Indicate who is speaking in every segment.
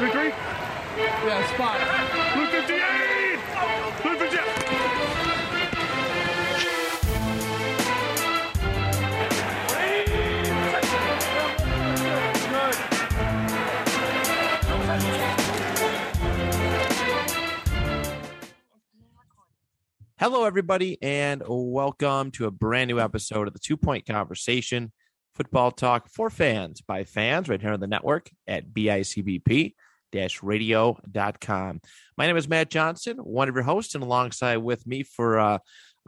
Speaker 1: Victory? Yeah, spot. Blue 58! Blue 58!
Speaker 2: Hello, everybody, and welcome to a brand new episode of the Two Point Conversation Football Talk for fans by fans right here on the network at bicbp radio.com. My name is Matt Johnson, one of your hosts, and alongside with me for uh,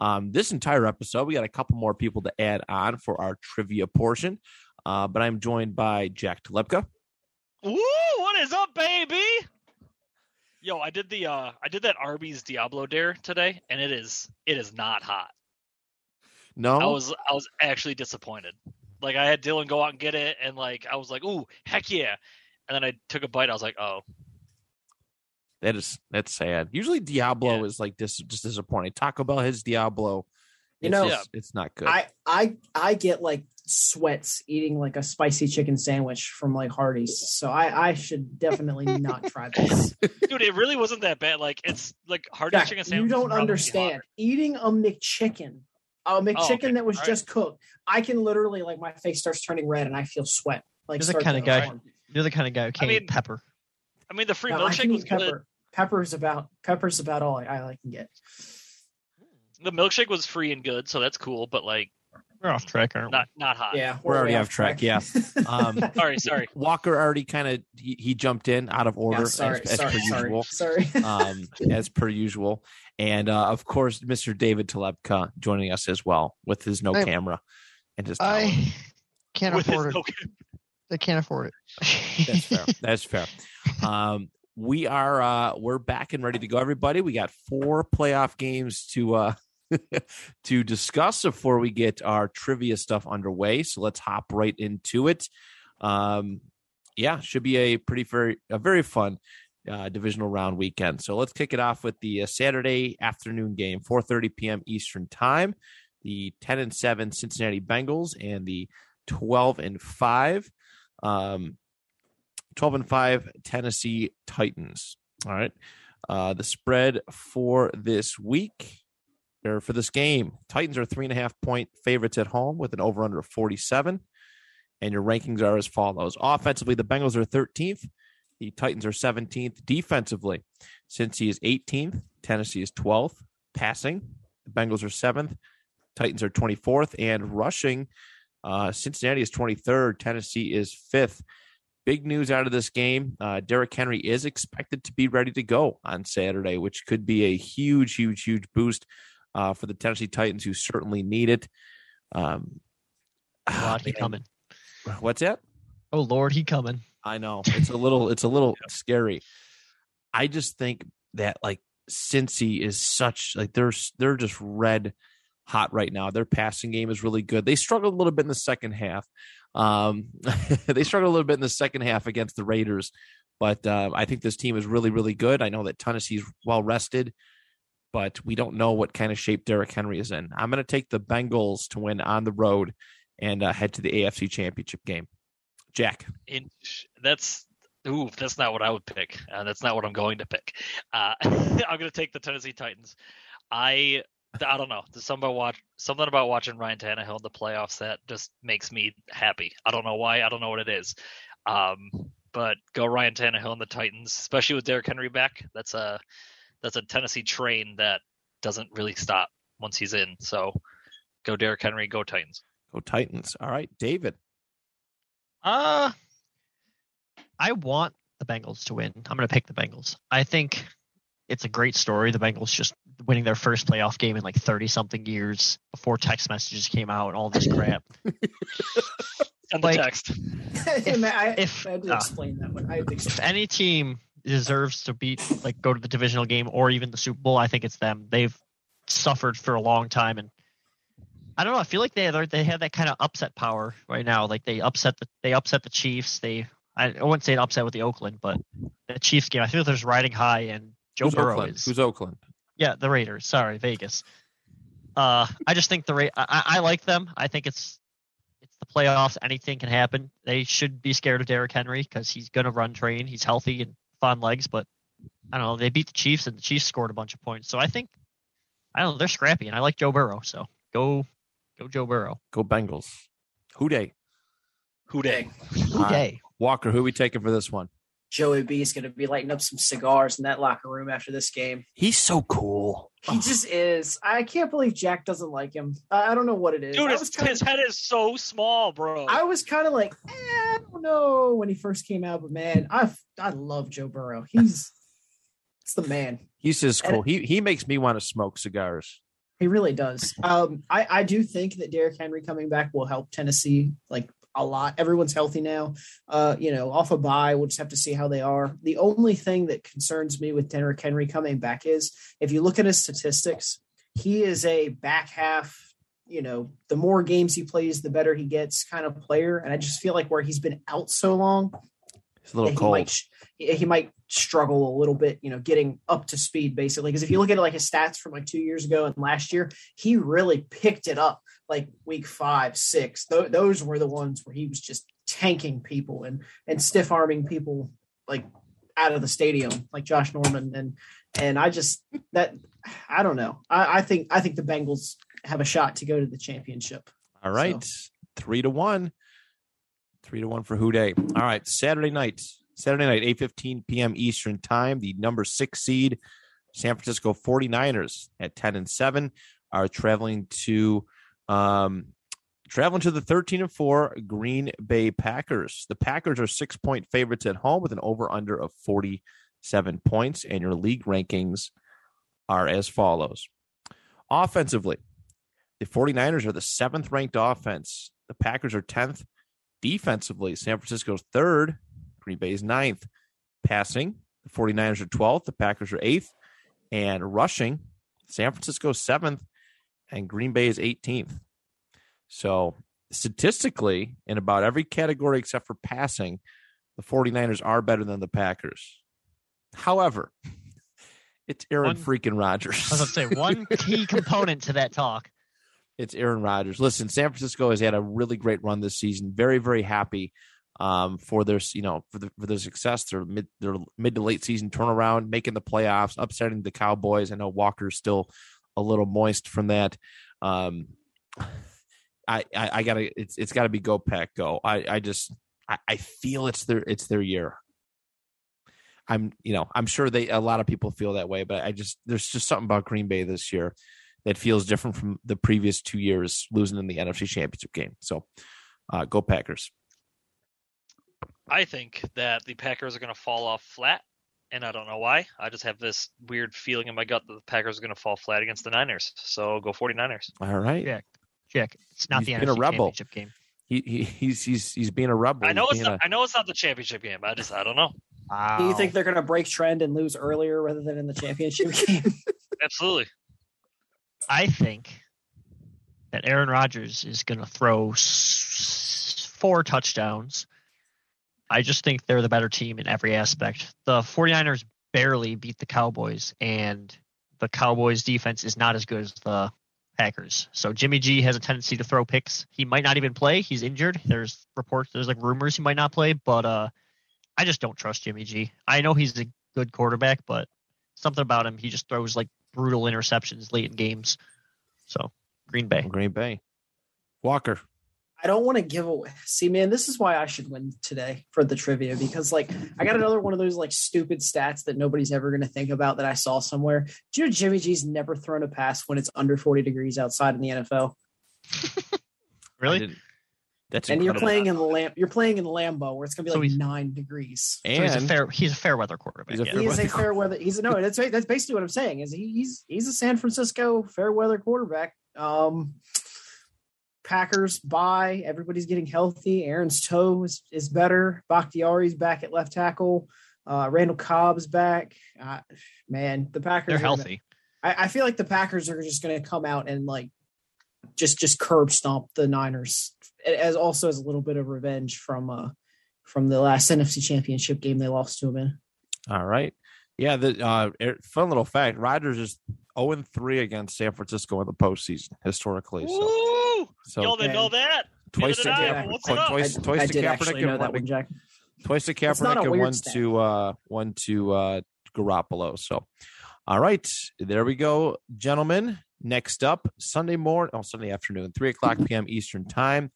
Speaker 2: um, this entire episode, we got a couple more people to add on for our trivia portion. Uh, but I'm joined by Jack Telepka.
Speaker 3: Woo! What is up, baby? Yo, I did the uh I did that Arby's Diablo Dare today, and it is it is not hot.
Speaker 2: No,
Speaker 4: Oh.
Speaker 3: I was I was actually disappointed. Like I had Dylan go out and get it, and like I was like, ooh, heck yeah! And then I took a bite. I was like, oh,
Speaker 2: That is that's sad. Usually Diablo
Speaker 3: Yeah.
Speaker 2: is like dis- just disappointing. Taco Bell has Diablo.
Speaker 4: You
Speaker 2: It's
Speaker 4: know-
Speaker 2: just- it's not good.
Speaker 4: I I I get like sweats eating like a spicy chicken sandwich from like Hardee's, so I I should definitely not try this.
Speaker 3: dude, it really wasn't that bad. Like it's like Hardee's
Speaker 4: Jack,
Speaker 3: chicken sandwich.
Speaker 4: you
Speaker 3: is
Speaker 4: don't
Speaker 3: probably Oh,
Speaker 4: understand. Eating a McChicken, a McChicken
Speaker 3: okay.
Speaker 4: that was
Speaker 3: All right.
Speaker 4: just cooked, I can literally like my face starts turning red and I feel sweat. Like
Speaker 5: You're the
Speaker 4: start
Speaker 5: kinda
Speaker 4: to-
Speaker 5: guy- You're the kind of guy who can't
Speaker 3: mean-
Speaker 5: eat pepper.
Speaker 3: I mean, the free
Speaker 4: No, I
Speaker 3: milkshake
Speaker 4: can
Speaker 3: was
Speaker 4: eat
Speaker 3: good.
Speaker 4: pepper. Pepper's about pepper's about all I, I can get.
Speaker 3: The milkshake was free and good, so that's cool. But like,
Speaker 5: We're off track, aren't we?
Speaker 3: not not hot.
Speaker 4: Yeah,
Speaker 2: We're already
Speaker 4: way
Speaker 2: off track, yeah. Um,
Speaker 3: Sorry, sorry.
Speaker 2: Walker already kind of he, he jumped in out of order
Speaker 4: Yeah, sorry,
Speaker 2: as, as
Speaker 4: sorry,
Speaker 2: per
Speaker 4: sorry,
Speaker 2: usual.
Speaker 4: sorry.
Speaker 2: um, as per usual, and uh, of course, Mr. David Telepka joining us as well with his no
Speaker 5: I-
Speaker 2: camera and his. towel.
Speaker 5: I can't
Speaker 3: With his
Speaker 5: afford it.
Speaker 3: milk-
Speaker 5: I can't afford it.
Speaker 2: That's fair. That's fair. Um, we are uh, we're back and ready to go, everybody. We got four playoff games to uh, to discuss before we get our trivia stuff underway. So let's hop right into it. Um, yeah, should be a pretty very a very fun uh, divisional round weekend. So let's kick it off with the uh, Saturday afternoon game, 4:30 p.m. Eastern time. The 10 and 7 Cincinnati Bengals and the 12 and 5 um, 12 and 5 Tennessee Titans. All right. Uh, the spread for this week or for this game Titans are three and a half point favorites at home with an over under of 47. And your rankings are as follows offensively, the Bengals are 13th, the Titans are 17th. Defensively, Cincy is 18th, Tennessee is 12th. Passing, the Bengals are 7th, Titans are 24th. And rushing, uh, Cincinnati is 23rd, Tennessee is 5th big news out of this game. Uh, Derrick Henry is expected to be ready to go on Saturday, which could be a huge, huge, huge boost uh, for the Tennessee Titans, who certainly need it. Um,
Speaker 5: Lord, he
Speaker 2: man,
Speaker 5: coming.
Speaker 2: What's that?
Speaker 5: Oh Lord, he coming.
Speaker 2: I know it's a little, it's a little scary. I just think that like Cincy is such like they're they're just red hot right now. Their passing game is really good. They struggled a little bit in the second half. Um, they struggled a little bit in the second half against the Raiders, but uh, I think this team is really really good. I know that Tennessee's well rested, but we don't know what kind of shape Derrick Henry is in. I'm going to take the Bengals to win on the road and uh, head to the AFC Championship game. Jack.
Speaker 3: inch. That's ooh, that's not what I would pick. Uh, that's not what I'm going to pick. Uh, I'm going to take the Tennessee Titans. I I don't know. There's something about watch something about watching Ryan Tannehill in the playoffs that just makes me happy. I don't know why. I don't know what it is. Um, but go Ryan Tannehill and the Titans, especially with Derrick Henry back. That's a that's a Tennessee train that doesn't really stop once he's in. So go Derrick Henry, go Titans.
Speaker 2: Go Titans. All right, David.
Speaker 5: Uh I want the Bengals to win. I'm gonna pick the Bengals. I think it's a great story. The Bengals just winning their first playoff game in like thirty something years before text messages came out and all this crap.
Speaker 3: And the
Speaker 5: Like-
Speaker 3: text.
Speaker 4: I,
Speaker 5: if-
Speaker 4: I had to
Speaker 5: uh,
Speaker 4: explain that one. I had to explain.
Speaker 5: if any team deserves to beat like go to the divisional game or even the Super Bowl, I think it's them. They've suffered for a long time and I don't know. I feel like they they're- they have that kind of upset power right now. Like they upset the they upset the Chiefs. They I, I wouldn't say an upset with the Oakland, but the Chiefs game. I feel there's riding high and Joe
Speaker 2: Who's
Speaker 5: Burrow
Speaker 2: Oakland?
Speaker 5: is
Speaker 2: Who's Oakland?
Speaker 5: yeah the Raiders. Sorry, Vegas. Uh, I just think the Ra- I, I I like them. I think it's it's the playoffs. Anything can happen. They should be scared of Derrick Henry because he's gonna run train. He's healthy and fond legs, but I don't know. They beat the Chiefs and the Chiefs scored a bunch of points. So I think I don't know. They're scrappy and I like Joe Burrow. So go go Joe Burrow.
Speaker 2: Go Bengals. Who day?
Speaker 3: Who day?
Speaker 4: Uh,
Speaker 2: All right.
Speaker 5: day?
Speaker 2: Walker, who we taking for this one?
Speaker 4: Joey B is going to be lighting up some cigars in that locker room after this game.
Speaker 2: He's so cool.
Speaker 4: He just is. I can't believe Jack doesn't like him. I I don't know what it is.
Speaker 3: Dude,
Speaker 4: I
Speaker 3: his,
Speaker 4: was kind
Speaker 3: his
Speaker 4: of,
Speaker 3: head is so small, bro.
Speaker 4: I was kind of like, eh, I don't know when he first came out, but man, I I love Joe Burrow. He's it's the man.
Speaker 2: He's just
Speaker 4: And-
Speaker 2: cool. He he makes me want to smoke cigars.
Speaker 4: He really does. Um, I, I do think that Derrick Henry coming back will help Tennessee like a lot. Everyone's healthy now. Uh, you know, off a bye, we'll just have to see how they are. The only thing that concerns me with Derrick Henry coming back is if you look at his statistics, he is a back half. You know, the more games he plays, the better he gets, kind of player. And I just feel like where he's been out so long,
Speaker 2: He's a little
Speaker 4: that he
Speaker 2: cold.
Speaker 4: might sh- he he might struggle a little bit, you know, getting up to speed basically. Because if you look at like his stats from like two years ago and last year, he really picked it up. Like week five, six, Tho- those were the ones where he was just tanking people and and stiff arming people like out of the stadium, like Josh Norman and and I just that I don't know. I, I think I think the Bengals have a shot to go to the championship.
Speaker 2: All right. Three to one. Three to one for Who Day. All right. Saturday night. Saturday night, 8 15 p.m. Eastern time. The number six seed San Francisco 49ers at 10 and 7 are traveling to um traveling to the 13 and 4 Green Bay Packers. The Packers are six point favorites at home with an over under of 47 points, and your league rankings are as follows. Offensively, the 49ers are the seventh ranked offense. The Packers are 10th defensively. San Francisco's third. Green Bay's ninth. Passing, the 49ers are 12th. The Packers are eighth. And rushing, San Francisco's seventh. And Green Bay is 18th. So statistically, in about every category except for passing, the 49ers are better than the Packers. However, it's Aaron
Speaker 5: One-
Speaker 2: freaking Rodgers.
Speaker 5: I was gonna say one key component to that talk.
Speaker 2: It's Aaron Rodgers. Listen, San Francisco has had a really great run this season. Very, very happy um, for their, you know, for, the, for their success, their mid, their mid to late season turnaround, making the playoffs, upsetting the Cowboys. I know Walker's still a little moist from that. Um, I, I, I gotta, it's, it's gotta be go pack go. I, I just, I, I feel it's their, it's their year. I'm, you know, I'm sure they, a lot of people feel that way, but I just, there's just something about Green Bay this year that feels different from the previous two years losing in the NFC Championship game. So, uh, go Packers.
Speaker 3: I think that the Packers are going to fall off flat, and I don't know why. I just have this weird feeling in my gut that the Packers are going to fall flat against the Niners. So go 49ers.
Speaker 2: All right.
Speaker 5: Yeah. Jack, it's not
Speaker 2: He's
Speaker 5: the
Speaker 2: been a
Speaker 5: NFC
Speaker 2: rebel.
Speaker 5: Championship game.
Speaker 2: He, he he's he's he's being a rebel.
Speaker 3: I know
Speaker 2: He's
Speaker 3: it's
Speaker 2: being
Speaker 3: not, I know it's not the championship game. I just I don't know.
Speaker 5: Wow.
Speaker 4: Do you think they're going to break trend and lose earlier rather than in the championship game?
Speaker 3: Absolutely.
Speaker 5: Uh, I think that Aaron Rodgers is going to throw s- four touchdowns. I just think they're the better team in every aspect. The 49ers barely beat the Cowboys, and the Cowboys' defense is not as good as the Packers. So Jimmy G has a tendency to throw picks. He might not even play. He's injured. There's reports, there's like rumors he might not play, but uh, I just don't trust Jimmy G. I know he's a good quarterback, but something about him, he just throws like brutal interceptions late in games. So Green
Speaker 2: a
Speaker 5: Bay.
Speaker 2: Green Bay. Walker.
Speaker 4: I don't want to give away. See, man, this is why I should win today for the trivia because, like, I got another one of those like stupid stats that nobody's ever going to think about that I saw somewhere. Do you know Jimmy G's never thrown a pass when it's under forty degrees outside in the NFL?
Speaker 2: I
Speaker 5: Really?
Speaker 2: didn't- That's
Speaker 4: And you're
Speaker 2: incredible.
Speaker 4: playing in the Lam- you're playing in Lambo where it's going to
Speaker 5: So
Speaker 4: be like
Speaker 5: he's-
Speaker 4: nine degrees.
Speaker 5: So he's a
Speaker 2: And
Speaker 5: fair he's a fair weather quarterback.
Speaker 2: He's a
Speaker 5: yeah.
Speaker 2: fair-
Speaker 4: He is a
Speaker 2: weather
Speaker 4: fair weather. He's no. That's that's basically what I'm saying. Is he, he's he's a San Francisco fair weather quarterback. Um, Packers bye. Everybody's getting healthy. Aaron's toe is, is better. Bakhtiari's back at left tackle. Uh, Randall Cobb's back. Uh, man, the Packers.
Speaker 5: They're
Speaker 4: are gonna-
Speaker 5: healthy.
Speaker 4: I, I feel like the Packers are just going to come out and like just just curb stomp the Niners as also as a little bit of revenge from uh from the last NFC Championship game they lost to him in.
Speaker 2: All right. Yeah, the uh, er- fun little fact: Rodgers is zero and three against San Francisco in the postseason historically. So,
Speaker 3: Woo!
Speaker 2: so
Speaker 3: Y'all didn't know that.
Speaker 2: twice to
Speaker 3: neither did
Speaker 4: I.
Speaker 2: Cap-
Speaker 3: What's
Speaker 2: twice,
Speaker 3: it up?
Speaker 2: twice,
Speaker 4: I,
Speaker 2: twice
Speaker 4: I
Speaker 2: to
Speaker 4: did actually
Speaker 2: Kaepernick
Speaker 4: know
Speaker 2: and
Speaker 4: that
Speaker 2: one
Speaker 4: one,
Speaker 2: to,
Speaker 4: Jack.
Speaker 2: twice to
Speaker 4: It's not a
Speaker 2: Kaepernick and
Speaker 4: weird
Speaker 2: one
Speaker 4: stat.
Speaker 2: to uh, one to uh, Garoppolo. So, all right, there we go, gentlemen. Next up, Sunday morning, oh Sunday afternoon, three o'clock p.m. Eastern time.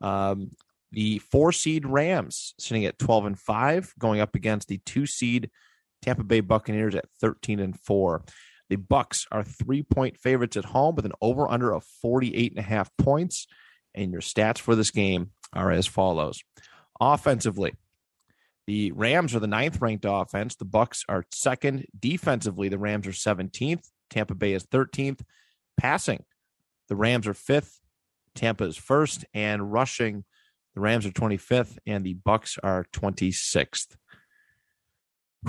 Speaker 2: Um, the four seed Rams sitting at twelve and five, going up against the two seed Tampa Bay Buccaneers at thirteen and four. The Bucks are three point favorites at home with an over under of 48 and a half points. And your stats for this game are as follows. Offensively, the Rams are the ninth ranked offense. The Bucks are second. Defensively, the Rams are 17th. Tampa Bay is 13th. Passing, the Rams are fifth. Tampa is first. And rushing, the Rams are 25th. And the Bucks are 26th.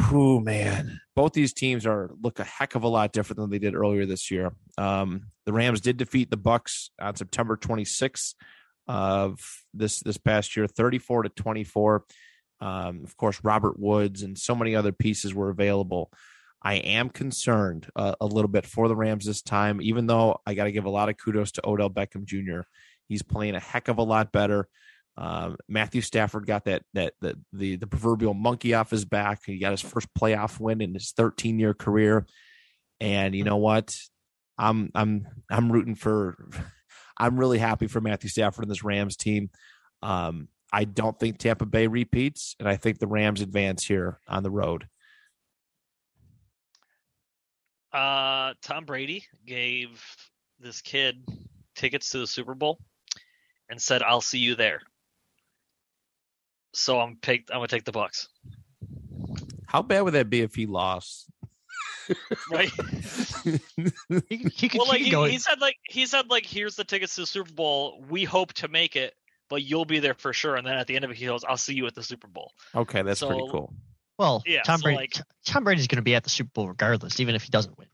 Speaker 2: Whew, man. Both these teams are look a heck of a lot different than they did earlier this year. Um, the Rams did defeat the Bucks on September 26th of this this past year, 34 to 24. Um, of course, Robert Woods and so many other pieces were available. I am concerned uh, a little bit for the Rams this time, even though I got to give a lot of kudos to Odell Beckham Jr. He's playing a heck of a lot better. Um, Matthew Stafford got that that the, the the proverbial monkey off his back. He got his first playoff win in his 13 year career, and you know what? I'm I'm I'm rooting for. I'm really happy for Matthew Stafford and this Rams team. Um, I don't think Tampa Bay repeats, and I think the Rams advance here on the road.
Speaker 3: Uh, Tom Brady gave this kid tickets to the Super Bowl and said, "I'll see you there." So I'm picked. I'm gonna take the Bucks.
Speaker 2: How bad would that be if he lost?
Speaker 3: Right.
Speaker 5: He, he could,
Speaker 3: well, like
Speaker 5: he could
Speaker 3: he,
Speaker 5: go.
Speaker 3: he said, like he said, like here's the tickets to the Super Bowl. We hope to make it, but you'll be there for sure. And then at the end of it, he goes, "I'll see you at the Super Bowl."
Speaker 2: Okay, that's
Speaker 3: So-
Speaker 2: pretty cool.
Speaker 5: well,
Speaker 3: yeah,
Speaker 5: Tom
Speaker 3: so,
Speaker 5: Brady.
Speaker 3: like-
Speaker 5: Tom Brady's going to be at the Super Bowl regardless, even if he doesn't win.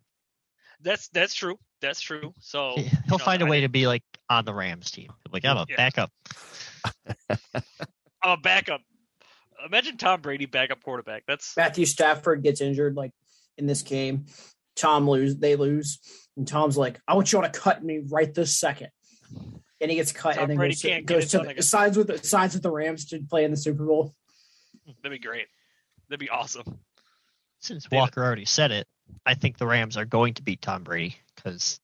Speaker 3: That's that's true. That's true. So
Speaker 5: He-
Speaker 3: you
Speaker 5: He'll
Speaker 3: know,
Speaker 5: find a
Speaker 3: I-
Speaker 5: way to be like on the Rams team. Like I'm a
Speaker 3: Yeah.
Speaker 5: backup.
Speaker 3: I'm a backup. Imagine Tom Brady backup quarterback. That's
Speaker 4: Matthew Stafford gets injured like in this game. Tom lose, they lose, and Tom's like, "I want you all to cut me right this second. And he gets cut,
Speaker 3: Tom
Speaker 4: and then
Speaker 3: Brady
Speaker 4: goes to,
Speaker 3: can't get
Speaker 4: goes
Speaker 3: it
Speaker 4: to
Speaker 3: done
Speaker 4: the,
Speaker 3: again.
Speaker 4: signs with the signs with the Rams to play in the Super Bowl.
Speaker 3: that'd be great. That'd be awesome.
Speaker 5: Since
Speaker 3: David.
Speaker 5: Walker already said it, I think the Rams are going to beat Tom Brady because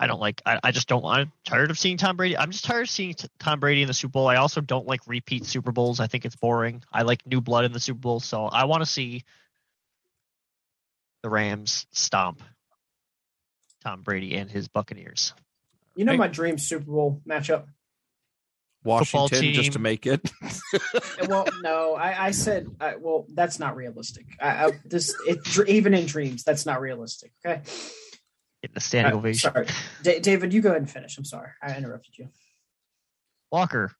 Speaker 5: I don't like. I, I just don't. I'm tired of seeing Tom Brady. I'm just tired of seeing t- Tom Brady in the Super Bowl. I also don't like repeat Super Bowls. I think it's boring. I like new blood in the Super Bowl, so I want to see the Rams stomp Tom Brady and his Buccaneers.
Speaker 4: You know
Speaker 2: Hey.
Speaker 4: my dream Super Bowl matchup.
Speaker 5: Football
Speaker 2: Washington just to
Speaker 5: team.
Speaker 2: make it.
Speaker 4: well, no, I, I said, I, well, that's not realistic. I, I this it dr- even in dreams, that's not realistic. Okay,
Speaker 5: Getting a standing
Speaker 4: Uh,
Speaker 5: ovation.
Speaker 4: sorry, Da- David, you go ahead and finish. I'm sorry, I interrupted you.
Speaker 5: Walker.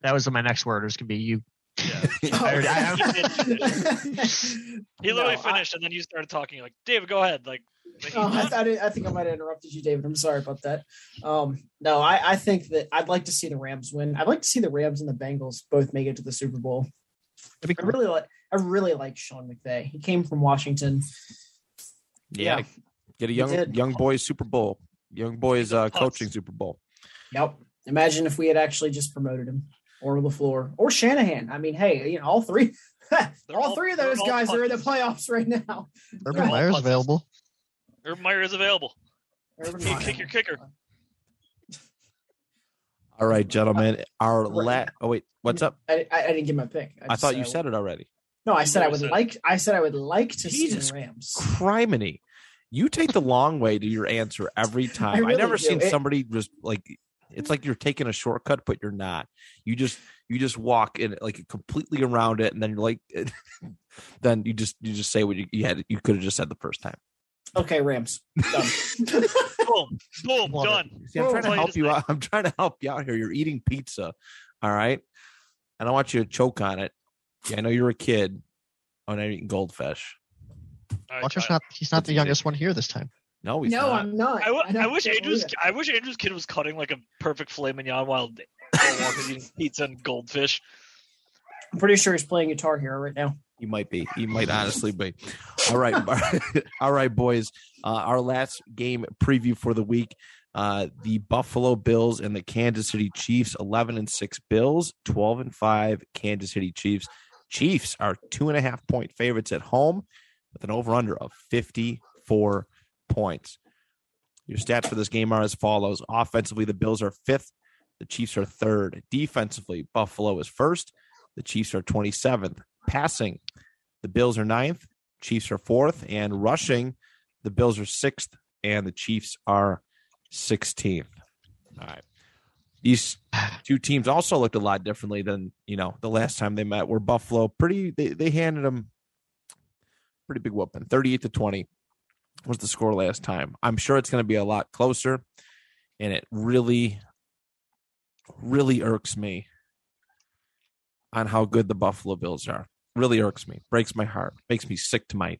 Speaker 5: That was my next word. It was gonna be you.
Speaker 4: Oh.
Speaker 5: already- I-
Speaker 3: He
Speaker 4: No,
Speaker 3: literally
Speaker 4: I-
Speaker 3: finished, and then you started talking. You're like, David, go ahead. Like, like,
Speaker 4: Oh, I, I, did- I think I might have interrupted you, David. I'm sorry about that. Um, no, I, I think that I'd like to see the Rams win. I'd like to see the Rams and the Bengals both make it to the Super Bowl.
Speaker 5: That'd be
Speaker 4: I
Speaker 5: cool.
Speaker 4: really like. I really like Sean McVay. He came from Washington.
Speaker 2: yeah, get a
Speaker 4: he
Speaker 2: young
Speaker 4: did.
Speaker 2: young boys Super Bowl, young boys uh,
Speaker 3: Pucks.
Speaker 2: coaching Super Bowl.
Speaker 4: Yep. Imagine if we had actually just promoted him, or Lafleur, or Shanahan. I mean, hey, you know, all three, all,
Speaker 3: all-
Speaker 4: three of
Speaker 3: they're
Speaker 4: those
Speaker 3: all
Speaker 4: guys are in the
Speaker 3: punters.
Speaker 4: playoffs right now.
Speaker 5: Urban
Speaker 3: all
Speaker 5: Meyer's
Speaker 3: pluses.
Speaker 5: available.
Speaker 3: Urban Meyer is available.
Speaker 4: Urban
Speaker 3: Hey,
Speaker 4: Meyer.
Speaker 3: kick your kicker.
Speaker 2: All right, gentlemen. Our
Speaker 4: Right.
Speaker 2: lat. Oh wait, what's up?
Speaker 4: I, I, I didn't give my pick.
Speaker 2: I
Speaker 4: just
Speaker 2: thought you
Speaker 4: I-
Speaker 2: said it already.
Speaker 4: No, I said I
Speaker 3: You
Speaker 4: would
Speaker 3: said it.
Speaker 4: like. I said I would like to
Speaker 2: Jesus
Speaker 4: see the Rams.
Speaker 2: Criminy, you take the long way to your answer every time. I,
Speaker 4: really
Speaker 2: never
Speaker 4: do.
Speaker 2: seen
Speaker 4: It-
Speaker 2: somebody just like. It's like you're taking a shortcut, but you're not. You just you just walk in like completely around it, and then you're like, then you just you just say what you, you had. You could have just said the first time.
Speaker 4: Okay, Rams. Done.
Speaker 3: Boom, boom,
Speaker 5: Love it.
Speaker 3: done.
Speaker 2: See, I'm
Speaker 4: Well,
Speaker 2: trying to
Speaker 3: well, you
Speaker 2: help
Speaker 3: just
Speaker 2: you
Speaker 3: like-
Speaker 2: out. I'm trying to help you out here. You're eating pizza, all right? I don't want you to choke on it. Yeah, I know you're a kid. Oh, now you're eating goldfish.
Speaker 3: All right,
Speaker 5: Walker's
Speaker 3: try it.
Speaker 5: not. He's not the youngest one here this time.
Speaker 2: No, he's
Speaker 4: No,
Speaker 2: not.
Speaker 4: I'm not.
Speaker 3: I, w-
Speaker 4: don't
Speaker 3: I wish
Speaker 4: feel
Speaker 3: Andrew's
Speaker 4: either.
Speaker 3: I wish Andrew's kid was cutting like a perfect filet mignon while while Walker's eating pizza and goldfish.
Speaker 4: I'm pretty sure he's playing Guitar Hero right now.
Speaker 2: You might be. You might honestly be. All right. All right, boys. Uh, our last game preview for the week. Uh, the Buffalo Bills and the Kansas City Chiefs, 11 and 6 Bills, 12 and 5 Kansas City Chiefs. Chiefs are two and a half point favorites at home with an over under of 54 points. Your stats for this game are as follows offensively, the Bills are fifth, the Chiefs are third. Defensively, Buffalo is first, the Chiefs are 27th. Passing, the Bills are ninth, Chiefs are fourth, and rushing, the Bills are sixth, and the Chiefs are 16th. All right. These two teams also looked a lot differently than, you know, the last time they met where Buffalo pretty they, they handed them pretty big whooping. 38 to 20 was the score last time. I'm sure it's going to be a lot closer. And it really, really irks me on how good the Buffalo Bills are really irks me, breaks my heart, makes me sick to my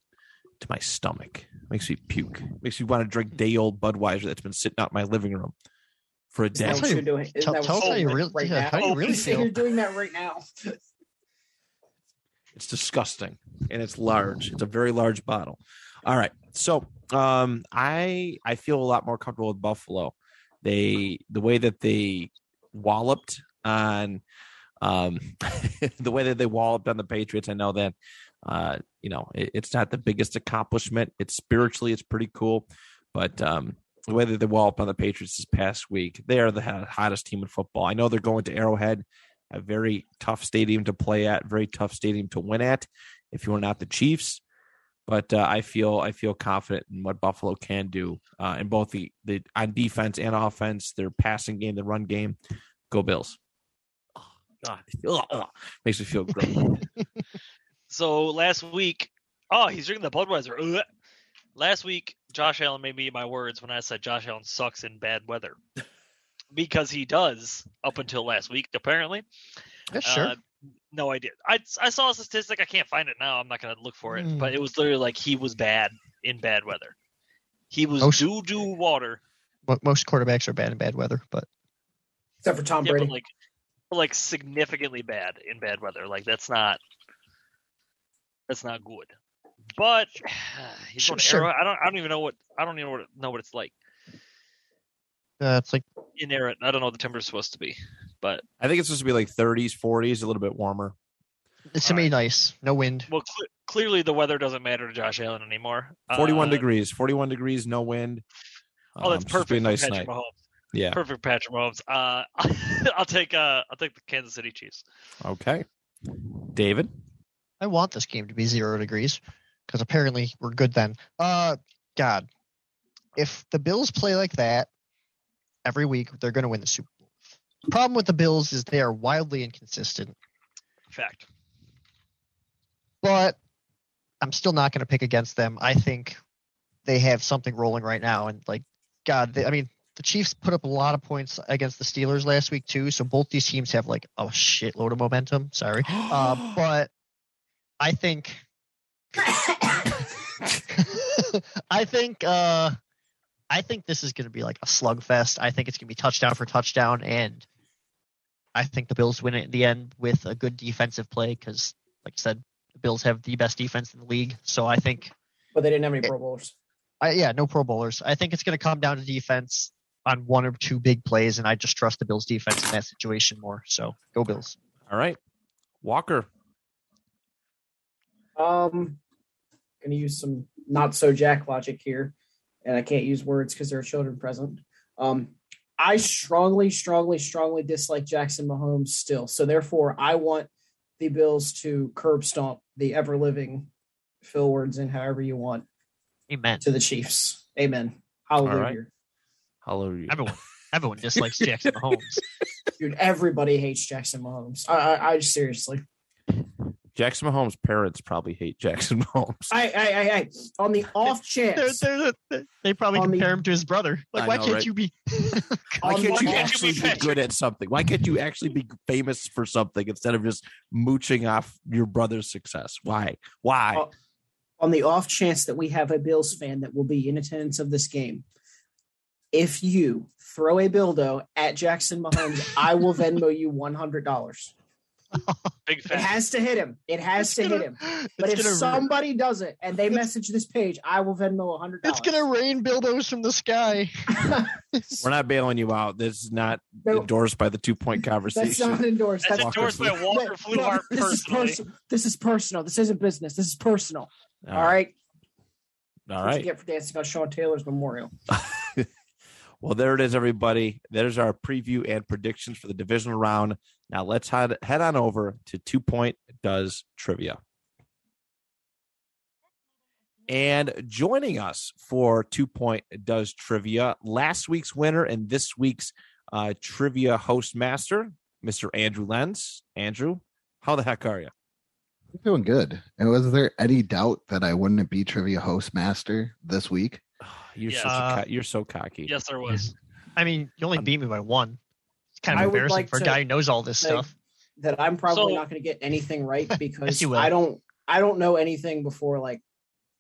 Speaker 2: to my stomach, makes me puke, makes me want to drink day old Budweiser that's been sitting out in my living room for a
Speaker 4: Is
Speaker 2: day.
Speaker 4: that what
Speaker 5: Tell
Speaker 4: you're doing? Is
Speaker 5: tell-
Speaker 4: that
Speaker 5: tell
Speaker 4: what
Speaker 3: us how you
Speaker 4: doing
Speaker 5: really-
Speaker 4: right
Speaker 5: yeah,
Speaker 4: now?
Speaker 5: how you really
Speaker 4: You say
Speaker 5: feel.
Speaker 4: You're doing that right now.
Speaker 2: It's disgusting and it's large. It's a very large bottle. All right. So um I I feel a lot more comfortable with Buffalo. They the way that they walloped on um the way that they walloped on the Patriots, I know that uh you know it- it's not the biggest accomplishment. It's spiritually it's pretty cool, but um the way that they walloped on the Patriots this past week, they are the ho- hottest team in football. I know they're going to Arrowhead a very tough stadium to play at, very tough stadium to win at if you are not the Chiefs. But uh, I feel I feel confident in what Buffalo can do uh, in both the, the on defense and offense, their passing game, the run game. Go Bills! Oh, God, Ugh, ugh. makes me feel great.
Speaker 3: So last week, oh, he's drinking the Budweiser. Ugh. Last week, Josh Allen made me eat my words when I said Josh Allen sucks in bad weather because he does up until last week, apparently.
Speaker 5: Yeah, sure.
Speaker 3: Uh, no, I did. I, I saw a statistic. I can't find it now. I'm not going to look for it.
Speaker 5: Hmm.
Speaker 3: But it was literally like he was bad in bad weather. He was
Speaker 5: Oh, sh-
Speaker 3: doo doo water.
Speaker 5: Mo- Most quarterbacks are bad in bad weather, but
Speaker 4: Except for Tom
Speaker 3: Yeah,
Speaker 4: Brady.
Speaker 3: but like, but, like significantly bad in bad weather. Like that's not that's not good. But he's
Speaker 5: Sure,
Speaker 3: going to
Speaker 5: sure.
Speaker 3: Arrowhead. I don't I don't even know what I don't even know what, it- know what it's like
Speaker 5: uh, it's like
Speaker 3: in Arrowhead. I don't know what the temperature's supposed to be. But
Speaker 2: I think it's supposed to be like 30s, 40s, a little bit warmer.
Speaker 5: it's gonna be nice, no wind.
Speaker 3: well, cle clearly the weather doesn't matter to Josh Allen anymore.
Speaker 2: 41
Speaker 3: Uh,
Speaker 2: degrees, 41 degrees, no wind.
Speaker 3: Oh, that's
Speaker 2: Um, supposed
Speaker 3: perfect.
Speaker 2: to be a
Speaker 3: for
Speaker 2: nice night.
Speaker 3: Patrick Mahomes.
Speaker 2: Yeah.
Speaker 3: Perfect, Patrick Mahomes. Uh, I'll take uh, I'll take the Kansas City Chiefs.
Speaker 2: Okay. David.
Speaker 5: I want this game to be zero degrees because apparently we're good then. Uh, God, if the Bills play like that every week, they're going to win the Super Bowl. The problem with the Bills is they are wildly inconsistent,
Speaker 3: Fact.
Speaker 5: but I'm still not going to pick against them. I think they have something rolling right now, and like, God, they, I mean, the Chiefs put up a lot of points against the Steelers last week too, so both these teams have like a shitload of momentum. Sorry, uh, but I think I think uh, I think this is going to be like a slugfest. I think it's going to be touchdown for touchdown, and I think the Bills win it in the end with a good defensive play because, like I said, the Bills have the best defense in the league. So I think,
Speaker 4: But they didn't have any Pro Bowlers.
Speaker 5: I, yeah, no Pro Bowlers. I think it's going to come down to defense on one or two big plays, and I just trust the Bills defense in that situation more. So go Bills.
Speaker 2: All right. Walker.
Speaker 4: Um, going to use some not so Jack logic here, and I can't use words because there are children present. Um, I strongly, strongly, strongly dislike Jackson Mahomes still. So therefore, I want the Bills to curb stomp the ever living Phil words in however you want
Speaker 5: Amen.
Speaker 4: to the Chiefs. Amen. Hallelujah.
Speaker 2: right. Hallelujah.
Speaker 5: Everyone, everyone dislikes Jackson Mahomes.
Speaker 4: Dude, everybody hates Jackson Mahomes. I, I, I seriously.
Speaker 2: Jackson Mahomes' parents probably hate Jackson Mahomes.
Speaker 4: I, I, I, I on the off
Speaker 5: They're-
Speaker 4: chance.
Speaker 5: they're- they're- they probably
Speaker 4: On the-
Speaker 5: compare him to his brother. Like,
Speaker 2: I
Speaker 5: why
Speaker 2: know,
Speaker 5: can't
Speaker 2: right?
Speaker 5: you be?
Speaker 2: Why
Speaker 4: on
Speaker 2: can't
Speaker 4: the
Speaker 2: you
Speaker 4: off
Speaker 2: actually be
Speaker 3: Patrick.
Speaker 2: good at something? Why can't you actually be famous for something instead of just mooching off your brother's success? Why? Why?
Speaker 4: Oh. on the off chance that we have a Bills fan that will be in attendance of this game, if you throw a dildo at Jackson Mahomes, I will Venmo you one hundred dollars.
Speaker 3: Big
Speaker 4: It
Speaker 3: fan.
Speaker 4: has to hit him. It has to hit him. But
Speaker 5: it's
Speaker 4: if
Speaker 5: gonna ra-
Speaker 4: somebody does it and they
Speaker 5: It's-
Speaker 4: message this page, I will Venmo hundred dollars.
Speaker 5: it's gonna rain dildos from the sky.
Speaker 2: We're not bailing you out. This is not
Speaker 4: No.
Speaker 2: endorsed by the two point
Speaker 4: That's
Speaker 2: conversation.
Speaker 4: not endorsed.
Speaker 3: That's
Speaker 4: That's,
Speaker 2: Walker
Speaker 3: endorsed by Walker
Speaker 4: No, no,
Speaker 3: Fluhart
Speaker 4: this is
Speaker 3: personally.
Speaker 4: personal. This is personal. This isn't business. This is personal. All right.
Speaker 2: All
Speaker 4: What you
Speaker 2: right.
Speaker 4: get for dancing on Sean Taylor's memorial.
Speaker 2: Well, there it is, everybody. There's our preview and predictions for the divisional round. Now let's head head on over to two point does trivia. And joining us for two point does trivia, last week's winner and this week's uh, trivia host master, Mr. Andrew Lenz. Andrew, how the heck are you?
Speaker 6: I'm doing good. And was there any doubt that I wouldn't be trivia host master this week?
Speaker 2: You're
Speaker 3: Yes.
Speaker 2: so
Speaker 5: Uh,
Speaker 2: you're so cocky.
Speaker 3: Yes, there was.
Speaker 5: I mean, you only beat me by one. It's kind of
Speaker 4: I would
Speaker 5: embarrassing
Speaker 4: like
Speaker 5: for a
Speaker 4: to-
Speaker 5: guy who knows all this
Speaker 4: like,
Speaker 5: stuff.
Speaker 4: That I'm probably
Speaker 3: So-
Speaker 4: not going to get anything right because
Speaker 5: you will.
Speaker 4: I don't. I don't know anything before like.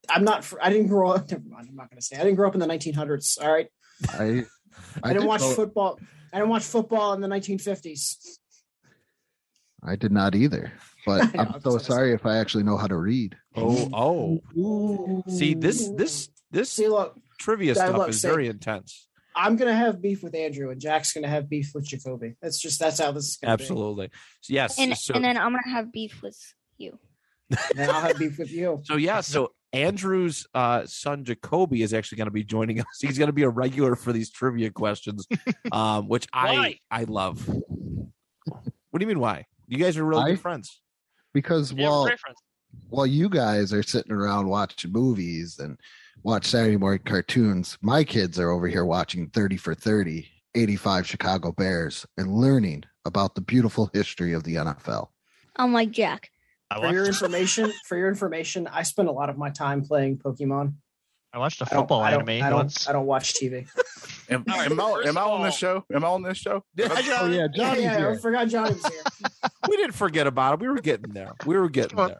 Speaker 4: I'm not. fr- I didn't grow up. Never mind. I'm not going to say. I didn't grow up in the 1900s. All right. I,
Speaker 6: I
Speaker 4: didn't
Speaker 6: did
Speaker 4: watch
Speaker 6: vote-
Speaker 4: football. I didn't watch football in the 1950s.
Speaker 6: I did not either.
Speaker 4: I
Speaker 6: But
Speaker 4: know, I'm
Speaker 6: I'm so
Speaker 4: sorry.
Speaker 6: sorry if I actually know how to read.
Speaker 2: Oh, oh. See this this this
Speaker 4: See, look,
Speaker 2: trivia
Speaker 4: Dad,
Speaker 2: stuff
Speaker 4: look,
Speaker 2: is
Speaker 4: see.
Speaker 2: very intense.
Speaker 4: I'm gonna have beef with Andrew, and Jack's gonna have beef with Jacoby. That's just that's how this is gonna
Speaker 2: Absolutely. So, yes.
Speaker 7: And,
Speaker 2: so,
Speaker 7: and then I'm gonna have beef with you.
Speaker 4: be. And I'll have beef with you.
Speaker 2: so yeah, so Andrew's uh, son Jacoby is actually going to be joining us. He's going to be a regular for these trivia questions, um, which I
Speaker 3: Why?
Speaker 2: I love. What do you mean? Why? You guys are really
Speaker 6: I-
Speaker 2: good friends.
Speaker 6: Because
Speaker 3: Yeah,
Speaker 6: while
Speaker 3: reference.
Speaker 6: while you guys are sitting around watching movies and watch Saturday morning cartoons, my kids are over here watching 30 for 30, 85 Chicago Bears, and learning about the beautiful history of the NFL.
Speaker 7: I'm like Jack.
Speaker 5: I
Speaker 4: For
Speaker 5: watched,
Speaker 4: your information, for your information, I spend a lot of my time playing Pokemon.
Speaker 5: I watched a
Speaker 4: I don't-
Speaker 5: football
Speaker 4: I don't,
Speaker 5: anime
Speaker 4: I don't,
Speaker 5: once.
Speaker 4: I don't watch TV.
Speaker 8: Am,
Speaker 3: All right,
Speaker 8: am I,
Speaker 3: first
Speaker 8: am I
Speaker 3: of
Speaker 8: on this
Speaker 3: all-
Speaker 8: show? Am I on this show?
Speaker 6: Oh yeah,
Speaker 4: Yeah,
Speaker 6: Johnny's
Speaker 4: yeah, I
Speaker 6: here.
Speaker 4: forgot Johnny was here.
Speaker 2: We didn't forget about him. We were getting there. We were getting there.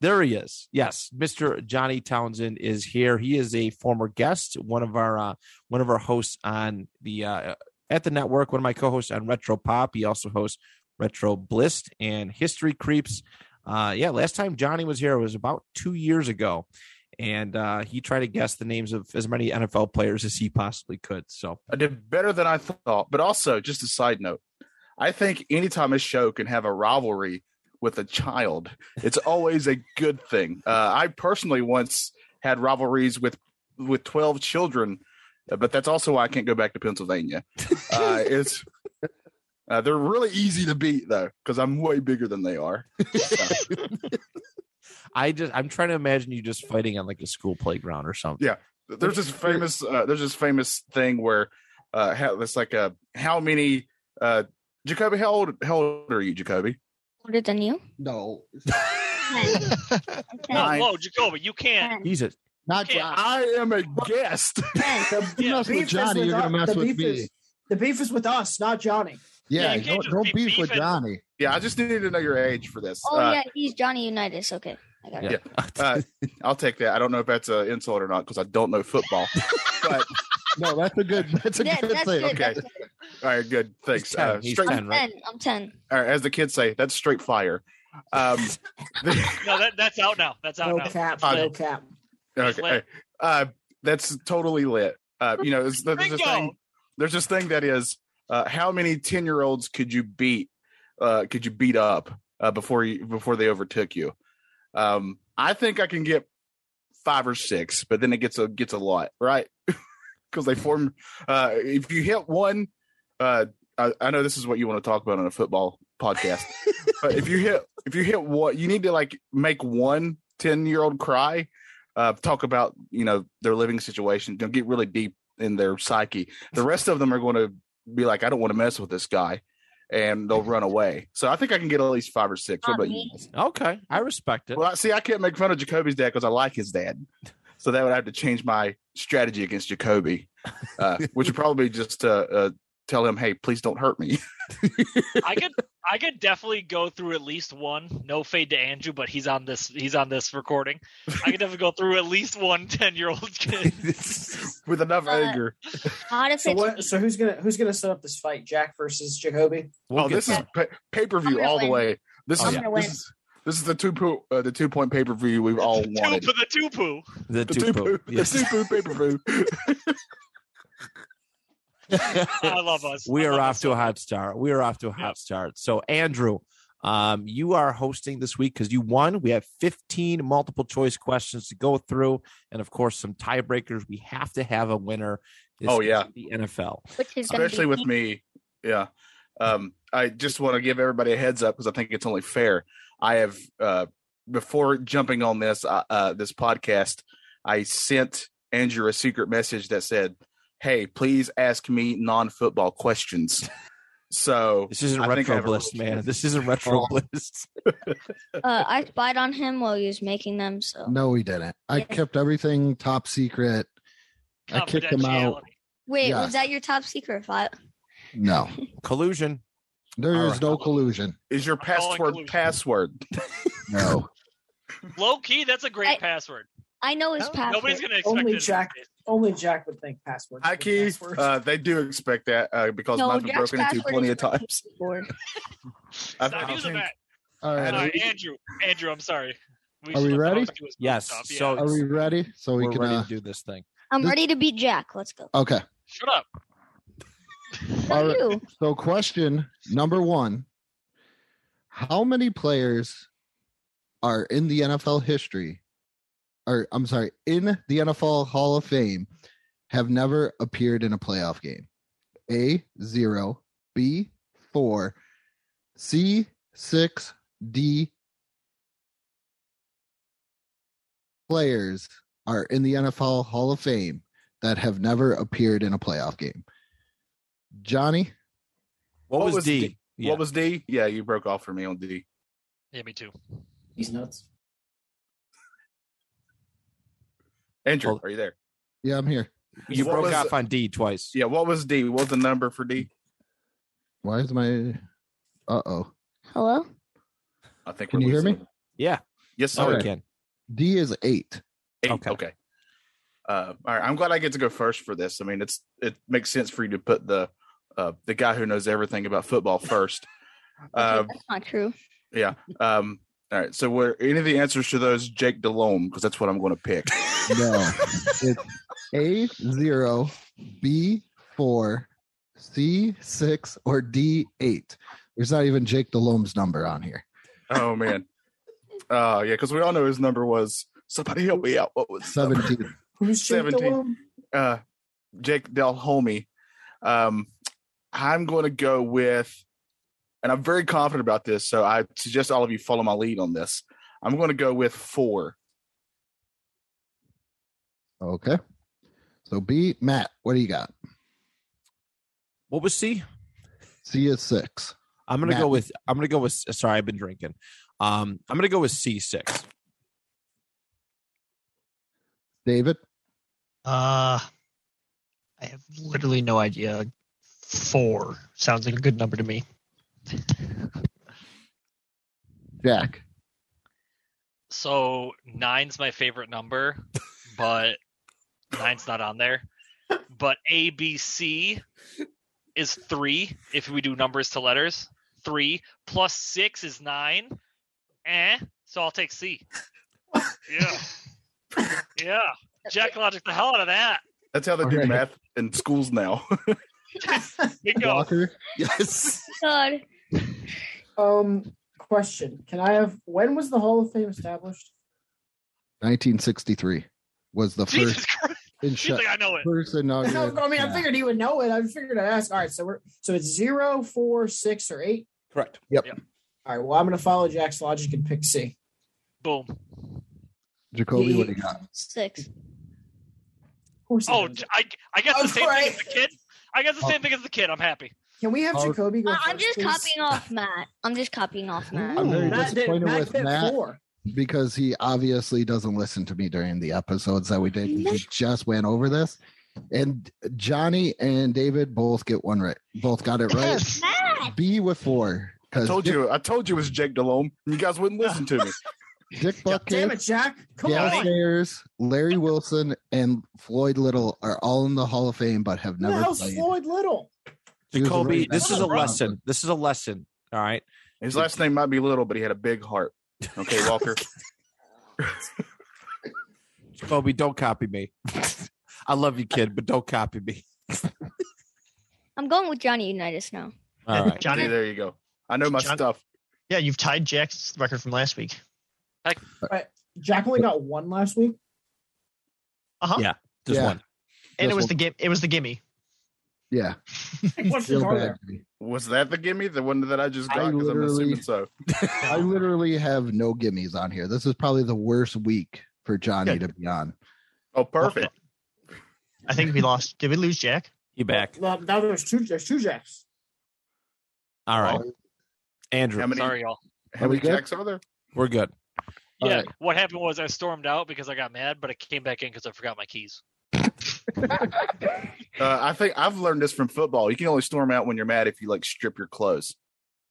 Speaker 2: There he is. Yes, Mr. Johnny Townsend is here. He is a former guest, one of our uh, one of our hosts on the uh, at the network, one of my co-hosts on Retro Pop. He also hosts Retro Blist and History Creeps. Uh, yeah, last time Johnny was here was about two years ago, and uh, he tried to guess the names of as many NFL players as he possibly could. So
Speaker 8: I did better than I thought. But also, just a side note, I think anytime a show can have a rivalry with a child, it's always a good thing. Uh, I personally once had rivalries with with twelve children, uh, but that's also why I can't go back to Pennsylvania. Uh, it's uh, they're really easy to beat though, because I'm way bigger than they are.
Speaker 2: I just I'm trying to imagine you just fighting on like a school playground or something.
Speaker 8: there's this famous uh, there's this famous thing where uh how, it's like a how many uh jacoby how old how old are you jacoby
Speaker 7: Older than you?
Speaker 6: No,
Speaker 7: Ten. Ten.
Speaker 3: No,
Speaker 8: Nine.
Speaker 3: whoa, Jacoby, you can't.
Speaker 7: Ten.
Speaker 2: He's a
Speaker 6: not
Speaker 3: Yeah,
Speaker 6: Johnny.
Speaker 8: i am a guest
Speaker 7: Ten.
Speaker 4: The,
Speaker 6: You mess
Speaker 4: beef
Speaker 6: with
Speaker 4: is
Speaker 6: Johnny,
Speaker 4: with
Speaker 6: you're gonna
Speaker 4: us-
Speaker 6: mess
Speaker 4: the beef
Speaker 6: with me.
Speaker 4: is- the beef is with us, not Johnny.
Speaker 6: yeah,
Speaker 3: you can't
Speaker 6: don't,
Speaker 3: just
Speaker 6: don't
Speaker 3: be
Speaker 6: beef with
Speaker 3: beefing.
Speaker 6: Johnny.
Speaker 8: yeah i just needed to know your age for this
Speaker 7: Oh
Speaker 8: uh,
Speaker 7: yeah, he's Johnny Unitas. Okay, I got it.
Speaker 8: uh, i'll take that i don't know if that's an insult or not because i don't know football but
Speaker 6: No, that's a good. That's a
Speaker 7: That-
Speaker 6: good
Speaker 7: that's
Speaker 6: thing.
Speaker 7: good,
Speaker 8: okay.
Speaker 7: that's good.
Speaker 8: all right good thanks
Speaker 2: He's 10,
Speaker 8: uh,
Speaker 2: he's
Speaker 8: straight,
Speaker 2: 10, right?
Speaker 7: Ten. I'm ten.
Speaker 8: or as the kids say that's straight fire um
Speaker 3: No, that, that's out now. That's out
Speaker 4: No
Speaker 3: now.
Speaker 4: cap,
Speaker 8: Uh,
Speaker 4: no cap.
Speaker 3: It's
Speaker 8: okay.
Speaker 3: lit.
Speaker 8: Uh, that's totally lit. Uh, you know, there's, there's this
Speaker 3: Bingo!
Speaker 8: thing. There's this thing that is, uh, how many ten year olds could you beat? Uh, could you beat up uh, before you before they overtook you? Um, I think I can get five or six, but then it gets a gets a lot, right? Because they form. Uh, if you hit one, uh, I, I know this is what you want to talk about on a football podcast, but if you hit if you hit what you need to like make one 10 year old cry, uh, talk about you know their living situation, don't get really deep in their psyche. The rest of them are going to be like, I don't want to mess with this guy, and they'll run away. So I think I can get at least five or six. What
Speaker 7: Not
Speaker 8: about you?
Speaker 7: me.
Speaker 2: Okay, I respect it.
Speaker 8: Well, I- see, I can't make fun of Jacoby's dad because I like his dad, so that would have to change my strategy against Jacoby, uh, which would probably just uh, uh, tell him, "Hey, please don't hurt me."
Speaker 3: I could I could definitely go through at least one. No fade to Andrew, but he's on this he's on this recording. I could definitely go through at least one 10 year old kid.
Speaker 8: With enough
Speaker 7: Uh,
Speaker 8: anger.
Speaker 7: Not if
Speaker 4: So
Speaker 7: it's
Speaker 4: what? So who's gonna who's gonna set up this fight? Jack versus Jacoby.
Speaker 2: We'll
Speaker 8: oh,
Speaker 2: get
Speaker 8: this is
Speaker 2: there.
Speaker 8: pay per
Speaker 7: I'm
Speaker 8: view
Speaker 7: gonna
Speaker 8: all the
Speaker 7: win.
Speaker 8: way. This
Speaker 2: I'm
Speaker 8: is
Speaker 7: gonna
Speaker 8: this
Speaker 7: win.
Speaker 8: is this is the two po- uh, the two point pay per view we've all
Speaker 3: Two
Speaker 8: wanted.
Speaker 3: for the two poo.
Speaker 2: the
Speaker 8: The
Speaker 2: two.
Speaker 8: two poo, the two poo pay per view.
Speaker 3: I love us.
Speaker 2: We
Speaker 3: I
Speaker 2: are
Speaker 3: love
Speaker 2: off
Speaker 3: us
Speaker 2: to
Speaker 3: so
Speaker 2: a hot start. We are off to a hot
Speaker 3: Yep.
Speaker 2: start. So, Andrew, um, you are hosting this week because you won. We have 15 multiple choice questions to go through, and of course, some tiebreakers. We have to have a winner. This
Speaker 8: Oh,
Speaker 2: is
Speaker 8: yeah.
Speaker 2: the NFL.
Speaker 7: which is gonna
Speaker 8: especially
Speaker 7: be
Speaker 8: with me. Yeah. Um, I just want to give everybody a heads up because I think it's only fair. I have uh, before jumping on this uh, uh, this podcast, I sent Andrew a secret message that said, "Hey, please ask me non football questions." So
Speaker 2: This isn't
Speaker 8: I think
Speaker 2: retro
Speaker 8: I have a real
Speaker 2: bliss, man. This isn't retro
Speaker 6: Oh.
Speaker 2: bliss.
Speaker 7: Uh, I spied on him while he was making them. So
Speaker 6: No, we didn't. I
Speaker 7: Yeah.
Speaker 6: kept everything top secret. I kicked him out.
Speaker 3: confidentiality.
Speaker 7: wait,
Speaker 6: Yeah.
Speaker 7: was that your top secret file?
Speaker 6: No,
Speaker 2: Collusion.
Speaker 6: there
Speaker 2: All
Speaker 6: is
Speaker 2: right.
Speaker 6: no collusion.
Speaker 8: is your
Speaker 3: All
Speaker 8: password
Speaker 3: inclusive.
Speaker 8: password?
Speaker 6: No.
Speaker 3: Low key, that's a great
Speaker 7: I-
Speaker 3: password.
Speaker 7: I know his
Speaker 5: No,
Speaker 7: password.
Speaker 3: Nobody's gonna expect
Speaker 4: Only
Speaker 3: it.
Speaker 4: Jack. Only Jack would think password.
Speaker 8: Hi, Keith.
Speaker 4: Password.
Speaker 8: Uh, they do expect that uh, because
Speaker 7: no,
Speaker 8: mine was
Speaker 7: Jack's
Speaker 8: broken into
Speaker 7: password
Speaker 8: plenty
Speaker 7: is
Speaker 8: of times.
Speaker 7: keyboard.
Speaker 8: I've,
Speaker 3: Stop
Speaker 8: I've
Speaker 3: using
Speaker 8: changed-
Speaker 3: that.
Speaker 6: All
Speaker 8: I
Speaker 6: right.
Speaker 8: know.
Speaker 6: Are
Speaker 3: Sorry,
Speaker 6: we,
Speaker 3: Andrew. Andrew, I'm sorry. We
Speaker 6: Are
Speaker 3: should
Speaker 6: we
Speaker 3: let the
Speaker 6: ready?
Speaker 3: host do his
Speaker 2: Yes,
Speaker 3: stuff. Yeah.
Speaker 2: so-
Speaker 6: are we ready? So we
Speaker 2: We're
Speaker 6: can.
Speaker 2: ready
Speaker 6: Uh,
Speaker 2: to do this thing.
Speaker 7: I'm
Speaker 6: This-
Speaker 7: ready to beat Jack. Let's go.
Speaker 6: okay.
Speaker 3: Shut up.
Speaker 6: All
Speaker 7: Not
Speaker 6: right.
Speaker 7: you.
Speaker 6: So, question number one How many players are in the NFL history, or I'm sorry, in the NFL Hall of Fame have never appeared in a playoff game? A, zero, B, four, C, six, D, players are in the NFL Hall of Fame that have never appeared in a playoff game. Johnny,
Speaker 2: What, was, D? Yeah.
Speaker 8: What was D? Yeah, you broke off for me on D.
Speaker 3: Yeah, me too.
Speaker 4: He's nuts.
Speaker 8: Andrew,
Speaker 2: Well-
Speaker 8: are you there?
Speaker 6: yeah, I'm here.
Speaker 2: you
Speaker 8: what
Speaker 2: broke
Speaker 8: was-
Speaker 2: off on D twice.
Speaker 8: Yeah, what was D? What was the number for D?
Speaker 6: Why is my uh oh?
Speaker 7: Hello.
Speaker 8: I think.
Speaker 6: Can
Speaker 8: we're
Speaker 6: you hear
Speaker 8: losing
Speaker 6: me?
Speaker 8: him.
Speaker 2: Yeah.
Speaker 8: Yes,
Speaker 2: Now we
Speaker 8: sir.
Speaker 6: Okay.
Speaker 2: can.
Speaker 6: D is eight.
Speaker 8: Eight.
Speaker 2: Okay.
Speaker 8: Okay. Uh, all right. I'm glad I get to go first for this. I mean, it's it makes sense for you to put the uh, the guy who knows everything about football first.
Speaker 7: Okay,
Speaker 8: Uh,
Speaker 7: that's not true.
Speaker 8: yeah. Um, all right. So were any of the answers to those Jake Delhomme? Because that's what I'm going to pick.
Speaker 6: No, it's A zero, B four, C six, or D eight. There's not even Jake Delhomme's number on here.
Speaker 8: Oh man. Oh yeah, because we all know his number was somebody help me out. What was his number?
Speaker 6: Seventeen.
Speaker 4: Who's Jake
Speaker 8: 17.
Speaker 4: Delhomme?
Speaker 8: uh Jake Delhomey. Um I'm going to go with and I'm very confident about this, so I suggest all of you follow my lead on this. I'm going to go with 4.
Speaker 6: Okay. So B, Matt, what do you got?
Speaker 2: What was C?
Speaker 6: C is six.
Speaker 2: I'm gonna
Speaker 6: Matt.
Speaker 2: go with I'm gonna go with sorry, I've been drinking. Um I'm gonna go with C six.
Speaker 6: David,
Speaker 5: Uh, I have literally no idea. Four sounds like a good number to me.
Speaker 6: Jack.
Speaker 3: So nine's my favorite number, but nine's not on there. But A B C is three if we do numbers to letters. Three plus six is nine. Eh? So I'll take C. Yeah. Yeah. Jack logic the hell out of that.
Speaker 8: That's how they
Speaker 6: All
Speaker 8: do
Speaker 6: right.
Speaker 8: math in schools now.
Speaker 3: Bingo.
Speaker 6: Walker.
Speaker 2: Yes.
Speaker 7: God.
Speaker 4: Um, question. Can I have? When was the Hall of Fame established?
Speaker 6: 1963 was the
Speaker 3: Jesus
Speaker 6: first
Speaker 3: Christ.
Speaker 6: in
Speaker 3: You
Speaker 6: shut
Speaker 3: think I know it.
Speaker 6: person. No,
Speaker 4: No, I mean, I figured he would know it. I figured I'd ask. All right, so we're so it's zero, four, six, or eight.
Speaker 2: Correct.
Speaker 4: All right. Well, I'm gonna follow Jack's logic and pick C.
Speaker 3: Boom.
Speaker 6: Jacoby, what do you got?
Speaker 7: Six.
Speaker 4: Of course. he
Speaker 3: Oh,
Speaker 4: knows
Speaker 3: j-
Speaker 4: it.
Speaker 3: I, I got the
Speaker 4: That's
Speaker 3: same thing as
Speaker 4: right.
Speaker 3: the kid. I got the same thing as the kid. I'm happy.
Speaker 4: can we have
Speaker 6: Oh.
Speaker 4: Jacoby go
Speaker 7: I-
Speaker 4: first?
Speaker 7: I'm just
Speaker 4: please?
Speaker 7: copying off Matt. I'm just copying off Matt.
Speaker 6: I'm very
Speaker 4: Matt did-
Speaker 6: disappointed
Speaker 4: Matt
Speaker 6: with
Speaker 4: did
Speaker 6: Matt.
Speaker 4: four.
Speaker 6: because he obviously doesn't listen to me during the episodes that we did. We just went over this. And Johnny and David both get one right. Both got it right.
Speaker 5: Yes.
Speaker 6: B with four.
Speaker 8: I
Speaker 6: Because
Speaker 8: told
Speaker 6: Dick,
Speaker 8: you, I told you it was Jake Delhomme. You guys wouldn't listen to me.
Speaker 6: Dick
Speaker 4: Damn
Speaker 6: Buckhead,
Speaker 4: it, Jack. Come
Speaker 6: Gavin
Speaker 4: on.
Speaker 6: Sayers, Larry Wilson, and Floyd Little are all in the Hall of Fame but have
Speaker 4: Who the
Speaker 6: never
Speaker 4: hell's
Speaker 6: played.
Speaker 4: Floyd Little?
Speaker 6: He was a
Speaker 2: Jacoby,
Speaker 6: running
Speaker 2: this
Speaker 6: back.
Speaker 2: is a lesson. This is a lesson. All right.
Speaker 8: His last name might be Little, but he had a big heart. Okay, Walker.
Speaker 2: Jacoby, don't copy me. I love you, kid, but don't copy me.
Speaker 7: I'm going with Johnny Unitas now.
Speaker 2: All right.
Speaker 8: See,
Speaker 5: Johnny,
Speaker 8: there you go. I know my
Speaker 5: John-
Speaker 8: stuff.
Speaker 5: yeah, you've tied Jack's record from last week.
Speaker 4: Jack only got one last week.
Speaker 5: Uh huh.
Speaker 2: Yeah. Just
Speaker 6: Yeah.
Speaker 2: one.
Speaker 5: and
Speaker 6: Yes,
Speaker 5: it was
Speaker 6: well-
Speaker 5: the gi- it was the gimme.
Speaker 6: Yeah.
Speaker 4: What's the
Speaker 6: Feel
Speaker 4: card
Speaker 6: bad
Speaker 4: there?
Speaker 6: for me.
Speaker 8: Was that the gimme? The one that I just
Speaker 6: I
Speaker 8: got? Because I'm
Speaker 6: literally-
Speaker 8: assuming so.
Speaker 6: I literally have no gimmies on here. This is probably the worst week for Johnny to be on.
Speaker 8: Oh, perfect.
Speaker 5: I think we lost. Did we lose Jack?
Speaker 2: You back.
Speaker 4: Well, now there's two. There's two Jacks.
Speaker 2: All right.
Speaker 8: How
Speaker 2: Andrew,
Speaker 8: many,
Speaker 3: Sorry, y'all.
Speaker 6: Are
Speaker 8: how
Speaker 6: we
Speaker 8: many
Speaker 6: good?
Speaker 8: jacks are there?
Speaker 2: we're good.
Speaker 6: All
Speaker 3: Yeah,
Speaker 6: right.
Speaker 3: what happened was I stormed out because I got mad, but I came back in because I forgot my keys.
Speaker 8: Uh, I think I've learned this from football. You can only storm out when you're mad if you like strip your clothes.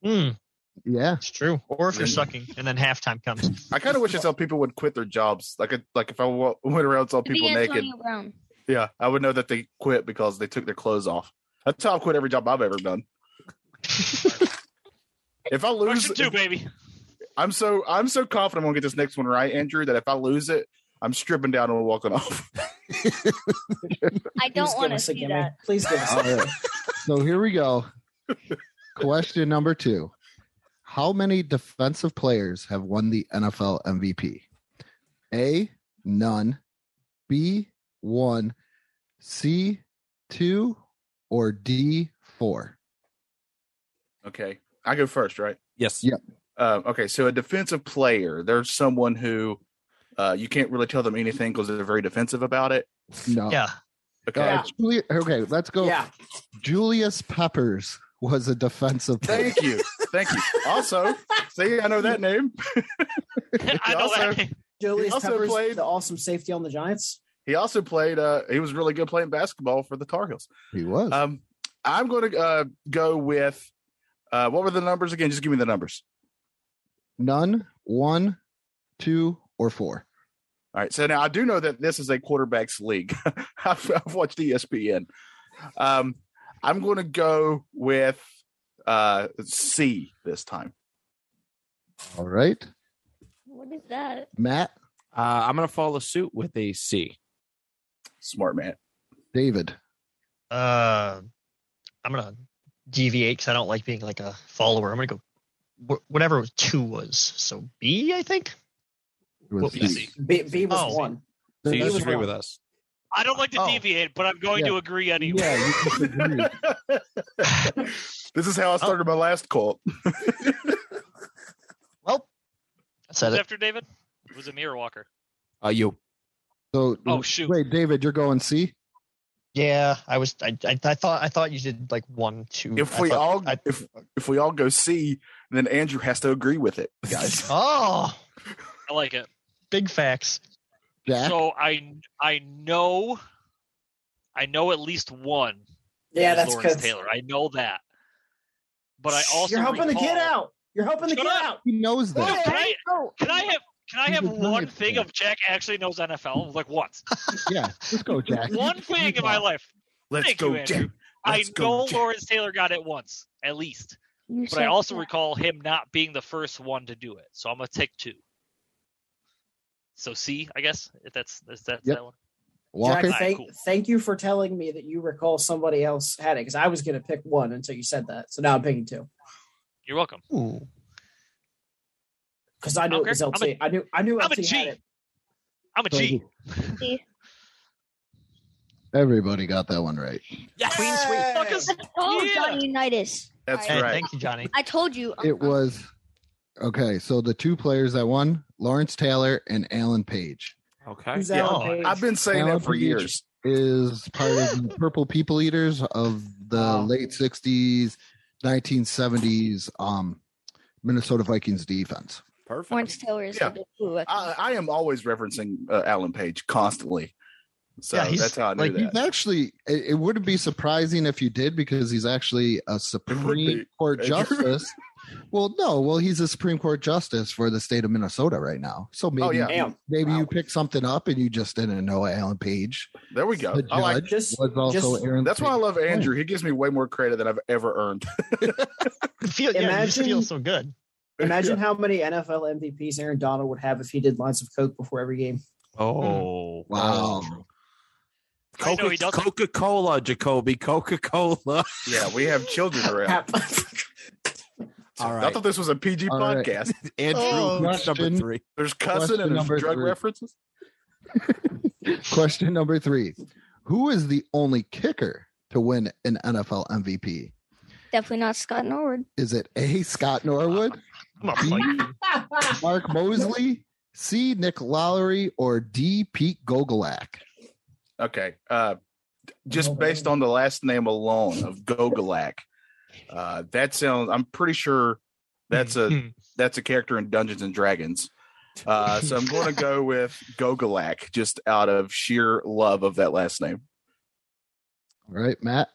Speaker 5: Mm,
Speaker 6: Yeah.
Speaker 5: it's true. Or if you're sucking, and then halftime comes.
Speaker 8: I kind of wish I saw people would quit their jobs. Like, I- like if I wa- went around and saw
Speaker 7: Could be
Speaker 8: people naked,
Speaker 7: Antonio Brown.
Speaker 8: yeah, I would know that they quit because they took their clothes off. That's how I quit every job I've ever done. if I lose,
Speaker 3: Question two, baby.
Speaker 8: I'm so I'm so confident I'm gonna get this next one right, Andrew. That if I lose it, I'm stripping down and walking off.
Speaker 7: I
Speaker 4: Please
Speaker 7: don't
Speaker 4: give
Speaker 7: want to
Speaker 4: us a
Speaker 7: see
Speaker 4: gimme.
Speaker 7: that.
Speaker 4: Please give us.
Speaker 6: All right. So here we go. Question number two How many defensive players have won the NFL MVP? A, none. B, one. C, two. Or D, four.
Speaker 8: Okay, I go first, right?
Speaker 2: Yes.
Speaker 6: Yeah.
Speaker 8: Uh, okay, so a defensive player, there's someone who uh, you can't really tell them anything because they're very defensive about it.
Speaker 6: No.
Speaker 5: Yeah.
Speaker 8: Okay,
Speaker 6: Uh, Juli- okay, let's go.
Speaker 4: Yeah.
Speaker 6: Julius Peppers was a defensive player.
Speaker 8: thank you, thank you. Also, see, I know that name.
Speaker 3: I know that.
Speaker 4: Julius
Speaker 8: also
Speaker 4: Peppers,
Speaker 8: played-
Speaker 4: the awesome safety on the Giants.
Speaker 8: He also played. Uh, he was really good playing basketball for the Tar Heels.
Speaker 6: He was.
Speaker 8: Um, I'm going to uh, go with uh, what were the numbers again? Just give me the numbers.
Speaker 6: None, one, two, or four.
Speaker 8: All right. So now I do know that this is a quarterbacks league. I've, I've watched E ESPN. Um, I'm going to go with uh, C this time.
Speaker 6: All right.
Speaker 7: What is that?
Speaker 6: Matt,
Speaker 2: Uh, I'm going to follow suit with a C.
Speaker 8: Smart man.
Speaker 6: David.
Speaker 5: Uh, I'm gonna deviate because I don't like being like a follower. I'm gonna go wh- whatever two was. So B, I think.
Speaker 6: It was
Speaker 5: What was
Speaker 6: C.
Speaker 5: C?
Speaker 4: B, B was
Speaker 5: Oh.
Speaker 4: one.
Speaker 2: So
Speaker 6: He
Speaker 2: you
Speaker 6: was
Speaker 2: disagree
Speaker 4: wrong.
Speaker 2: with us.
Speaker 3: I don't like to
Speaker 5: Oh.
Speaker 3: deviate, but I'm going
Speaker 6: Yeah.
Speaker 3: to agree anyway.
Speaker 6: Yeah, you disagree.
Speaker 8: This is how I started my last cult.
Speaker 5: Mm, Well, I said
Speaker 3: Who's
Speaker 5: it.
Speaker 3: after David? Was it me or Walker?
Speaker 2: Uh, you.
Speaker 6: So,
Speaker 3: Oh shoot!
Speaker 6: wait, David, you're going C?
Speaker 5: Yeah, I was. I, I I thought I thought you did like one, two.
Speaker 8: If
Speaker 5: I
Speaker 8: we
Speaker 5: thought-
Speaker 8: all
Speaker 5: I-
Speaker 8: if if we all go C, then Andrew has to agree with it, guys.
Speaker 5: oh,
Speaker 3: I like it.
Speaker 5: big facts.
Speaker 6: Jack?
Speaker 3: So I I know, I know at least one.
Speaker 4: Yeah,
Speaker 3: is
Speaker 4: that's
Speaker 3: Lawrence
Speaker 4: because
Speaker 3: Taylor. I know that, but I also
Speaker 4: you're helping the
Speaker 3: recall-
Speaker 4: kid out. You're helping the
Speaker 3: Shut
Speaker 4: kid
Speaker 3: up.
Speaker 4: out.
Speaker 6: he knows
Speaker 3: No,
Speaker 6: that.
Speaker 3: can I can I have can I
Speaker 6: He's
Speaker 3: have
Speaker 6: a
Speaker 3: one
Speaker 6: brilliant
Speaker 3: thing
Speaker 6: player.
Speaker 3: of Jack actually knows NFL like once?
Speaker 6: Yeah, let's go, Jack.
Speaker 3: one thing in my life.
Speaker 8: Let's
Speaker 3: Thank
Speaker 8: go,
Speaker 3: you, Andrew.
Speaker 8: Jack.
Speaker 3: I
Speaker 8: Let's go,
Speaker 3: know
Speaker 8: Jack.
Speaker 3: Lawrence Taylor got it once at least.
Speaker 7: You
Speaker 3: but I
Speaker 7: said
Speaker 3: also
Speaker 7: that.
Speaker 3: recall him not being the first one to do it. So I'm gonna take two. So C, I guess if that's if that's
Speaker 6: Yep.
Speaker 3: that one.
Speaker 6: Walker,
Speaker 4: Jack, thank,
Speaker 3: Alright, cool.
Speaker 4: thank you for telling me that you recall somebody else had it because I was going to pick one until you said that. So now I'm picking two
Speaker 3: You're welcome.
Speaker 5: Ooh.
Speaker 4: because I knew
Speaker 3: Okay,
Speaker 4: it was
Speaker 3: I'm
Speaker 4: LT. I knew I knew
Speaker 3: I'm a
Speaker 4: LT had
Speaker 3: G.
Speaker 4: it.
Speaker 3: I'm a G.
Speaker 6: everybody got that one right.
Speaker 3: Queen sweep. Fuckers.
Speaker 7: I told
Speaker 3: Yeah.
Speaker 7: Johnny Unitas.
Speaker 8: That's
Speaker 5: Hey,
Speaker 7: Alright.
Speaker 8: right.
Speaker 5: thank you, Johnny.
Speaker 7: I told you.
Speaker 3: Uh-huh.
Speaker 7: um,
Speaker 6: It was okay. So the two players that won, Lawrence Taylor and Alan Page,
Speaker 2: Okay.
Speaker 4: Who's Alan
Speaker 5: Oh,
Speaker 4: Page?
Speaker 8: I've been saying
Speaker 6: Alan
Speaker 8: that for
Speaker 6: Page
Speaker 8: years.
Speaker 6: is part of the Purple People Eaters of the
Speaker 4: Wow.
Speaker 6: late '60s, 1970s um, Minnesota Vikings defense.
Speaker 2: Perfect.
Speaker 7: Lawrence Taylor is
Speaker 8: Yeah.
Speaker 7: the dude who-
Speaker 8: I, I am always referencing uh, Alan Page uh, constantly. So
Speaker 5: Yeah, he's-
Speaker 8: that's how I knew
Speaker 6: like
Speaker 8: that.
Speaker 6: he's actually it, it wouldn't be surprising if you did because he's actually a
Speaker 8: be.
Speaker 6: supreme court
Speaker 8: Andrew.
Speaker 6: justice well no well he's a supreme court justice for the state of minnesota right now so maybe
Speaker 8: Oh, yeah.
Speaker 4: Damn.
Speaker 6: maybe
Speaker 4: Wow.
Speaker 6: you pick something up and you just didn't know alan page
Speaker 8: There we go.
Speaker 6: the
Speaker 8: I like.
Speaker 6: judge
Speaker 4: Just-
Speaker 6: was also
Speaker 4: just-
Speaker 6: Aaron
Speaker 8: That's why I
Speaker 6: Page's
Speaker 8: love
Speaker 6: client.
Speaker 8: Andrew. He gives me way more credit than I've ever earned.
Speaker 5: You feel, yeah, you just
Speaker 4: Imagine-
Speaker 5: feel so good.
Speaker 4: Imagine how many NFL MVPs Aaron Donald would have if he did lines of coke before every game.
Speaker 2: Oh
Speaker 6: wow
Speaker 3: I know he doesn't.
Speaker 2: Coca Cola, Jacoby. Coca Cola.
Speaker 8: yeah, we have children around.
Speaker 4: Cap.
Speaker 2: All
Speaker 8: I
Speaker 2: right,
Speaker 8: thought this was a PG
Speaker 6: All right.
Speaker 8: podcast.
Speaker 2: Andrew.
Speaker 6: Oh,
Speaker 2: who's number
Speaker 6: question.
Speaker 2: three.
Speaker 8: There's cussing
Speaker 6: Question
Speaker 8: and there's
Speaker 6: number
Speaker 8: drug
Speaker 6: three.
Speaker 8: references.
Speaker 6: question number three who is the only kicker to win an nfl mvp
Speaker 7: Definitely not Scott Norwood.
Speaker 6: is it a scott norwood
Speaker 5: I'm gonna fight you.
Speaker 6: mark mosley c nick lowry or d pete gogolak
Speaker 8: Okay. Uh,
Speaker 4: Oh,
Speaker 8: just based
Speaker 4: man.
Speaker 8: on the last name alone of Gogolak, uh, that sounds. I'm pretty sure that's a
Speaker 5: Hmm.
Speaker 8: that's a character in Dungeons and Dragons. Uh, so I'm going to go with Gogolak just out of sheer love of that last name.
Speaker 6: All right, Matt.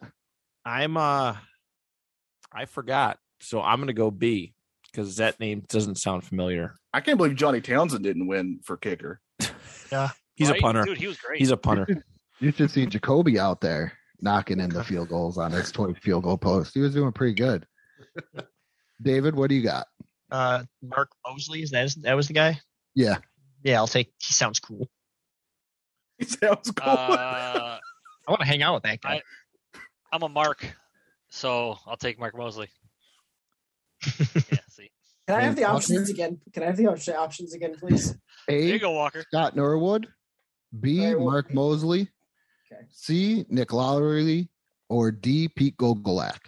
Speaker 2: I'm uh I forgot. So I'm gonna go B because that name doesn't sound familiar.
Speaker 8: I can't believe Johnny Townsend didn't win for kicker.
Speaker 2: He's
Speaker 3: Right?
Speaker 2: a punter.
Speaker 3: Dude, he was great.
Speaker 2: He's a punter.
Speaker 6: You should see Jacoby out there knocking in the field goals on his 20 field goal post. He was doing pretty good. David, what do you got?
Speaker 5: Uh, Mark Mosley is that? Is, that was the guy.
Speaker 6: Yeah.
Speaker 5: Yeah, I'll take. He sounds cool.
Speaker 8: He sounds cool.
Speaker 3: uh,
Speaker 5: I want to hang out with that guy.
Speaker 3: I- I'm a Mark, so I'll take Mark Mosley. yeah, see,
Speaker 4: Can I have the
Speaker 6: Walker?
Speaker 4: options again? Can I have the op- options again, please?
Speaker 3: there you
Speaker 6: A.
Speaker 3: go, Walker.
Speaker 6: Scott Norwood, B.
Speaker 4: All right, well-
Speaker 6: Mark Mosley,
Speaker 4: Okay.
Speaker 6: C. Nick Lowry, or D. Pete Gogolak.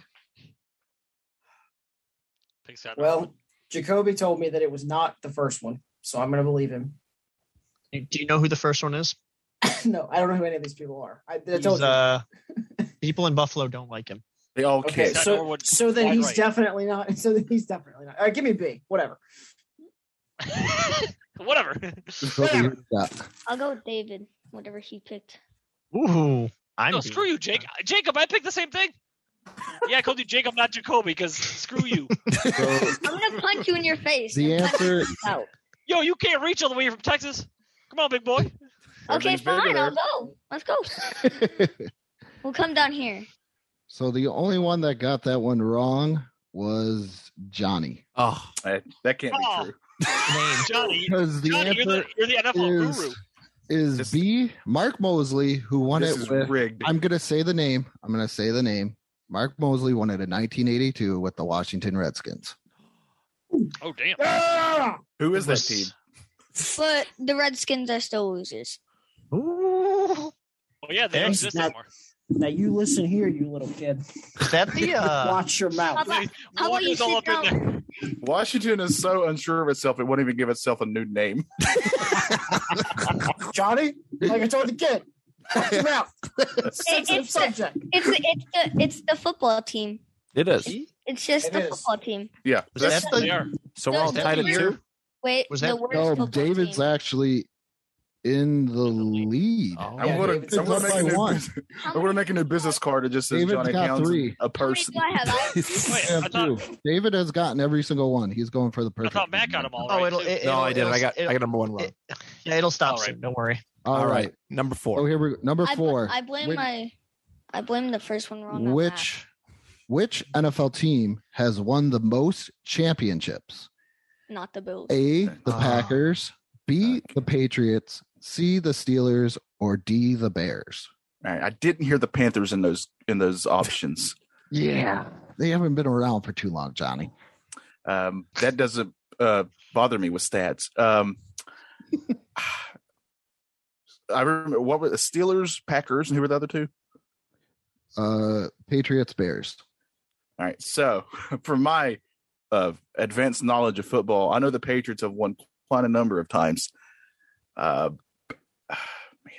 Speaker 3: Pick Scott Norwood.
Speaker 4: Well, Jacoby told me that it was not the first one, so I'm going to believe him.
Speaker 5: Do you know who the first one is?
Speaker 4: no, I don't know who any of these people are. I, I
Speaker 5: He's,
Speaker 4: told you.
Speaker 5: uh, people in Buffalo don't like him.
Speaker 8: They all
Speaker 4: Okay,
Speaker 8: kiss.
Speaker 3: Scott
Speaker 4: so-
Speaker 3: Norwood.
Speaker 4: so then
Speaker 3: wide
Speaker 4: he's
Speaker 3: right.
Speaker 4: definitely not. So then he's definitely not. All right, give me B. Whatever.
Speaker 3: Whatever.
Speaker 6: What do you got?
Speaker 7: I'll go with David, whatever he picked.
Speaker 5: Ooh, I'm
Speaker 3: No, screw you, Jake. Jacob, I picked the same thing. Yeah, I called you Jacob, not Jacoby, because screw you.
Speaker 6: So
Speaker 7: I'm gonna punch you in your face.
Speaker 6: the
Speaker 7: and punch
Speaker 6: answer
Speaker 7: you out.
Speaker 3: Yo, you can't reach all the way here from Texas. Come on, big boy.
Speaker 7: Okay,
Speaker 8: Everything's bigger
Speaker 7: fine.
Speaker 8: there.
Speaker 7: I'll go. Let's go. We'll come down here.
Speaker 6: So the only one that got that one wrong was Johnny.
Speaker 2: Oh,
Speaker 8: That, that can't be
Speaker 3: Oh.
Speaker 8: true.
Speaker 3: Johnny,
Speaker 6: Because the
Speaker 3: Johnny, you're
Speaker 6: answer
Speaker 3: the, you're the NFL
Speaker 6: is-
Speaker 3: guru.
Speaker 6: is
Speaker 8: This-
Speaker 6: B. Mark Mosley, who won
Speaker 8: This
Speaker 6: it
Speaker 8: is
Speaker 6: with
Speaker 8: rigged.
Speaker 6: I'm gonna say the name. I'm gonna say the name. Mark Mosley won it in 1982 with the Washington Redskins.
Speaker 3: Oh, damn.
Speaker 8: Who is that
Speaker 5: was-
Speaker 8: team?
Speaker 7: But the Redskins are still losers.
Speaker 5: Ooh,
Speaker 3: Oh, yeah, they don't
Speaker 5: Thanks,
Speaker 3: exist
Speaker 4: Matt.
Speaker 3: anymore.
Speaker 4: Now you listen here, you little kid.
Speaker 5: is that the uh?
Speaker 4: Watch your
Speaker 3: Oh,
Speaker 4: mouth.
Speaker 7: How about, how about you
Speaker 3: Walker's all
Speaker 7: sit
Speaker 3: up in
Speaker 7: down?
Speaker 3: there.
Speaker 8: Washington is so unsure of itself, it won't even give itself a new name.
Speaker 4: Johnny, like I told the kid, watch your mouth. Sensitive
Speaker 7: it's-
Speaker 4: subject.
Speaker 7: It's the, it's the it's the football team.
Speaker 2: it is.
Speaker 7: It's just
Speaker 4: It
Speaker 7: the
Speaker 4: is.
Speaker 7: football team.
Speaker 8: Yeah.
Speaker 5: Was that
Speaker 8: that's-
Speaker 3: They
Speaker 5: the
Speaker 3: are.
Speaker 2: So we're all
Speaker 7: That's
Speaker 2: tied at
Speaker 7: weird.
Speaker 2: two.
Speaker 7: Wait,
Speaker 5: Was
Speaker 7: the
Speaker 5: that-
Speaker 7: worst
Speaker 6: No,
Speaker 7: football
Speaker 6: David's
Speaker 7: team.
Speaker 6: actually in the lead.
Speaker 2: Oh.
Speaker 8: I'm
Speaker 4: Yeah,
Speaker 8: gonna,
Speaker 4: David's
Speaker 8: I'm gonna
Speaker 4: up
Speaker 8: make
Speaker 6: by
Speaker 8: a new
Speaker 6: one.
Speaker 8: bus-
Speaker 7: How
Speaker 8: I'm gonna
Speaker 7: many
Speaker 8: make a new
Speaker 7: do I-
Speaker 8: business card that just says
Speaker 6: David's
Speaker 8: Johnny
Speaker 6: got
Speaker 8: Townsend,
Speaker 6: three.
Speaker 8: a
Speaker 7: How many
Speaker 8: person.
Speaker 7: do I have? I-
Speaker 2: Wait,
Speaker 3: I thought-
Speaker 6: Have two. David has gotten every single one. He's going for the
Speaker 3: I
Speaker 6: perfect.
Speaker 3: thought Matt got
Speaker 6: one.
Speaker 3: them all right.
Speaker 5: oh it'll
Speaker 3: too.
Speaker 5: it,
Speaker 2: No,
Speaker 5: it'll-
Speaker 2: I did. I got I
Speaker 5: it'll-
Speaker 2: got number one wrong.
Speaker 5: it- yeah it'll stop
Speaker 3: All right.
Speaker 5: soon. Don't worry.
Speaker 2: All right, number
Speaker 6: Oh,
Speaker 2: four.
Speaker 6: here we go. Number
Speaker 7: I bl-
Speaker 6: four.
Speaker 7: I blame
Speaker 6: Which-
Speaker 7: my I blame the first one wrong. on
Speaker 6: which which NFL team has won the most championships?
Speaker 7: that, not the Bills.
Speaker 6: A. The
Speaker 5: Ah.
Speaker 6: Packers. B. The Patriots. C. The Steelers. Or D. The Bears.
Speaker 8: All right, I didn't hear the Panthers in those in those options.
Speaker 6: Yeah. They haven't been around for too long, Johnny.
Speaker 8: Um, that doesn't uh, bother me with stats. Um, I remember what were the Steelers, Packers, and who were the other two?
Speaker 6: Uh Patriots Bears.
Speaker 8: All right, so from my uh, advanced knowledge of football, I know the Patriots have won quite a number of times. Uh, man.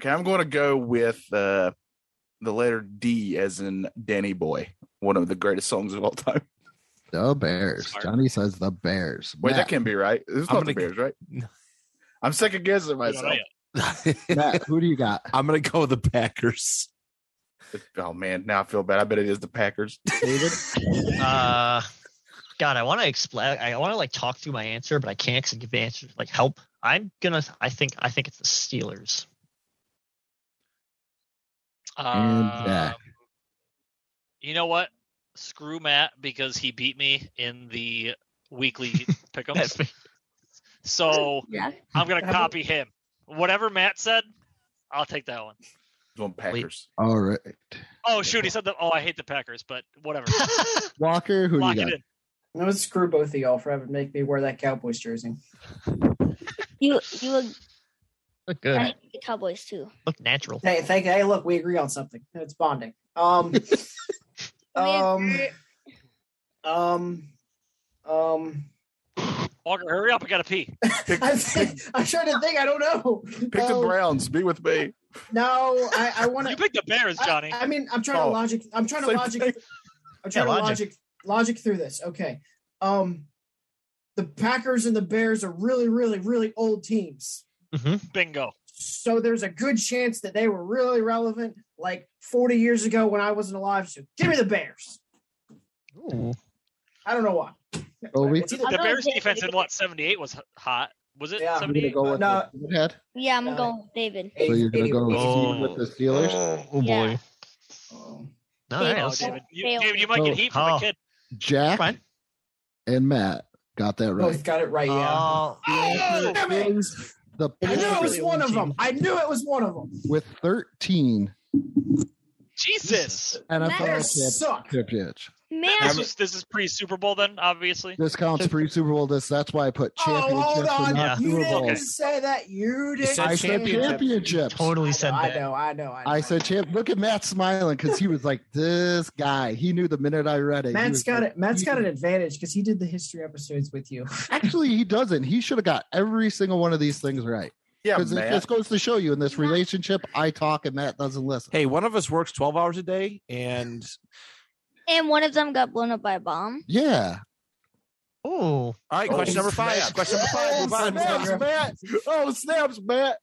Speaker 8: Okay, I'm going to go with uh, the letter D, as in Danny Boy, one of the greatest songs of all time.
Speaker 6: The Bears.
Speaker 3: Smart.
Speaker 6: Johnny says the Bears.
Speaker 8: Wait, that
Speaker 6: Matt,
Speaker 8: can't be right. It's
Speaker 2: I'm
Speaker 8: not the
Speaker 2: gonna-
Speaker 8: Bears, right?
Speaker 2: No.
Speaker 8: I'm sick of guessing
Speaker 3: We don't know
Speaker 8: myself.
Speaker 3: yet.
Speaker 6: Matt, who do you got?
Speaker 2: I'm gonna go with the Packers.
Speaker 8: Oh man, now I feel bad. I bet it is the Packers.
Speaker 6: David?
Speaker 5: Uh, God, I want to explain. I want to like talk through my answer, but I can't 'cause I give the answer like help. I'm gonna. I think. I think it's the Steelers.
Speaker 6: And back.
Speaker 3: Um, Uh, You know what? Screw Matt because he beat me in the weekly pickums. so
Speaker 7: Yeah.
Speaker 3: I'm gonna
Speaker 4: That-
Speaker 3: copy him. Whatever Matt said, I'll take that one.
Speaker 8: Going Packers.
Speaker 6: All right.
Speaker 3: Oh shoot, he said that. Oh, I hate the Packers, but whatever.
Speaker 6: Walker, who
Speaker 3: Lock
Speaker 6: do you
Speaker 3: it
Speaker 6: got?
Speaker 3: in.
Speaker 4: I would screw both of y'all for having make me wear that Cowboys jersey.
Speaker 7: You you look
Speaker 5: Look
Speaker 7: I
Speaker 5: good.
Speaker 7: hate the Cowboys too.
Speaker 5: Look natural.
Speaker 4: Hey, thank. Hey, look, we agree on something. It's bonding. Um, um, um, um.
Speaker 3: Walker, hurry up! I gotta pee.
Speaker 8: Pick,
Speaker 4: I think, I'm trying to think. I don't know.
Speaker 8: pick the
Speaker 4: Um,
Speaker 8: Browns. Be with me.
Speaker 4: No, I, I want
Speaker 3: You
Speaker 4: to.
Speaker 3: picked the Bears, Johnny.
Speaker 4: I, I mean, I'm trying
Speaker 8: Oh.
Speaker 4: to logic. I'm trying to
Speaker 8: Same
Speaker 4: logic.
Speaker 8: thing.
Speaker 4: I'm trying
Speaker 5: Yeah,
Speaker 4: to
Speaker 5: logic.
Speaker 4: logic logic through this. Okay. Um, the Packers and the Bears are really, really, really old teams.
Speaker 3: Bingo.
Speaker 4: So there's a good chance that they were really relevant like 40 years ago when I wasn't alive. So give me the Bears.
Speaker 5: Ooh.
Speaker 4: I don't know why.
Speaker 6: Obi?
Speaker 4: It's either-
Speaker 7: I'm
Speaker 3: The
Speaker 7: gonna
Speaker 3: Bears
Speaker 7: take
Speaker 3: defense in
Speaker 7: David.
Speaker 3: what '78 was h- hot. Was it Oh,
Speaker 4: Yeah, I'm gonna
Speaker 6: I'm gonna
Speaker 3: '78?
Speaker 6: go with
Speaker 4: No.
Speaker 6: the head.
Speaker 7: Yeah, I'm
Speaker 4: Got it.
Speaker 7: going with David.
Speaker 6: So you're gonna go with,
Speaker 5: Oh.
Speaker 6: with the Steelers.
Speaker 5: Oh
Speaker 7: Yeah.
Speaker 5: boy.
Speaker 4: Oh.
Speaker 5: All right.
Speaker 3: Oh,
Speaker 5: let's-
Speaker 3: David, you,
Speaker 7: Fail.
Speaker 3: David, you might
Speaker 6: Oh,
Speaker 3: get heat from
Speaker 5: oh.
Speaker 3: a kid.
Speaker 6: Jack
Speaker 5: Fine.
Speaker 6: and Matt got that right.
Speaker 4: Both got it right. Yeah.
Speaker 5: Oh,
Speaker 4: Oh, damn it.
Speaker 6: The
Speaker 4: I knew it
Speaker 6: Packers
Speaker 4: was one of them. I knew it was one of them.
Speaker 6: with 13
Speaker 3: Jesus.
Speaker 6: NFL
Speaker 7: Bears
Speaker 6: champ-
Speaker 4: suck.
Speaker 6: championships.
Speaker 7: Man,
Speaker 3: This, was, this is pre Super Bowl, then, obviously.
Speaker 6: This counts pre Super Bowl. This that's why I put
Speaker 4: Oh,
Speaker 6: championships
Speaker 4: hold on.
Speaker 6: and
Speaker 5: Yeah.
Speaker 6: not
Speaker 4: You
Speaker 6: Super
Speaker 4: didn't
Speaker 6: Bowl.
Speaker 4: say that. You didn't
Speaker 2: said
Speaker 6: I
Speaker 4: say
Speaker 6: said
Speaker 4: that.
Speaker 6: championships.
Speaker 5: totally said
Speaker 4: I
Speaker 5: that.
Speaker 4: know, I know, I know.
Speaker 6: I said champ. Look at Matt smiling because he was like, "This guy." He knew the minute I read it. he
Speaker 4: Matt's
Speaker 6: was
Speaker 4: got
Speaker 6: like,
Speaker 4: it. Matt's got an advantage because he did the history episodes with you.
Speaker 6: Actually, he doesn't. He should have got every single one of these things right.
Speaker 8: Yeah,
Speaker 6: Because
Speaker 8: Matt.
Speaker 6: this goes to show you in this relationship, I talk and Matt doesn't listen.
Speaker 2: Hey, one of us works 12 hours a day, and
Speaker 7: and one of them got blown up by a bomb.
Speaker 6: Yeah.
Speaker 5: Ooh.
Speaker 2: all right,
Speaker 8: Oh,
Speaker 2: question number five.
Speaker 8: snap.
Speaker 2: Question number five. Move on, move on.
Speaker 4: Snaps,
Speaker 6: Matt.
Speaker 8: Oh snaps, Matt!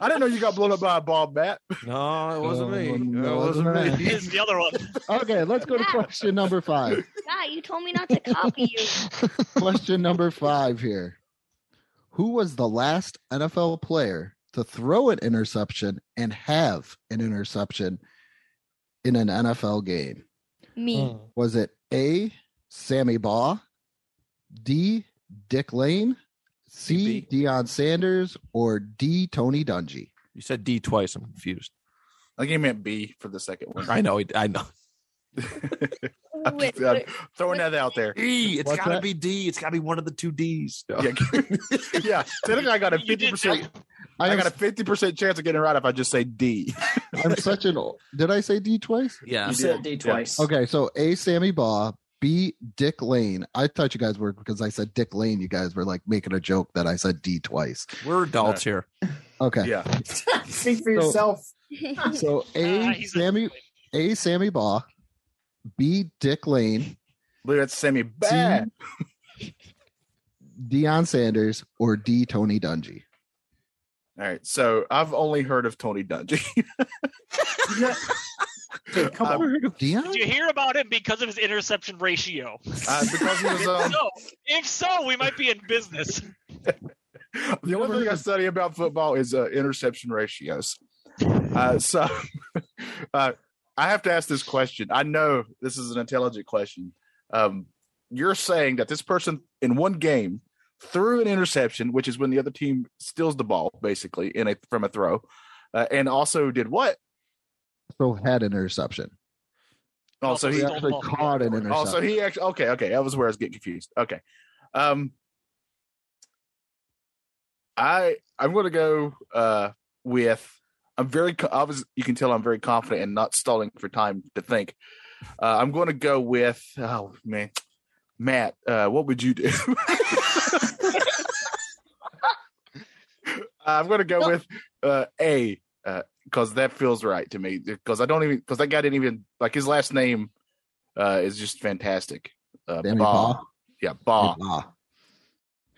Speaker 8: I didn't know you got blown up by a ball, Matt.
Speaker 2: No, it wasn't
Speaker 6: Oh,
Speaker 2: me.
Speaker 6: no,
Speaker 2: it wasn't
Speaker 6: wasn't
Speaker 2: me.
Speaker 3: This is the other one.
Speaker 6: Okay, let's go to question number five.
Speaker 7: God, you told me not to copy you.
Speaker 6: Question number five here. Who was the last NFL player to throw an interception and have an interception in an NFL game?
Speaker 7: Me.
Speaker 6: Was it A, Sammy Baugh, D, Dick Lane, C, Deion Sanders, or D, Tony Dungy?
Speaker 2: You said D twice. I'm confused.
Speaker 8: I think he meant B for the second one.
Speaker 2: I know. I know.
Speaker 8: I'm
Speaker 7: Wait,
Speaker 8: just- I'm
Speaker 7: wait,
Speaker 8: throwing
Speaker 7: wait.
Speaker 8: that out there.
Speaker 2: E. It's
Speaker 6: What's
Speaker 2: got to
Speaker 6: that?
Speaker 2: be D. It's got to be one of the two D's. No.
Speaker 8: Yeah, yeah. Technically, I got a
Speaker 3: You
Speaker 8: fifty
Speaker 3: did
Speaker 8: percent. I
Speaker 6: I, am,
Speaker 8: got a fifty percent chance of getting it right if I just say D.
Speaker 6: I'm such an. Did I say D twice?
Speaker 2: Yeah.
Speaker 4: you said D twice.
Speaker 6: Okay, so A Sammy Baugh, B Dick Lane. I thought you guys were because I said Dick Lane. You guys were like making a joke that I said D twice.
Speaker 2: We're adults here.
Speaker 6: Okay,
Speaker 8: Yeah,
Speaker 4: Speak for
Speaker 6: So-
Speaker 4: yourself.
Speaker 6: so A
Speaker 3: Ah, he's a-
Speaker 6: Sammy A Sammy Baugh, B Dick Lane,
Speaker 8: believe that's Sammy bad.
Speaker 6: Deion Sanders, or D Tony Dungy.
Speaker 8: All right, so I've only heard of Tony Dungy.
Speaker 4: Yeah. Dude,
Speaker 8: Uh,
Speaker 4: come on.
Speaker 3: Did
Speaker 6: Deion?
Speaker 3: you hear about him because of his interception ratio?
Speaker 8: Uh, because he was um,
Speaker 3: So, if so, we might be in business.
Speaker 8: the only thing I study about football is uh, interception ratios. Uh, so uh, I have to ask this question. I know this is an intelligent question. Um, you're saying that this person in one game threw an interception, which is when the other team steals the ball, basically, in a from a throw, uh, and also did what?
Speaker 6: So had an interception.
Speaker 8: Also, he
Speaker 6: He
Speaker 3: Stole the
Speaker 6: actually
Speaker 3: ball.
Speaker 6: caught an interception.
Speaker 8: Also, Oh, he actually okay, okay. That was where I was getting confused. Okay, um, I I'm going to go uh with I'm very co- I was you can tell I'm very confident and not stalling for time to think. Uh, I'm going to go with oh man, Matt. Uh, what would you do? I'm going to go with uh, A because that feels right to me. Because I don't even because that guy didn't even like his last name uh, is just fantastic. Uh,
Speaker 6: Sammy
Speaker 8: Baugh.
Speaker 6: Baugh.
Speaker 8: yeah, Baugh.
Speaker 6: Baugh.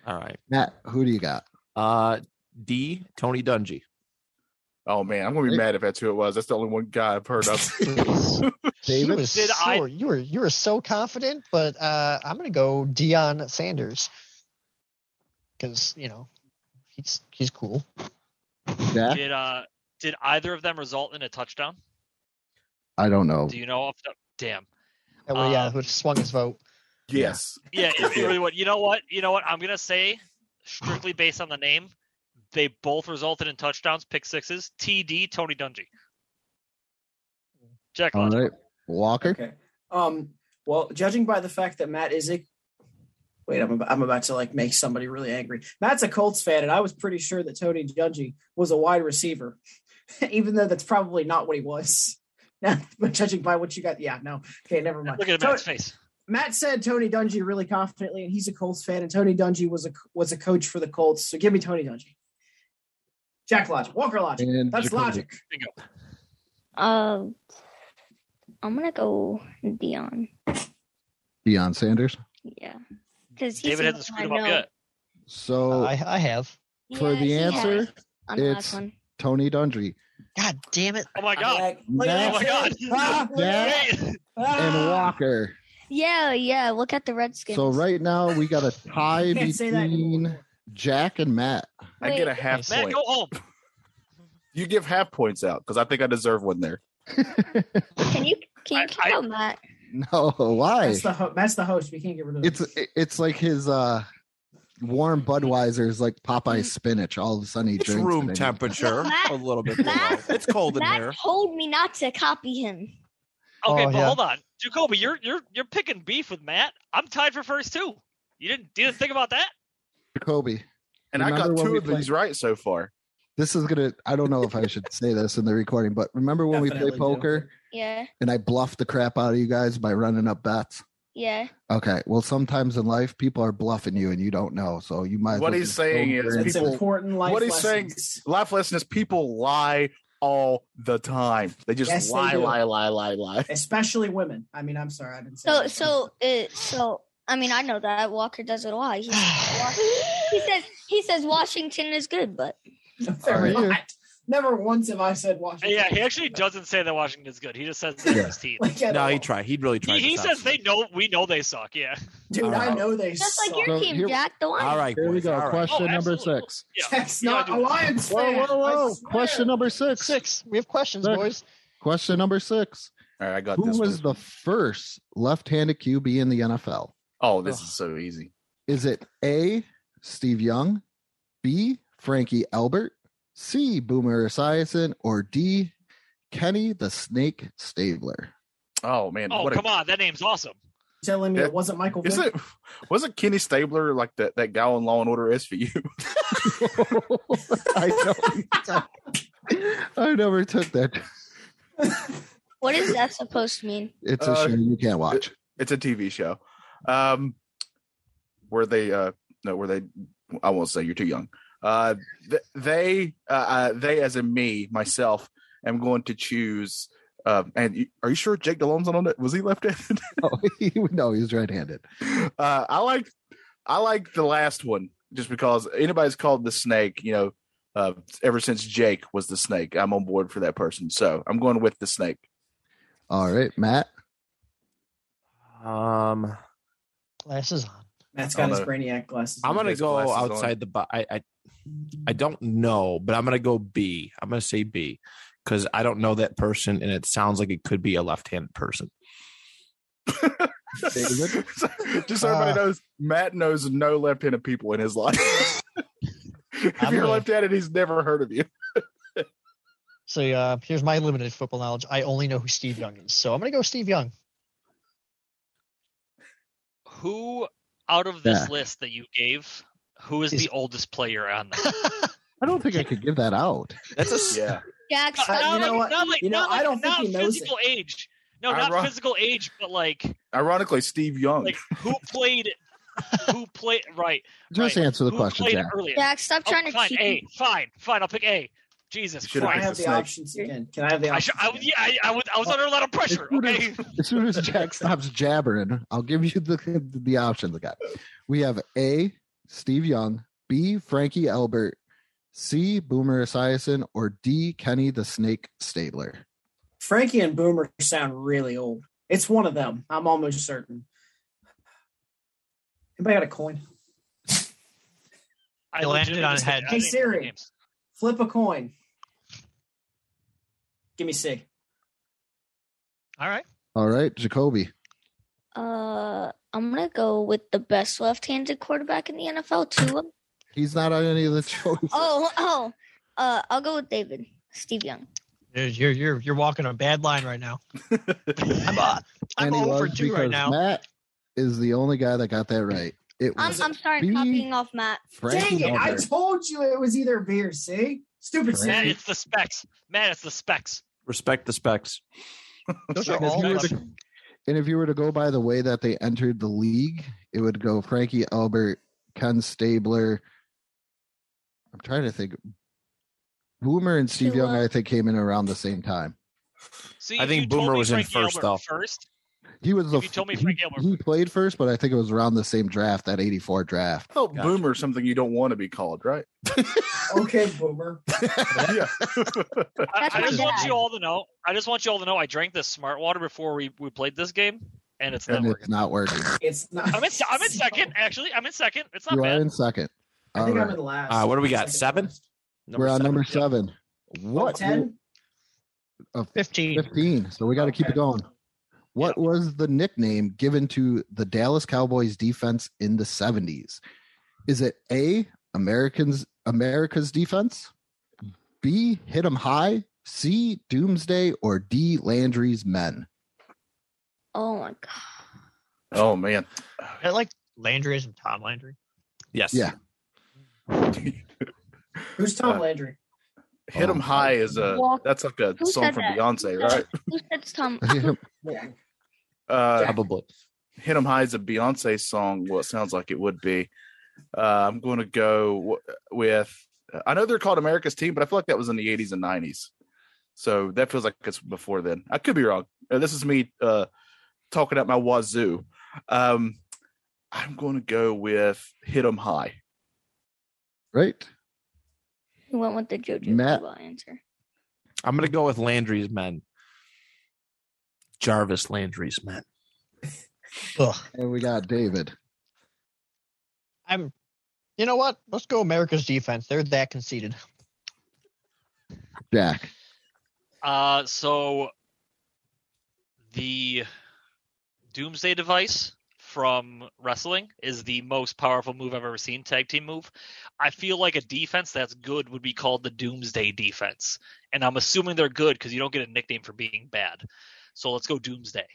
Speaker 2: All right.
Speaker 6: Matt, who do you got?
Speaker 2: Uh, D. Tony Dungy.
Speaker 8: Oh man, I'm gonna be mad if that's who it was. That's the only one guy I've heard of.
Speaker 5: You
Speaker 6: David?
Speaker 5: were,
Speaker 3: Did
Speaker 5: so,
Speaker 3: I-
Speaker 5: you were you were so confident, but uh, I'm gonna go Dion Sanders because you know he's he's cool.
Speaker 6: Jack?
Speaker 3: Did uh did either of them result in a touchdown?
Speaker 6: I don't know.
Speaker 3: Do you know off the damn?
Speaker 5: That would- yeah,
Speaker 3: Um,
Speaker 5: who swung his vote?
Speaker 8: yes.
Speaker 3: Yeah, if you really want. You know what? You know what? I'm gonna say strictly based on the name, they both resulted in touchdowns, pick sixes. TD Tony Dungy. Jack.
Speaker 6: All
Speaker 3: Lodge.
Speaker 6: right, Walker.
Speaker 4: Okay. Um. Well, judging by the fact that Matt Izik, wait, I'm about, I'm about to like make somebody really angry. Matt's a Colts fan, and I was pretty sure that Tony Dungy was a wide receiver, even though that's probably not what he was. Now, but judging by what you got, yeah, no, okay, never mind.
Speaker 3: Look at
Speaker 4: Tony-
Speaker 3: Matt's face.
Speaker 4: Matt said Tony Dungy really confidently, and he's a Colts fan, and Tony Dungy was a was a coach for the Colts, so give me Tony Dungy. Jack Lodge, Walker Lodge,
Speaker 6: And
Speaker 4: that's
Speaker 6: Jacoby.
Speaker 4: logic.
Speaker 7: Uh, I'm gonna go Dion.
Speaker 6: Deion Sanders.
Speaker 7: Yeah, because
Speaker 3: David hasn't screwed him up yet.
Speaker 6: So
Speaker 5: I I have.
Speaker 6: for the answer,
Speaker 7: on the
Speaker 6: it's-
Speaker 7: last one.
Speaker 6: Tony Dungy
Speaker 5: God damn it!
Speaker 3: Oh my god.
Speaker 4: Like, look at
Speaker 3: Oh my god.
Speaker 4: that shit. Ah,
Speaker 6: That
Speaker 3: Hey,
Speaker 6: and
Speaker 4: ah.
Speaker 6: Walker.
Speaker 7: Yeah, yeah. Look at the Redskins.
Speaker 6: So right now we got a tie
Speaker 4: Can't say that
Speaker 6: between
Speaker 4: anymore.
Speaker 6: Jack and Matt.
Speaker 8: I get a
Speaker 7: Wait,
Speaker 8: half
Speaker 3: Matt,
Speaker 8: point.
Speaker 3: go home.
Speaker 8: You give half points out because I think I deserve one there.
Speaker 7: Can you can
Speaker 3: I-
Speaker 7: you count out Matt?
Speaker 6: No, why?
Speaker 4: That's the ho- that's the host. We can't get rid of it.
Speaker 6: It's it's like his uh warm Budweiser is like
Speaker 4: Mm.
Speaker 6: Popeye's spinach. All of a sudden he
Speaker 2: It's
Speaker 6: drinks
Speaker 2: room
Speaker 6: it.
Speaker 2: temperature.
Speaker 7: Matt-
Speaker 2: a little bit.
Speaker 7: Matt-
Speaker 2: below. It's cold in
Speaker 7: Matt
Speaker 2: here.
Speaker 7: told me not to copy him.
Speaker 3: Okay,
Speaker 5: Oh,
Speaker 3: but
Speaker 5: yeah.
Speaker 3: hold on, Jacoby, you're you're you're picking beef with Matt. I'm tied for first too. You didn't you didn't think about that?
Speaker 6: Jacoby.
Speaker 8: And I got
Speaker 6: Remember when
Speaker 8: two
Speaker 6: we
Speaker 8: of these right so far.
Speaker 6: This is gonna I don't know if I should say this in the recording, but remember when we play
Speaker 4: Definitely do.
Speaker 6: poker
Speaker 7: Yeah,
Speaker 6: and I bluffed the crap out of you guys by running up bets?
Speaker 7: yeah.
Speaker 6: Okay. Well, sometimes in life people are bluffing you and you don't know. So you might as
Speaker 8: What
Speaker 6: well
Speaker 8: he's
Speaker 6: just
Speaker 8: saying
Speaker 6: go
Speaker 8: is
Speaker 6: for it.
Speaker 4: That's
Speaker 8: people-
Speaker 4: important life
Speaker 8: what he's saying-
Speaker 4: lessons.
Speaker 8: Life lesson is people lie all the time. They just
Speaker 4: Yes, they
Speaker 8: lie,
Speaker 4: do.
Speaker 8: lie, lie, lie, lie.
Speaker 4: especially women. I mean, I'm sorry, I didn't say.
Speaker 7: So
Speaker 4: that.
Speaker 7: so uh, so I mean I know that Walker does it a lot. He, he says he says Washington is good, but
Speaker 4: Never,
Speaker 6: Are you?
Speaker 4: mind. Never once have I said
Speaker 3: And
Speaker 4: Washington.
Speaker 3: yeah, he actually doesn't say that Washington's good. He just says that
Speaker 6: Yeah.
Speaker 3: his team.
Speaker 4: Like, at
Speaker 2: No, he
Speaker 4: all.
Speaker 2: tried. He'd really tried.
Speaker 3: He, he
Speaker 2: this out.
Speaker 3: says they know we know they suck. Yeah.
Speaker 4: Dude,
Speaker 2: All
Speaker 4: I
Speaker 2: right.
Speaker 4: know they
Speaker 7: just
Speaker 4: suck.
Speaker 7: like your
Speaker 6: So
Speaker 7: team,
Speaker 6: here-
Speaker 7: Jack. The one.
Speaker 2: All right,
Speaker 6: Here we
Speaker 2: boys,
Speaker 6: go.
Speaker 2: all right.
Speaker 6: Question
Speaker 3: Oh,
Speaker 6: number
Speaker 3: absolutely.
Speaker 6: six.
Speaker 3: Yeah.
Speaker 4: That's
Speaker 3: You
Speaker 4: not
Speaker 3: gotta do it.
Speaker 4: Alliance.
Speaker 6: Whoa,
Speaker 4: fan,
Speaker 6: whoa,
Speaker 4: I
Speaker 6: whoa.
Speaker 4: swear.
Speaker 6: Question number six.
Speaker 5: Six. We have questions,
Speaker 6: Six.
Speaker 5: boys.
Speaker 6: Question number six.
Speaker 8: All right, I got
Speaker 6: Who
Speaker 8: this.
Speaker 6: was
Speaker 8: one.
Speaker 6: the first left-handed QB in the NFL?
Speaker 8: Oh, this is so easy.
Speaker 6: Is it A, Steve Young, B, Frankie Albert, C, Boomer Esiason, or D, Kenny the Snake Stabler?
Speaker 8: Oh man,
Speaker 3: Oh
Speaker 8: what a
Speaker 3: come on, that name's awesome.
Speaker 4: Telling me
Speaker 8: Yeah.
Speaker 4: it wasn't Michael
Speaker 8: Is
Speaker 4: Vick.
Speaker 8: it wasn't Kenny Stabler like that that guy on Law and Order SVU?
Speaker 6: I know. I never took that.
Speaker 7: What is that supposed to mean?
Speaker 6: It's a
Speaker 8: Uh,
Speaker 6: show you can't watch.
Speaker 8: it's a TV show. Um were they uh no, were they I won't say you're too young. Uh th- they uh, uh they as in me myself am going to choose uh, and you, are you sure Jake DeLon's on it? Was he left-handed?
Speaker 6: Oh, he, no, he's right-handed.
Speaker 8: uh, I like I like the last one just because anybody's called the snake, you know, uh, ever since Jake was the snake, I'm on board for that person. So I'm going with the snake.
Speaker 6: All right, Matt.
Speaker 2: Um,
Speaker 5: Glasses on.
Speaker 4: Matt's
Speaker 8: I
Speaker 4: got
Speaker 8: don't
Speaker 4: his
Speaker 8: know.
Speaker 4: brainiac glasses.
Speaker 8: I'm
Speaker 2: I'm gonna
Speaker 8: based
Speaker 2: go
Speaker 8: glasses on.
Speaker 2: outside the box. I, I I don't know, but I'm gonna go B. I'm gonna say B because I don't know that person, and it sounds like it could be a left-handed person.
Speaker 6: David?
Speaker 8: So, just so everybody
Speaker 5: Uh,
Speaker 8: knows, Matt knows no left-handed people in his life. if
Speaker 5: I'm
Speaker 8: you're
Speaker 5: gonna-
Speaker 8: left-handed, he's never heard of you.
Speaker 5: So uh, here's my limited football knowledge. I only know who Steve Young is, so I'm gonna go Steve Young.
Speaker 3: Who out of this
Speaker 6: Yeah.
Speaker 3: list that you gave, who is
Speaker 5: Is-
Speaker 3: the oldest player on that?
Speaker 6: I don't think I could give that out.
Speaker 2: That's a s-
Speaker 8: Yeah.
Speaker 7: Jack,
Speaker 3: Not-
Speaker 7: stop.
Speaker 3: not
Speaker 4: know
Speaker 3: like-
Speaker 4: what?
Speaker 3: not like-
Speaker 4: You know,
Speaker 3: not like-
Speaker 4: I don't think
Speaker 3: not
Speaker 4: he knows it.
Speaker 3: physical age. No,
Speaker 8: I
Speaker 3: not
Speaker 8: ro-
Speaker 3: physical age, but like
Speaker 8: Ironically, Steve Young.
Speaker 3: like who played who played right.
Speaker 6: Just
Speaker 3: right,
Speaker 6: answer the
Speaker 3: who
Speaker 6: question,
Speaker 3: played
Speaker 6: Jack.
Speaker 3: earlier?
Speaker 7: Jack, stop
Speaker 3: Oh,
Speaker 7: trying to
Speaker 3: fine,
Speaker 7: cheat.
Speaker 3: A, fine, fine. I'll pick A. Jesus
Speaker 8: Should've
Speaker 4: Oh, I
Speaker 8: picked
Speaker 3: Christ!
Speaker 8: the
Speaker 4: have the,
Speaker 8: snake.
Speaker 4: options again. Can I have the
Speaker 3: I, should, I,
Speaker 4: options?
Speaker 3: would-
Speaker 4: again?
Speaker 3: yeah, I, I, would, I was under a lot of
Speaker 6: As
Speaker 3: pressure.
Speaker 6: soon as-
Speaker 3: Okay,
Speaker 6: as soon as Jack stops jabbering, I'll give you the the options again. We have A, Steve Young, B, Frankie Albert, C. Boomer Esiason, or D. Kenny the Snake Stabler?
Speaker 4: Frankie and Boomer sound really old. It's one of them. I'm almost certain. Anybody got a coin?
Speaker 3: I
Speaker 5: He landed
Speaker 3: legitimately
Speaker 5: on
Speaker 3: just
Speaker 5: head.
Speaker 3: think- I
Speaker 4: Hey,
Speaker 3: think they're
Speaker 4: Siri.
Speaker 3: games.
Speaker 4: Flip a coin. Give me C.
Speaker 5: All right.
Speaker 6: All right, Jacoby.
Speaker 7: Uh, I'm gonna go with the best left-handed quarterback in the NFL, Tua.
Speaker 6: He's not on any of the choices.
Speaker 7: Oh, oh. Uh, I'll go with David. Steve Young.
Speaker 5: You're you're you're, you're walking a bad line right now. I'm uh, I'm
Speaker 6: And he
Speaker 5: over
Speaker 6: was
Speaker 5: two
Speaker 6: because
Speaker 5: right now.
Speaker 6: Matt is the only guy that got that right. It
Speaker 7: I'm,
Speaker 6: was
Speaker 7: I'm sorry,
Speaker 6: B.
Speaker 7: copying off Matt.
Speaker 6: Frankie
Speaker 4: Dang it! I
Speaker 6: Bummer.
Speaker 4: told you it was either B or C. Stupid
Speaker 3: Man,
Speaker 4: C.
Speaker 3: it's the specs. Man, it's the specs.
Speaker 2: Respect the specs.
Speaker 5: Those are
Speaker 6: If
Speaker 5: all
Speaker 6: you were
Speaker 5: left-
Speaker 6: to- and if you were to go by the way that they entered the league, it would go Frankie Albert, Ken Stabler. I'm trying to think. Boomer and Steve Young,
Speaker 7: Tua.
Speaker 6: I think, came in around the same time.
Speaker 3: See,
Speaker 2: I
Speaker 3: if
Speaker 2: think
Speaker 3: you told
Speaker 2: Boomer
Speaker 3: me
Speaker 2: was in
Speaker 3: Frankie
Speaker 2: first,
Speaker 3: Albert
Speaker 2: though.
Speaker 3: First,
Speaker 6: He was the
Speaker 3: If you told me
Speaker 6: he-
Speaker 3: Frank Gilmore-
Speaker 6: he, played first, but I think it was around the same draft, that '84 draft.
Speaker 8: Oh,
Speaker 2: Gotcha.
Speaker 8: boomer is something you don't want to be called, right?
Speaker 4: Okay, Boomer.
Speaker 8: yeah.
Speaker 3: I,
Speaker 7: That's
Speaker 3: I
Speaker 7: my
Speaker 3: just want
Speaker 7: dad.
Speaker 3: you all to know. I just want you all to know. I drank this smart water before we, we played this game, and it's not
Speaker 6: and
Speaker 3: working.
Speaker 6: it's not working.
Speaker 4: It's not.
Speaker 3: I'm in, I'm in second, actually. I'm in second. It's not
Speaker 6: you are
Speaker 3: bad.
Speaker 6: in second.
Speaker 4: I think
Speaker 6: All
Speaker 4: I'm
Speaker 6: right.
Speaker 4: in last.
Speaker 2: Uh, what do we got, seven?
Speaker 4: Second last.
Speaker 6: We're on number
Speaker 2: Yep.
Speaker 6: seven. What?
Speaker 4: Oh, Ten.
Speaker 6: of
Speaker 5: Fifteen.
Speaker 6: 15. So we got to keep it
Speaker 4: Okay.
Speaker 6: going. What was the nickname given to the Dallas Cowboys defense in the 70s? Is it A, Americans America's defense? B, hit 'em high? C, doomsday or D, Landry's men?
Speaker 7: Oh my god.
Speaker 8: Oh man.
Speaker 5: I like Landry and Tom Landry.
Speaker 2: Yes.
Speaker 6: Yeah.
Speaker 4: Who's Tom
Speaker 8: Uh,
Speaker 4: Landry?
Speaker 8: Hit 'em
Speaker 6: Oh.
Speaker 8: high is a
Speaker 7: Well,
Speaker 8: Uh, that's like a
Speaker 7: who
Speaker 8: song
Speaker 7: said
Speaker 8: from
Speaker 7: that?
Speaker 8: Beyonce,
Speaker 7: Who said-
Speaker 8: right?
Speaker 7: Who said it's Tom?
Speaker 4: Yeah.
Speaker 8: Uh,
Speaker 2: Probably.
Speaker 8: Hit 'em high is a Beyonce song. Well, it sounds like it would be. Uh, I'm going to go w- with. I know they're called America's Team, but I feel like that was in the 80s and 90s. So that feels like it's before then. I could be wrong. Uh, This is me uh, talking at my wazoo. Um, I'm going to go with Hit 'em High.
Speaker 6: Right?
Speaker 7: He went with the JoJo
Speaker 6: Matt.
Speaker 7: Siwa answer.
Speaker 2: I'm going to go with Landry's men. Jarvis Landry's men.
Speaker 5: Ugh.
Speaker 6: And we got David.
Speaker 5: I'm. You know what? Let's go America's defense. They're that conceited.
Speaker 6: Jack.
Speaker 3: Uh, so the Doomsday device from wrestling is the most powerful move I've ever seen. Tag team move. I feel like a defense that's good would be called the Doomsday defense, and I'm assuming they're good because you don't get a nickname for being bad. So let's go Doomsday.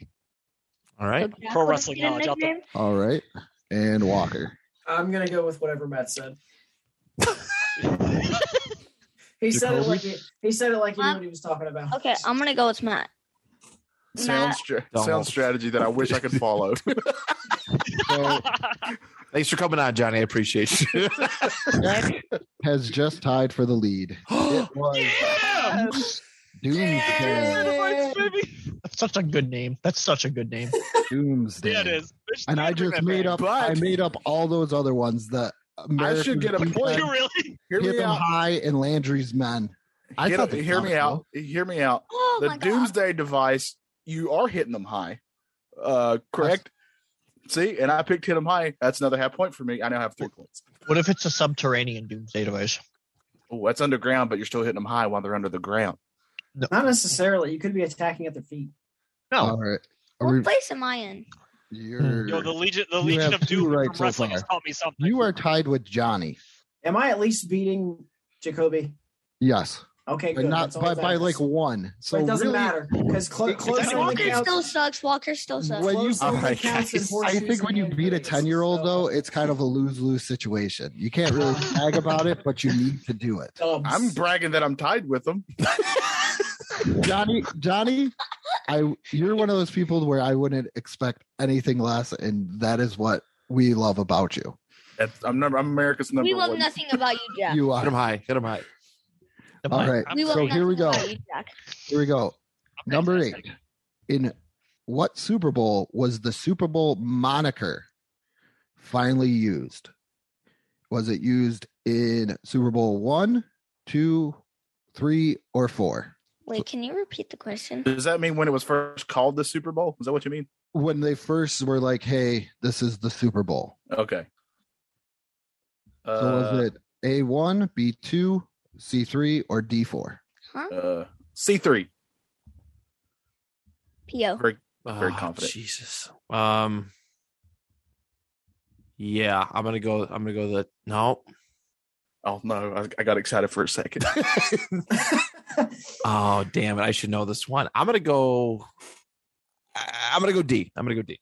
Speaker 2: All right.
Speaker 7: So Jack
Speaker 3: Pro
Speaker 7: would've
Speaker 3: wrestling
Speaker 7: been a
Speaker 3: knowledge out there.
Speaker 7: nickname?
Speaker 6: All right. And Walker.
Speaker 4: I'm gonna go with whatever Matt said. He said it
Speaker 2: Jacoby?
Speaker 4: like he, he said it like he knew
Speaker 7: Um,
Speaker 4: what he was talking about.
Speaker 7: Okay, um, I'm gonna go with Matt.
Speaker 8: Sound, stra-
Speaker 2: Don't.
Speaker 8: sound strategy that I wish I could follow.
Speaker 6: So
Speaker 2: Thanks for coming on, Johnny. I appreciate you.
Speaker 6: Jack has just tied for the lead. It was
Speaker 3: Yes!
Speaker 6: Doomsday.
Speaker 3: Dynamite, baby!
Speaker 5: That's such a good name. That's such a good name.
Speaker 6: Doomsday.
Speaker 3: Yeah, it is. Bitch,
Speaker 6: and I
Speaker 3: Dynamite,
Speaker 6: just
Speaker 3: man.
Speaker 6: made up. I
Speaker 8: But-
Speaker 6: made up all those other ones. The
Speaker 8: I should get a
Speaker 6: American
Speaker 8: point.
Speaker 3: You really?
Speaker 8: Hear
Speaker 6: Hit
Speaker 8: me
Speaker 6: 'em
Speaker 8: out.
Speaker 6: high and Landry's men. I
Speaker 8: Hit-
Speaker 6: thought they
Speaker 8: hear me
Speaker 6: counted,
Speaker 8: out. Hear me out.
Speaker 7: Oh
Speaker 8: the
Speaker 7: my god.
Speaker 8: doomsday device you are hitting them high uh correct see and i picked hit them high that's another half point for me i now have three points
Speaker 5: What if it's a subterranean doomsday device?
Speaker 8: oh that's underground but you're still hitting them high while they're under the ground
Speaker 4: Not necessarily. You could be attacking at their feet.
Speaker 5: No.
Speaker 6: All right. Are
Speaker 7: What
Speaker 6: we-
Speaker 7: place am I in?
Speaker 6: you're,
Speaker 3: Hmm. Yo, the Legion, the
Speaker 6: You
Speaker 3: Legion
Speaker 6: have
Speaker 3: of
Speaker 6: two
Speaker 3: Doom
Speaker 6: right so
Speaker 3: from wrestling has
Speaker 6: far.
Speaker 3: taught me something.
Speaker 6: you are tied with Johnny.
Speaker 4: Am I at least beating Jacoby?
Speaker 6: Yes,
Speaker 4: Okay,
Speaker 6: but
Speaker 4: good.
Speaker 6: not
Speaker 4: That's all
Speaker 6: by,
Speaker 4: that
Speaker 6: by
Speaker 4: matters.
Speaker 6: like one. So
Speaker 4: but it doesn't
Speaker 6: really,
Speaker 4: matter because clo-
Speaker 6: It-
Speaker 4: close
Speaker 5: it's
Speaker 4: only
Speaker 5: okay.
Speaker 7: Walker still
Speaker 4: counts.
Speaker 7: sucks. Walker still sucks.
Speaker 6: When you,
Speaker 4: Close only
Speaker 2: All right,
Speaker 4: counts in
Speaker 2: guys.
Speaker 4: horse
Speaker 6: I think
Speaker 4: racing
Speaker 6: when you
Speaker 4: and
Speaker 6: beat a
Speaker 4: race,
Speaker 6: ten-year-old,
Speaker 4: so-
Speaker 6: though, it's kind of a lose-lose situation. You can't really brag about it, but you need to do it.
Speaker 4: Dubs.
Speaker 8: i'm bragging that i'm tied with them
Speaker 6: Johnny, Johnny, I you're one of those people where I wouldn't expect anything less, and that is what we love about you.
Speaker 8: That's- i'm number i'm america's number
Speaker 7: we love
Speaker 8: one
Speaker 7: nothing about you, Jack.
Speaker 6: You
Speaker 2: Hit him
Speaker 6: are
Speaker 2: high. Hit him high.
Speaker 5: Am
Speaker 6: all
Speaker 5: I-
Speaker 6: right.
Speaker 7: we love
Speaker 6: So here we
Speaker 7: nothing
Speaker 6: go.
Speaker 7: about you, Jack.
Speaker 6: Here we go.
Speaker 3: I'm
Speaker 6: Number eight.
Speaker 3: fantastic.
Speaker 6: In what Super Bowl was the Super Bowl moniker finally used? Was it used in Super Bowl one, two, three, or four.
Speaker 7: Wait, can you repeat the question?
Speaker 8: Does that mean when it was first called the Super Bowl? Is that what you mean?
Speaker 6: When they first were like, hey, this is the Super Bowl.
Speaker 8: Okay.
Speaker 6: So
Speaker 8: Uh,
Speaker 6: was it A1, B2, C3, or D4?
Speaker 7: Huh?
Speaker 8: Uh, C three.
Speaker 7: P.O.
Speaker 8: Very, very
Speaker 2: Oh,
Speaker 8: confident.
Speaker 2: Jesus. Um. Yeah, I'm gonna go. I'm gonna go. The no.
Speaker 8: oh no, I, I got excited for a second.
Speaker 2: Oh damn it! I should know this one. I'm gonna go. I- I'm gonna go D. I'm gonna go D.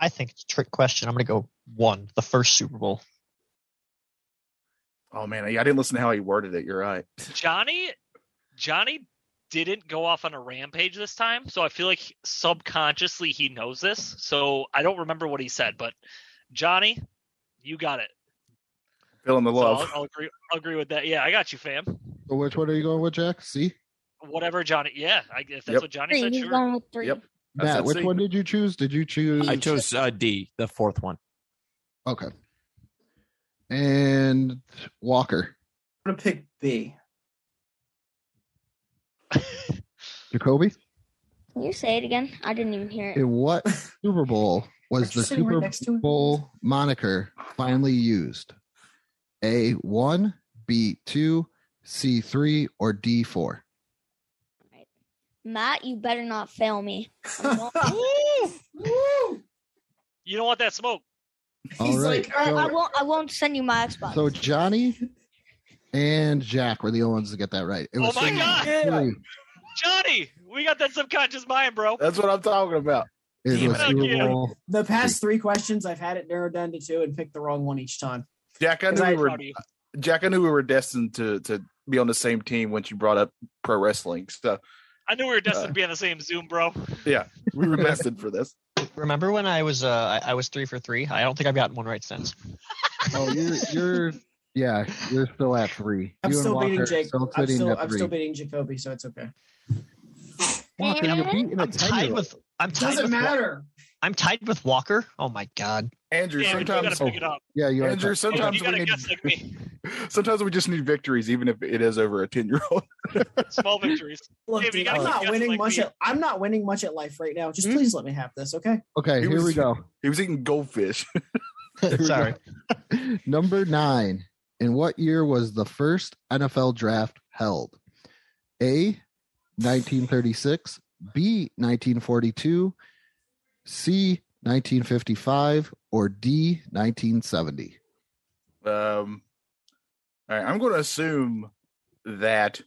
Speaker 5: I think it's a trick question. I'm gonna go one, the first Super Bowl.
Speaker 8: oh man, I, I didn't listen to how he worded it. You're right.
Speaker 3: Johnny Johnny didn't go off on a rampage this time, so I feel like he- subconsciously he knows this. So I don't remember what he said, but Johnny, you got it.
Speaker 8: Feeling the
Speaker 3: So
Speaker 8: love.
Speaker 3: I'll, I'll agree. I'll agree with that. Yeah, I got you, fam.
Speaker 6: So which one are you going with, Jack? C?
Speaker 3: Whatever, Johnny. Yeah, I, if that's
Speaker 8: Yep.
Speaker 3: what Johnny
Speaker 7: Three.
Speaker 3: said,
Speaker 7: He's
Speaker 3: sure.
Speaker 7: going with three.
Speaker 8: Yep. I
Speaker 6: Matt,
Speaker 8: said
Speaker 6: which
Speaker 8: C.
Speaker 6: one did you choose? Did you choose?
Speaker 2: I chose uh, D, the fourth one.
Speaker 6: Okay. And Walker,
Speaker 4: I'm gonna pick B.
Speaker 6: Jacoby,
Speaker 7: Can you say it again? I didn't even hear it.
Speaker 6: in what Super Bowl was
Speaker 4: Aren't you
Speaker 6: the
Speaker 4: sitting right
Speaker 6: Super
Speaker 4: next to him?
Speaker 6: Bowl moniker finally used? A1, B2, C3, or D4?
Speaker 7: Matt, you better not fail me. I'm going-
Speaker 3: You don't want that smoke.
Speaker 6: All right.
Speaker 4: like, "Uh,
Speaker 6: so-
Speaker 7: I won't. I won't send you my Xbox.
Speaker 6: So Johnny and Jack were the only ones to get that right. It
Speaker 3: Oh
Speaker 6: was
Speaker 3: my
Speaker 6: three-
Speaker 3: god,
Speaker 4: Yeah.
Speaker 6: three.
Speaker 3: Johnny, we got that subconscious mind, bro.
Speaker 8: That's what I'm talking about.
Speaker 6: It
Speaker 2: Damn
Speaker 6: was
Speaker 3: it.
Speaker 6: Super
Speaker 3: Fuck you.
Speaker 6: Bowl.
Speaker 4: The past three questions, I've had it narrowed down to two and picked the wrong one each time.
Speaker 8: Jack, I
Speaker 4: Because
Speaker 8: knew
Speaker 4: I
Speaker 8: we were.
Speaker 3: Proud of you.
Speaker 8: Jack, I knew we were destined to to be on the same team once you brought up pro wrestling. So
Speaker 3: I knew we were destined to be on the same Zoom, bro.
Speaker 8: we were destined for this.
Speaker 5: Remember when I was uh I, I was three for three? I don't think I've gotten one right since.
Speaker 6: Oh, you're, you're, yeah, you're still at three.
Speaker 4: I'm
Speaker 6: You and
Speaker 4: still beating
Speaker 6: Walker
Speaker 4: Jake.
Speaker 6: Still
Speaker 4: I'm
Speaker 6: sitting
Speaker 4: still,
Speaker 6: at
Speaker 4: I'm
Speaker 6: three.
Speaker 4: still beating Jacoby, so it's okay.
Speaker 6: Walker, you're beating a
Speaker 5: I'm tied
Speaker 6: 10-year-old.
Speaker 5: with I'm tied
Speaker 4: Doesn't
Speaker 5: with Wa-
Speaker 4: matter.
Speaker 5: I'm tied with Walker. Oh my god.
Speaker 8: Andrew,
Speaker 3: Damn, you gotta
Speaker 8: sometimes
Speaker 3: pick it up.
Speaker 6: Yeah, you are.
Speaker 8: Andrew,
Speaker 6: tied.
Speaker 8: sometimes
Speaker 3: you
Speaker 8: we
Speaker 3: gotta
Speaker 8: need
Speaker 3: guess like me.
Speaker 8: sometimes we just need victories, even if it is over a ten year old.
Speaker 3: Small victories.
Speaker 4: Look,
Speaker 3: Dave, you
Speaker 4: dude,
Speaker 3: gotta keep
Speaker 4: I'm not
Speaker 3: guessing
Speaker 4: winning
Speaker 3: like
Speaker 4: much.
Speaker 3: me.
Speaker 4: At, I'm not winning much at life right now. Just
Speaker 6: Hmm?
Speaker 4: please let me have this, okay?
Speaker 6: Okay,
Speaker 8: He
Speaker 6: here we
Speaker 8: was-
Speaker 6: go.
Speaker 8: He was eating goldfish.
Speaker 6: Here we
Speaker 5: Sorry.
Speaker 6: go. Number nine. In what year was the first NFL draft held? A, 1936. B, 1942. C, 1955. Or D, 1970.
Speaker 8: Um, all right, I'm going to assume that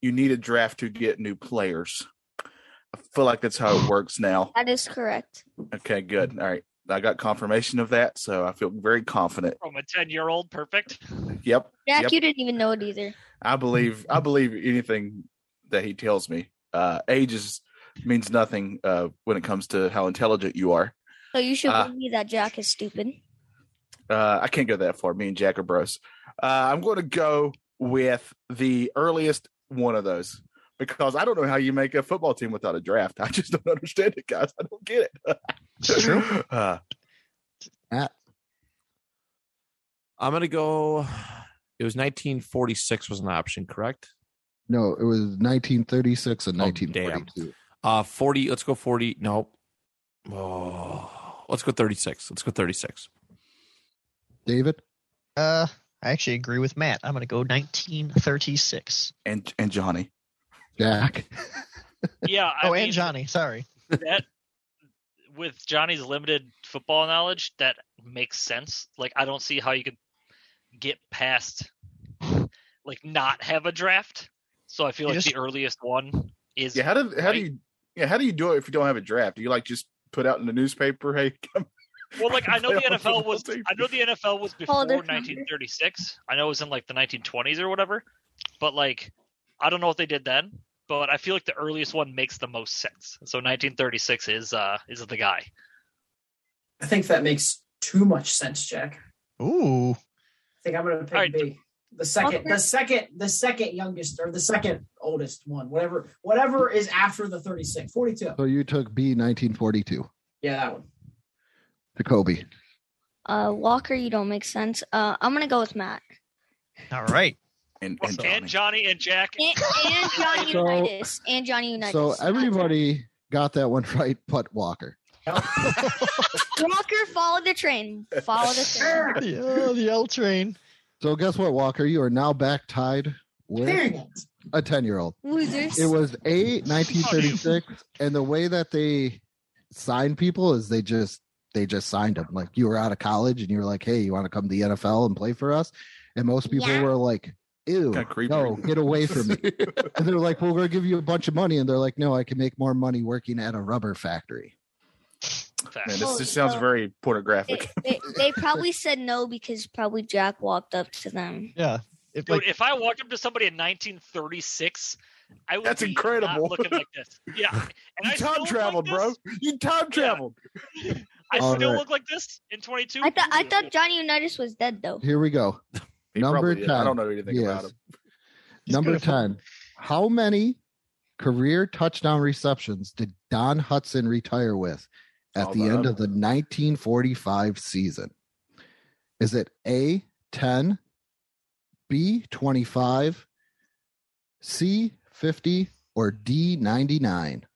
Speaker 8: you need a draft to get new players. I feel like that's how it works now.
Speaker 7: That is correct.
Speaker 8: Okay, good. All right, I got confirmation of that, so I feel very confident.
Speaker 3: From a ten-year-old, perfect.
Speaker 8: Yep,
Speaker 7: Jack,
Speaker 8: Yep.
Speaker 7: you didn't even know it either.
Speaker 8: I believe I believe anything that he tells me. Uh, age is, means nothing uh, when it comes to how intelligent you are.
Speaker 7: So you should
Speaker 8: Ah.
Speaker 7: believe that Jack is stupid.
Speaker 8: Uh, I can't go that far. Me and Jack are bros. Uh, I'm going to go with the earliest one of those because I don't know how you make a football team without a draft. I just don't understand it, guys. I don't get it.
Speaker 5: It's true.
Speaker 8: Uh,
Speaker 6: Matt,
Speaker 2: I'm gonna go. It was 1946 was an option, correct?
Speaker 6: no, it was 1936 and
Speaker 2: Oh, damn.
Speaker 6: 1942.
Speaker 2: Uh, 40. Let's go 40. No. Oh, let's go 36. Let's go 36.
Speaker 6: David?
Speaker 5: Uh I actually agree with Matt. I'm gonna go nineteen thirty six.
Speaker 8: and and Johnny,
Speaker 6: Jack?
Speaker 3: Yeah. I
Speaker 5: Oh
Speaker 3: mean,
Speaker 5: and Johnny, sorry.
Speaker 3: that with Johnny's limited football knowledge, that makes sense. Like I don't see how you could get past like not have a draft. So I feel
Speaker 5: You
Speaker 3: like
Speaker 5: just-
Speaker 3: the earliest one is
Speaker 8: yeah. How do how do you yeah how do you do it if you don't have a draft? Do you like just put out in the newspaper? Hey, come
Speaker 3: well like I know the
Speaker 8: Playoff
Speaker 3: NFL was
Speaker 8: football team.
Speaker 3: I know the NFL was before
Speaker 7: Hold it.
Speaker 3: 1936. I know it was in like the 1920s or whatever. But like I don't know what they did then, but I feel like the earliest one makes the most sense. So 1936 is uh is the guy.
Speaker 4: I think that makes too much sense, Jack. I
Speaker 5: Ooh.
Speaker 4: think I'm gonna pick
Speaker 3: Alright.
Speaker 4: B. The second, the second, the second youngest or the second oldest one, whatever, whatever is after the 36, 42.
Speaker 6: So you took B, 1942.
Speaker 4: Yeah, that one.
Speaker 6: Jacoby.
Speaker 7: Uh, Walker, you don't make sense. Uh, I'm gonna go with Matt.
Speaker 5: All right.
Speaker 8: and,
Speaker 3: And Johnny and, Jack.
Speaker 7: And, and Johnny
Speaker 6: So-
Speaker 7: Unitas. And Johnny Unitas.
Speaker 6: So everybody got that one right, but Walker.
Speaker 7: Walker, follow the train. Follow the train.
Speaker 5: Yeah, the L train.
Speaker 6: So guess what, Walker? You are now back tied with
Speaker 4: Dang it.
Speaker 6: a 10 year old.
Speaker 7: Losers.
Speaker 6: It was A 1936, and the way that they sign people is they just they just signed them. Like you were out of college and you were like, "Hey, you want to come to the NFL and play for us?" And most people
Speaker 7: Yeah.
Speaker 6: were like, "Ew,
Speaker 8: Kinda creepy.
Speaker 6: no, get away from me!" and they're like, "Well, we're gonna give you a bunch of money," and they're like, "No, I can make more money working at a rubber factory."
Speaker 8: Man,
Speaker 3: Facts.
Speaker 8: this
Speaker 7: Holy
Speaker 8: just sounds
Speaker 7: cow.
Speaker 8: very pornographic.
Speaker 7: They, they, they probably said no because probably Jack walked up to them.
Speaker 5: Yeah. If
Speaker 3: Dude,
Speaker 5: like
Speaker 3: if I walked up to somebody in 1936, I would
Speaker 8: That's
Speaker 3: be
Speaker 8: incredible.
Speaker 3: Not looking like this, yeah. And
Speaker 8: You
Speaker 3: I still
Speaker 8: time
Speaker 3: look
Speaker 8: traveled,
Speaker 3: like
Speaker 8: bro.
Speaker 3: this.
Speaker 8: You time traveled.
Speaker 3: I
Speaker 6: All
Speaker 3: still
Speaker 6: right.
Speaker 3: look like this in 22.
Speaker 7: I thought I thought Johnny Unitas was dead though.
Speaker 6: Here we go.
Speaker 8: He
Speaker 6: Number
Speaker 8: probably is. I
Speaker 6: 10.
Speaker 8: don't know anything about
Speaker 6: Yes.
Speaker 8: him.
Speaker 5: He's
Speaker 6: Number
Speaker 5: gonna fuck-
Speaker 6: 10. How many career touchdown receptions did Don Hudson retire with at
Speaker 8: All
Speaker 6: the
Speaker 8: that
Speaker 6: end
Speaker 8: up.
Speaker 6: of the 1945 season? Is it A 10, B 25, C 50, or D 99?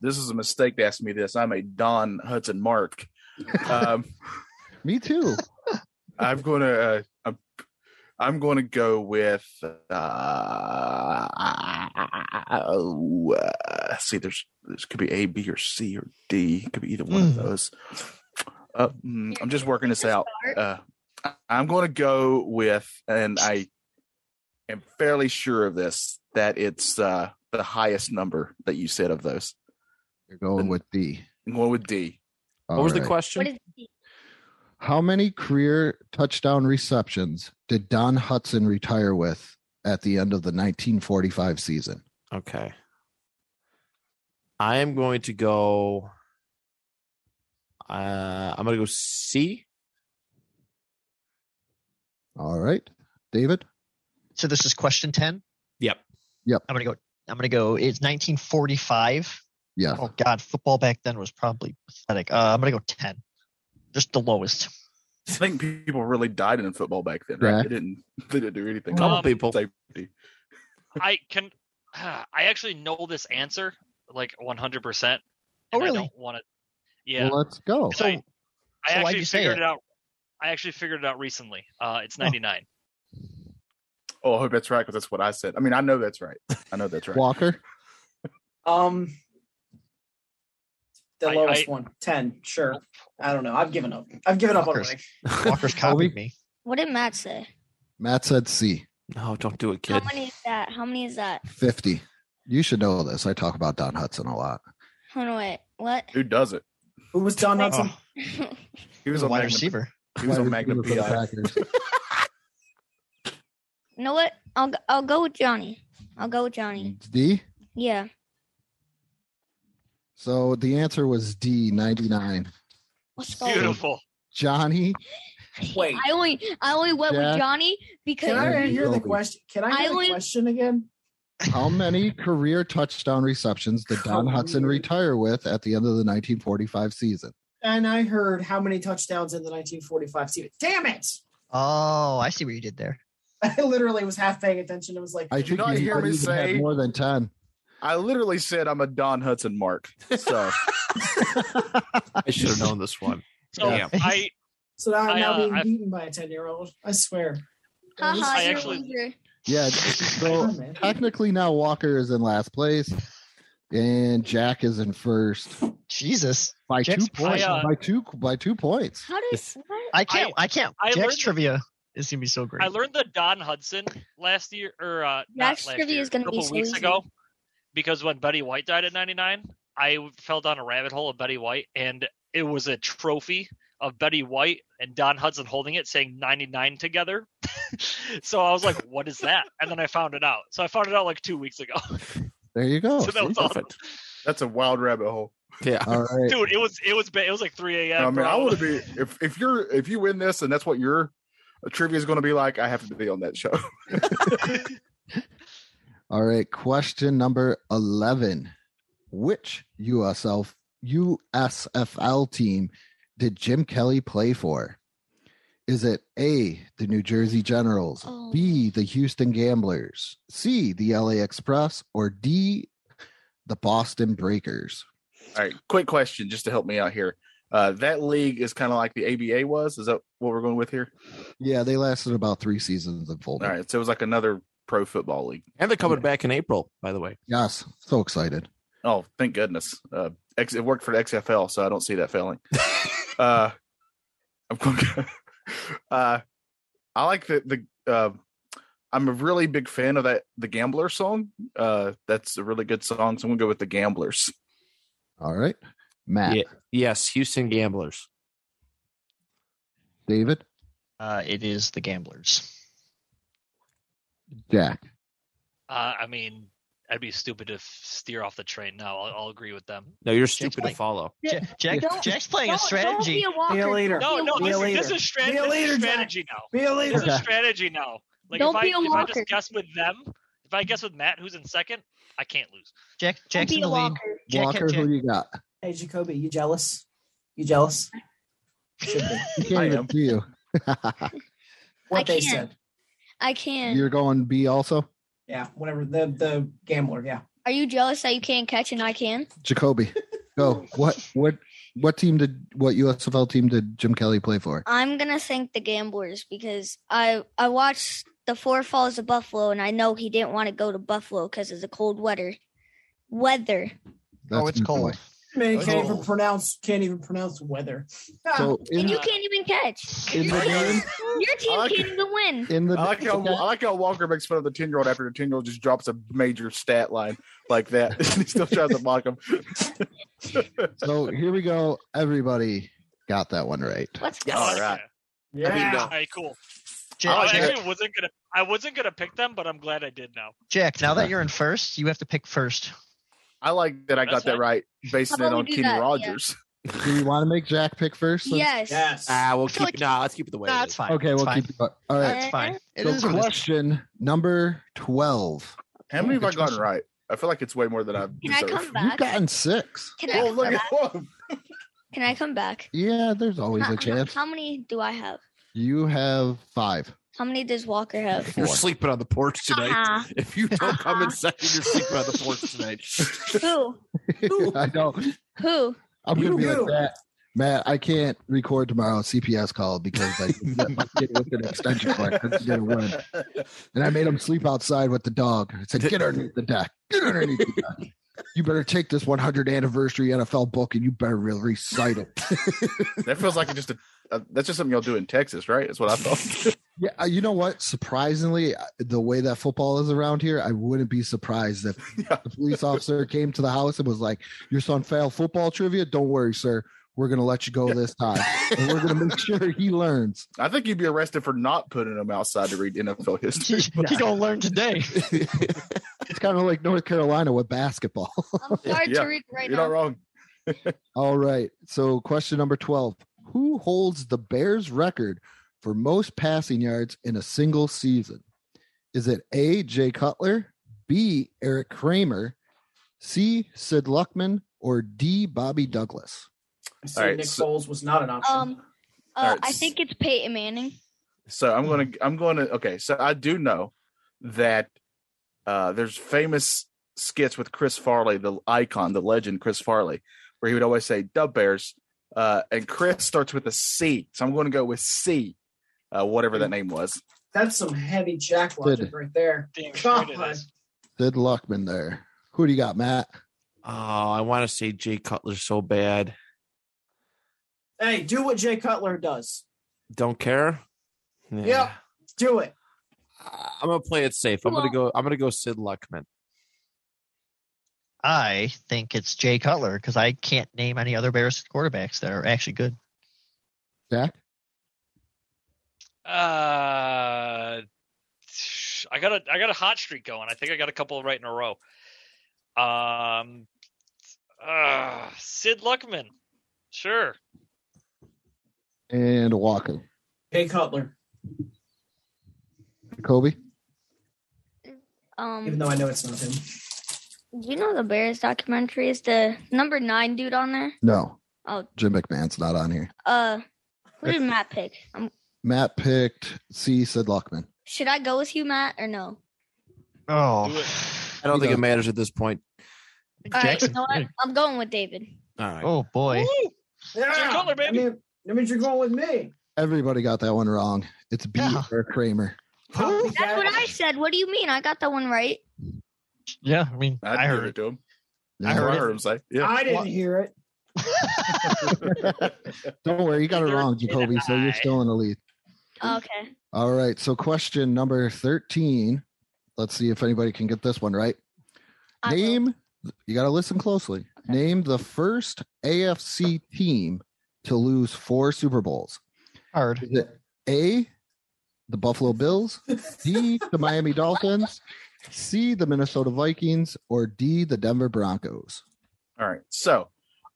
Speaker 8: This is a mistake to ask me this. I'm a Don Hudson Mark. Um,
Speaker 6: Me too.
Speaker 8: I'm gonna uh, I'm, I'm gonna go with uh, oh, uh see there's this could be A, B, or C or D. It could be either one of
Speaker 6: Hmm.
Speaker 5: Mm.
Speaker 8: those. Uh, mm, I'm just working this
Speaker 7: Just
Speaker 8: out.
Speaker 7: start.
Speaker 8: Uh, I- I'm gonna go with and I am fairly sure of this that it's uh the highest number that you said of those.
Speaker 6: You're going with D.
Speaker 8: I'm going with D.
Speaker 2: What was the
Speaker 6: All right.
Speaker 2: question?
Speaker 7: What is he?
Speaker 6: How many career touchdown receptions did Don Hudson retire with at the end of the 1945 season?
Speaker 2: Okay. I am going to go. Uh, I'm going to go C.
Speaker 6: All right, David.
Speaker 5: so this is question ten.
Speaker 2: Yep.
Speaker 5: I'm gonna go I'm gonna go it's nineteen forty five.
Speaker 6: Yeah,
Speaker 5: Oh god, football back then was probably pathetic. Uh, I'm gonna go ten. Just the lowest.
Speaker 8: I think people really died in football back then, right?
Speaker 6: Yeah.
Speaker 8: They didn't they didn't do anything.
Speaker 2: Couple
Speaker 3: Um,
Speaker 2: people.
Speaker 8: Safety.
Speaker 3: I can. I actually know this answer like 100. percent
Speaker 5: Oh,
Speaker 3: I
Speaker 5: really?
Speaker 3: don't want to. Yeah.
Speaker 6: Well, let's go.
Speaker 3: So-
Speaker 5: So
Speaker 3: I
Speaker 5: so why'd
Speaker 3: actually
Speaker 5: you say
Speaker 3: figured
Speaker 5: it?
Speaker 3: it? out. I actually figured it out recently. Uh, it's
Speaker 5: Oh.
Speaker 3: 99.
Speaker 8: Oh, I hope that's right because that's what I said. I mean, I know that's right. I know that's right.
Speaker 6: Walker,
Speaker 4: Um, the
Speaker 3: I-
Speaker 4: lowest
Speaker 3: I-
Speaker 4: one, 10, sure. I don't know. I've given up. I've given up on
Speaker 5: Fuckers.
Speaker 4: winning.
Speaker 5: Walker's copied me.
Speaker 7: What did Matt say?
Speaker 6: Matt said C
Speaker 2: No, don't do it,
Speaker 7: How
Speaker 2: kid.
Speaker 7: many is that? How many is that?
Speaker 6: fifty. You should know this. I talk about Don Hudson a lot.
Speaker 7: Hold on, wait. What?
Speaker 8: Who does it?
Speaker 4: Who was Don Hudson?
Speaker 5: Oh,
Speaker 8: He
Speaker 5: he
Speaker 8: was
Speaker 5: was a
Speaker 8: on
Speaker 5: wide
Speaker 8: Magnum.
Speaker 5: receiver.
Speaker 8: He was on
Speaker 6: Wide
Speaker 8: Magnum
Speaker 6: receiver for the
Speaker 8: PI.
Speaker 6: Packers.
Speaker 7: you know what? I'll go- I'll go with Johnny. I'll go with Johnny.
Speaker 6: D.
Speaker 7: Yeah.
Speaker 6: So the answer was D ninety nine.
Speaker 7: Let's
Speaker 5: Oh.
Speaker 7: go.
Speaker 3: Beautiful.
Speaker 6: Johnny,
Speaker 4: Wait.
Speaker 7: I only I only went
Speaker 6: Jack.
Speaker 7: with Johnny
Speaker 4: Can
Speaker 7: because
Speaker 6: Jack.
Speaker 4: I hear the
Speaker 6: Joby.
Speaker 4: question? Can I
Speaker 7: I
Speaker 4: hear the
Speaker 7: would-
Speaker 4: question again?
Speaker 6: how many career touchdown receptions did Don Hudson
Speaker 4: Career.
Speaker 6: retire with at the end of the nineteen forty five season?
Speaker 4: And I heard how many touchdowns in the 1945 season. Damn it!
Speaker 5: Oh, I see what you did there.
Speaker 4: I literally was half paying attention. It was like,
Speaker 6: I
Speaker 8: Did you
Speaker 6: think
Speaker 8: not
Speaker 6: you
Speaker 8: hear
Speaker 6: might
Speaker 8: me
Speaker 6: even have
Speaker 8: say-
Speaker 6: more than ten.
Speaker 8: I literally said I'm a Don Hudson Mark. So
Speaker 2: I should have known this one.
Speaker 3: So
Speaker 2: Yeah.
Speaker 3: I
Speaker 4: so now I'm
Speaker 3: I,
Speaker 4: now
Speaker 3: uh,
Speaker 4: being
Speaker 3: I-
Speaker 4: beaten by a 10 year old. I swear.
Speaker 7: haha,
Speaker 3: I
Speaker 7: you're
Speaker 3: actually-
Speaker 7: a loser.
Speaker 6: Yeah.
Speaker 4: Oh,
Speaker 6: So
Speaker 4: man.
Speaker 6: technically now Walker is in last place, and Jack is in first
Speaker 5: Jesus.
Speaker 6: by
Speaker 5: Jack's
Speaker 6: two points.
Speaker 3: I, uh,
Speaker 6: by two by two points.
Speaker 7: How did
Speaker 2: This-
Speaker 7: what?
Speaker 5: I can't I, can't
Speaker 3: I
Speaker 5: Jack's
Speaker 3: learned-
Speaker 5: trivia is gonna be so great.
Speaker 3: I learned the Don Hudson last year or uh not
Speaker 7: Jack's
Speaker 3: last
Speaker 7: trivia
Speaker 3: year,
Speaker 7: is gonna
Speaker 3: a
Speaker 7: be
Speaker 3: couple
Speaker 7: so
Speaker 3: weeks
Speaker 7: easy.
Speaker 3: ago because when Betty White died at 99, I fell down a rabbit hole of Betty White and it was a trophy of Betty White and Don Hudson holding it saying 99 together. so I was like, what is that? And then I found it out. So I found it out like 2 weeks ago.
Speaker 6: There you go.
Speaker 3: so that was awesome.
Speaker 2: perfect.
Speaker 8: that's a wild rabbit hole.
Speaker 2: Yeah.
Speaker 6: All right.
Speaker 3: Dude, it was it was ba- it was like 3 a.m.
Speaker 8: I mean, I
Speaker 3: bro.
Speaker 8: want to be if if you're if you win this and that's what your trivia is going to be like. I have to be on that show.
Speaker 6: All right. Question number eleven. Which USL USFL team did Jim Kelly play for? Is it A, the New Jersey Generals,
Speaker 7: Oh.
Speaker 6: B, the Houston Gamblers, C, the LA Express, or D, the Boston Breakers?
Speaker 8: All right, quick question just to help me out here. Uh, that league is kind of like the ABA was. Is that what we're going with here?
Speaker 6: Yeah, they lasted about three seasons and
Speaker 8: All
Speaker 6: folded.
Speaker 8: right, so it was like another pro football league.
Speaker 2: And they're coming back in April, by the way.
Speaker 6: Yes, so excited.
Speaker 8: Oh, thank goodness. Uh, X, it worked for the XFL, so I don't see that failing. uh, I'm going. uh, I like the the. Uh, I'm a really big fan of that the Gambler song. Uh, that's a really good song. So I'm gonna go with the Gamblers.
Speaker 6: All right. Matt,
Speaker 2: Yes, Houston Gamblers.
Speaker 6: David,
Speaker 5: Uh, it is the Gamblers.
Speaker 6: Jack.
Speaker 3: Uh, I mean, I'd be stupid to f- steer off the train now. I'll, I'll agree with them.
Speaker 2: No, you're stupid to
Speaker 5: Blake.
Speaker 2: follow.
Speaker 5: Ja- Jack,
Speaker 4: Don't-
Speaker 5: Jack's playing a
Speaker 7: Don't, don't
Speaker 5: strategy.
Speaker 7: be a walker.
Speaker 4: Be a leader.
Speaker 3: No, no,
Speaker 4: Be a
Speaker 3: this is, this
Speaker 4: leader.
Speaker 3: is, strat-
Speaker 4: Be
Speaker 3: this
Speaker 4: a
Speaker 3: is
Speaker 4: leader, Jack.
Speaker 3: strategy now.
Speaker 4: Be a leader.
Speaker 3: This is strategy now. Like
Speaker 7: Don't
Speaker 3: if I
Speaker 7: be a
Speaker 3: if I
Speaker 7: walker.
Speaker 3: just guess with them, if I guess with Matt, who's in second, I can't lose.
Speaker 5: Jack,
Speaker 7: Don't
Speaker 5: Jack's
Speaker 7: be
Speaker 5: in
Speaker 7: a
Speaker 5: the lead.
Speaker 7: walker.
Speaker 5: Jack,
Speaker 6: Walker,
Speaker 5: Jack.
Speaker 6: who you got?
Speaker 4: Hey, Jacoby, you jealous? You jealous? Should be.
Speaker 6: You can't
Speaker 8: I
Speaker 6: even
Speaker 8: am.
Speaker 6: see you.
Speaker 4: What
Speaker 7: I
Speaker 4: they
Speaker 7: can't.
Speaker 4: said.
Speaker 7: I can.
Speaker 6: You're going B also?
Speaker 4: Yeah, whatever. The the gambler. Yeah.
Speaker 7: Are you jealous that you can't catch and I can?
Speaker 6: Jacoby, go. What what what team did what USFL team did Jim Kelly play for?
Speaker 5: Oh,
Speaker 7: I'm gonna thank the gamblers because I I watched the Four Falls of Buffalo and I know he didn't want to go to Buffalo because of the cold weather. Weather.
Speaker 5: Oh, it's
Speaker 6: my boy.
Speaker 5: cold.
Speaker 4: Man,
Speaker 5: Oh.
Speaker 4: can't even pronounce. Can't even pronounce weather.
Speaker 6: So in,
Speaker 7: And you
Speaker 3: Uh,
Speaker 7: can't even catch.
Speaker 6: in the game,
Speaker 7: Your team
Speaker 8: like
Speaker 7: can't even win.
Speaker 6: in the
Speaker 8: I like how I like how Walker makes fun of the ten year old after the ten year old just drops a major stat line like that. he still tries to mock him.
Speaker 6: so here we go. Everybody got that one right.
Speaker 7: Let's go.
Speaker 8: All right.
Speaker 3: All right. Cool.
Speaker 5: Jack,
Speaker 3: I
Speaker 5: Jack,
Speaker 3: actually wasn't gonna. I wasn't gonna pick them, but I'm glad I did now.
Speaker 5: Jack, now that you're in first, you have to pick first.
Speaker 8: I like that I
Speaker 3: That's
Speaker 8: got that
Speaker 3: fine.
Speaker 8: right, basing
Speaker 7: How
Speaker 8: it
Speaker 7: about we
Speaker 8: on
Speaker 7: do
Speaker 8: Kenny
Speaker 7: that? Yeah.
Speaker 8: Rogers.
Speaker 6: Do you want to make Jack pick first?
Speaker 7: Yes.
Speaker 4: Yes.
Speaker 2: Ah, we'll
Speaker 5: So
Speaker 2: keep.
Speaker 5: like-
Speaker 2: No, nah, let's keep it the way.
Speaker 5: Nah,
Speaker 2: it
Speaker 5: it's
Speaker 2: is.
Speaker 5: fine.
Speaker 6: Okay,
Speaker 5: it's
Speaker 6: we'll
Speaker 5: fine.
Speaker 6: keep. All right.
Speaker 5: It's fine. It
Speaker 6: so
Speaker 5: is what it is.
Speaker 6: question number twelve.
Speaker 8: How many have I
Speaker 5: Good
Speaker 8: gotten
Speaker 5: question.
Speaker 8: right? I feel like it's way more than I deserve.
Speaker 7: Can I come
Speaker 6: You've
Speaker 7: back?
Speaker 6: gotten six.
Speaker 7: Can I,
Speaker 8: Oh, look at whoa.
Speaker 7: can I come back?
Speaker 6: Yeah, there's always
Speaker 7: How,
Speaker 6: a chance.
Speaker 7: how many do I have?
Speaker 6: You have five.
Speaker 7: How many does Walker have?
Speaker 2: You're
Speaker 6: Four.
Speaker 2: sleeping on the porch tonight.
Speaker 7: Ah,
Speaker 2: If you don't come
Speaker 7: Uh-huh.
Speaker 2: in second, you're sleeping on the porch tonight.
Speaker 7: who?
Speaker 6: I know.
Speaker 7: Who?
Speaker 6: I'm gonna
Speaker 4: You-
Speaker 6: be
Speaker 4: you.
Speaker 6: like that. Matt, I can't record tomorrow. CPS called because like my kid with an extension cord because he didn't win, and I made him sleep outside with the dog. I said, "Get underneath the deck. Get underneath the deck. You better take this 100 anniversary NFL book and you better really recite it."
Speaker 8: That feels like just a. Uh, that's just something y'all do in Texas, right? That's what I thought.
Speaker 6: Yeah, uh, you know what? Surprisingly, uh, the way that football is around here, I wouldn't be surprised if
Speaker 8: Yeah.
Speaker 6: the police officer came to the house and was like, "Your son failed football trivia. Don't worry, sir. We're gonna let you go this time, and we're gonna make sure he learns."
Speaker 8: I think you'd be arrested for not putting them outside to read NFL history.
Speaker 5: He gonna learn today.
Speaker 6: It's kind of like North Carolina with basketball.
Speaker 7: I'm sorry,
Speaker 8: Yeah.
Speaker 7: Tariq, right
Speaker 8: You're
Speaker 7: now.
Speaker 8: not wrong.
Speaker 6: All right. So, question number 12 Who holds the Bears record for most passing yards in a single season? Is it A, Jay Cutler, B, Eric Kramer, C, Sid Luckman, or D, Bobby Douglas?
Speaker 4: So
Speaker 8: All right,
Speaker 4: Nick
Speaker 8: so-
Speaker 4: Foles was not an option.
Speaker 7: Um, uh,
Speaker 8: All right,
Speaker 7: I
Speaker 8: s-
Speaker 7: think it's Peyton Manning.
Speaker 8: So I'm gonna I'm gonna okay. So I do know that uh there's famous skits with Chris Farley, the icon, the legend Chris Farley, where he would always say Dub Bears, uh, and Chris starts with a C. So I'm gonna go with C, uh, whatever that name was.
Speaker 4: That's some heavy jack logic
Speaker 6: Good.
Speaker 4: right there.
Speaker 3: Damn
Speaker 4: God.
Speaker 3: straight it is.
Speaker 6: Sid Luckman there. Who do you got, Matt?
Speaker 2: Oh, I want to say Jay Cutler so bad.
Speaker 4: Hey, do what Jay Cutler does.
Speaker 2: Don't care. Yeah.
Speaker 4: Yep. Do it.
Speaker 2: Uh, I'm gonna play it safe. I'm gonna go. I'm gonna go Sid Luckman.
Speaker 5: I think it's Jay Cutler because I can't name any other Bears quarterbacks that are actually good.
Speaker 6: Jack?
Speaker 3: Uh, I got a I got a hot streak going. I think I got a couple right in a row. Um, uh, Sid Luckman, sure.
Speaker 6: And Walker.
Speaker 4: Jay Cutler.
Speaker 6: Kobe?
Speaker 7: Um,
Speaker 4: Even though I know it's not him.
Speaker 7: do you know the Bears documentary is the number nine dude on there?
Speaker 6: No.
Speaker 7: Oh.
Speaker 6: Jim McMahon's not on here.
Speaker 7: Uh, who did Matt pick? Um,
Speaker 6: Matt picked C. Said Luckman.
Speaker 7: Should I go with you, Matt, or no?
Speaker 5: Oh,
Speaker 3: Do
Speaker 2: I don't
Speaker 6: You
Speaker 2: think
Speaker 6: go.
Speaker 2: it matters at this point.
Speaker 7: All right, you
Speaker 5: Jackson.
Speaker 7: know what? I'm going with David.
Speaker 2: All right.
Speaker 5: Oh boy.
Speaker 3: Jay Cutler,
Speaker 4: I
Speaker 3: baby.
Speaker 4: mean, that means you're going with me.
Speaker 6: Everybody got that one wrong. It's B
Speaker 5: Yeah.
Speaker 6: or Kramer.
Speaker 4: Copycat.
Speaker 7: That's what I said. What do you mean? I got that one right.
Speaker 5: Yeah, I mean,
Speaker 8: I'd
Speaker 5: I
Speaker 8: give
Speaker 5: heard
Speaker 8: it to him.
Speaker 5: I
Speaker 6: Mm-hmm.
Speaker 8: That's what
Speaker 5: heard
Speaker 8: I
Speaker 5: it.
Speaker 8: heard him say. Yeah.
Speaker 4: I didn't
Speaker 5: What?
Speaker 4: hear it.
Speaker 6: Don't worry, you got it wrong, Jacoby. So you're still in the lead.
Speaker 7: Okay.
Speaker 6: All right. So question number 13. Let's see if anybody can get this one right.
Speaker 7: I will.
Speaker 6: Name, you got to listen closely. Name the first AFC team to lose four Super Bowls.
Speaker 5: hard.
Speaker 6: Is it A, the Buffalo Bills, D, the Miami Dolphins, C, the Minnesota Vikings, or D, the Denver Broncos?
Speaker 8: All right. So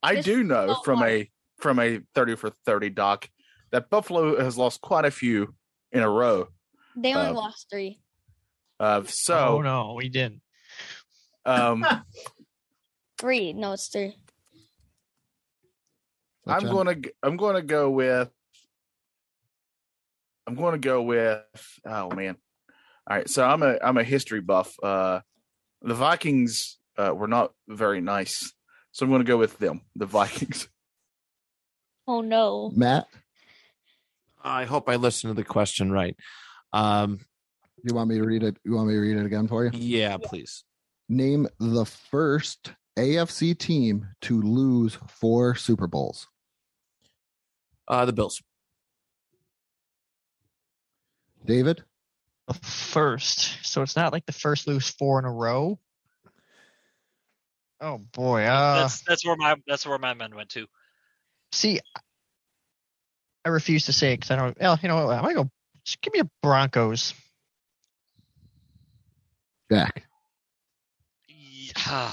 Speaker 8: I
Speaker 7: This
Speaker 8: do
Speaker 7: is
Speaker 8: know
Speaker 7: so
Speaker 8: from
Speaker 7: hard.
Speaker 8: a from a thirty for thirty doc that Buffalo has lost quite a few in a row.
Speaker 7: They only
Speaker 8: Uh,
Speaker 7: lost three.
Speaker 8: Uh,
Speaker 5: oh
Speaker 8: so
Speaker 5: no, we didn't.
Speaker 8: um,
Speaker 7: Three. No, it's three.
Speaker 8: I'm
Speaker 6: Which
Speaker 8: going to I'm going to go with I'm going to go with oh man. All right, so I'm a I'm a history buff. Uh the Vikings uh were not very nice. So I'm going to go with them, the Vikings.
Speaker 7: Oh no.
Speaker 6: Matt,
Speaker 2: I hope I listened to the question right. Um,
Speaker 6: you want me to read it? You want me to read it again for you?
Speaker 2: yeah, please.
Speaker 6: Name the first AFC team to lose four Super Bowls.
Speaker 2: Uh, the Bills.
Speaker 6: David,
Speaker 5: The first, so it's not like the first lose four in a row. Oh boy. Uh,
Speaker 3: that's that's where my that's where my men went to.
Speaker 5: see, I refuse to say it because I don't. Well, you know what? I might go. Just give me a Broncos.
Speaker 6: Jack,
Speaker 3: Yeah.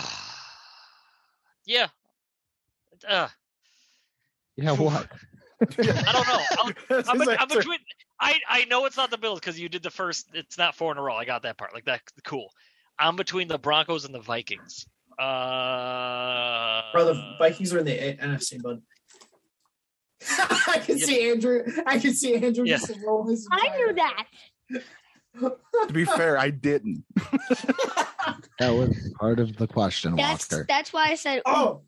Speaker 3: yeah. Uh,
Speaker 6: yeah, what?
Speaker 3: I don't know. I'll-
Speaker 8: That's
Speaker 3: I'm,
Speaker 8: his
Speaker 3: bet- I'm
Speaker 8: answer.
Speaker 3: between. I I know it's not the Bills because you did the first. It's not four in a row. I got that part. Like that, cool. I'm between the Broncos and the Vikings. Uh,
Speaker 4: Bro, the Vikings are in the A- NFC, bud. I can
Speaker 3: Yeah.
Speaker 4: see Andrew. I can see Andrew
Speaker 3: Yeah.
Speaker 4: just roll his.
Speaker 7: I knew that.
Speaker 8: to be fair, I didn't.
Speaker 6: That was part of the question,
Speaker 7: That's
Speaker 6: Walker.
Speaker 7: that's why I said.
Speaker 4: Oh,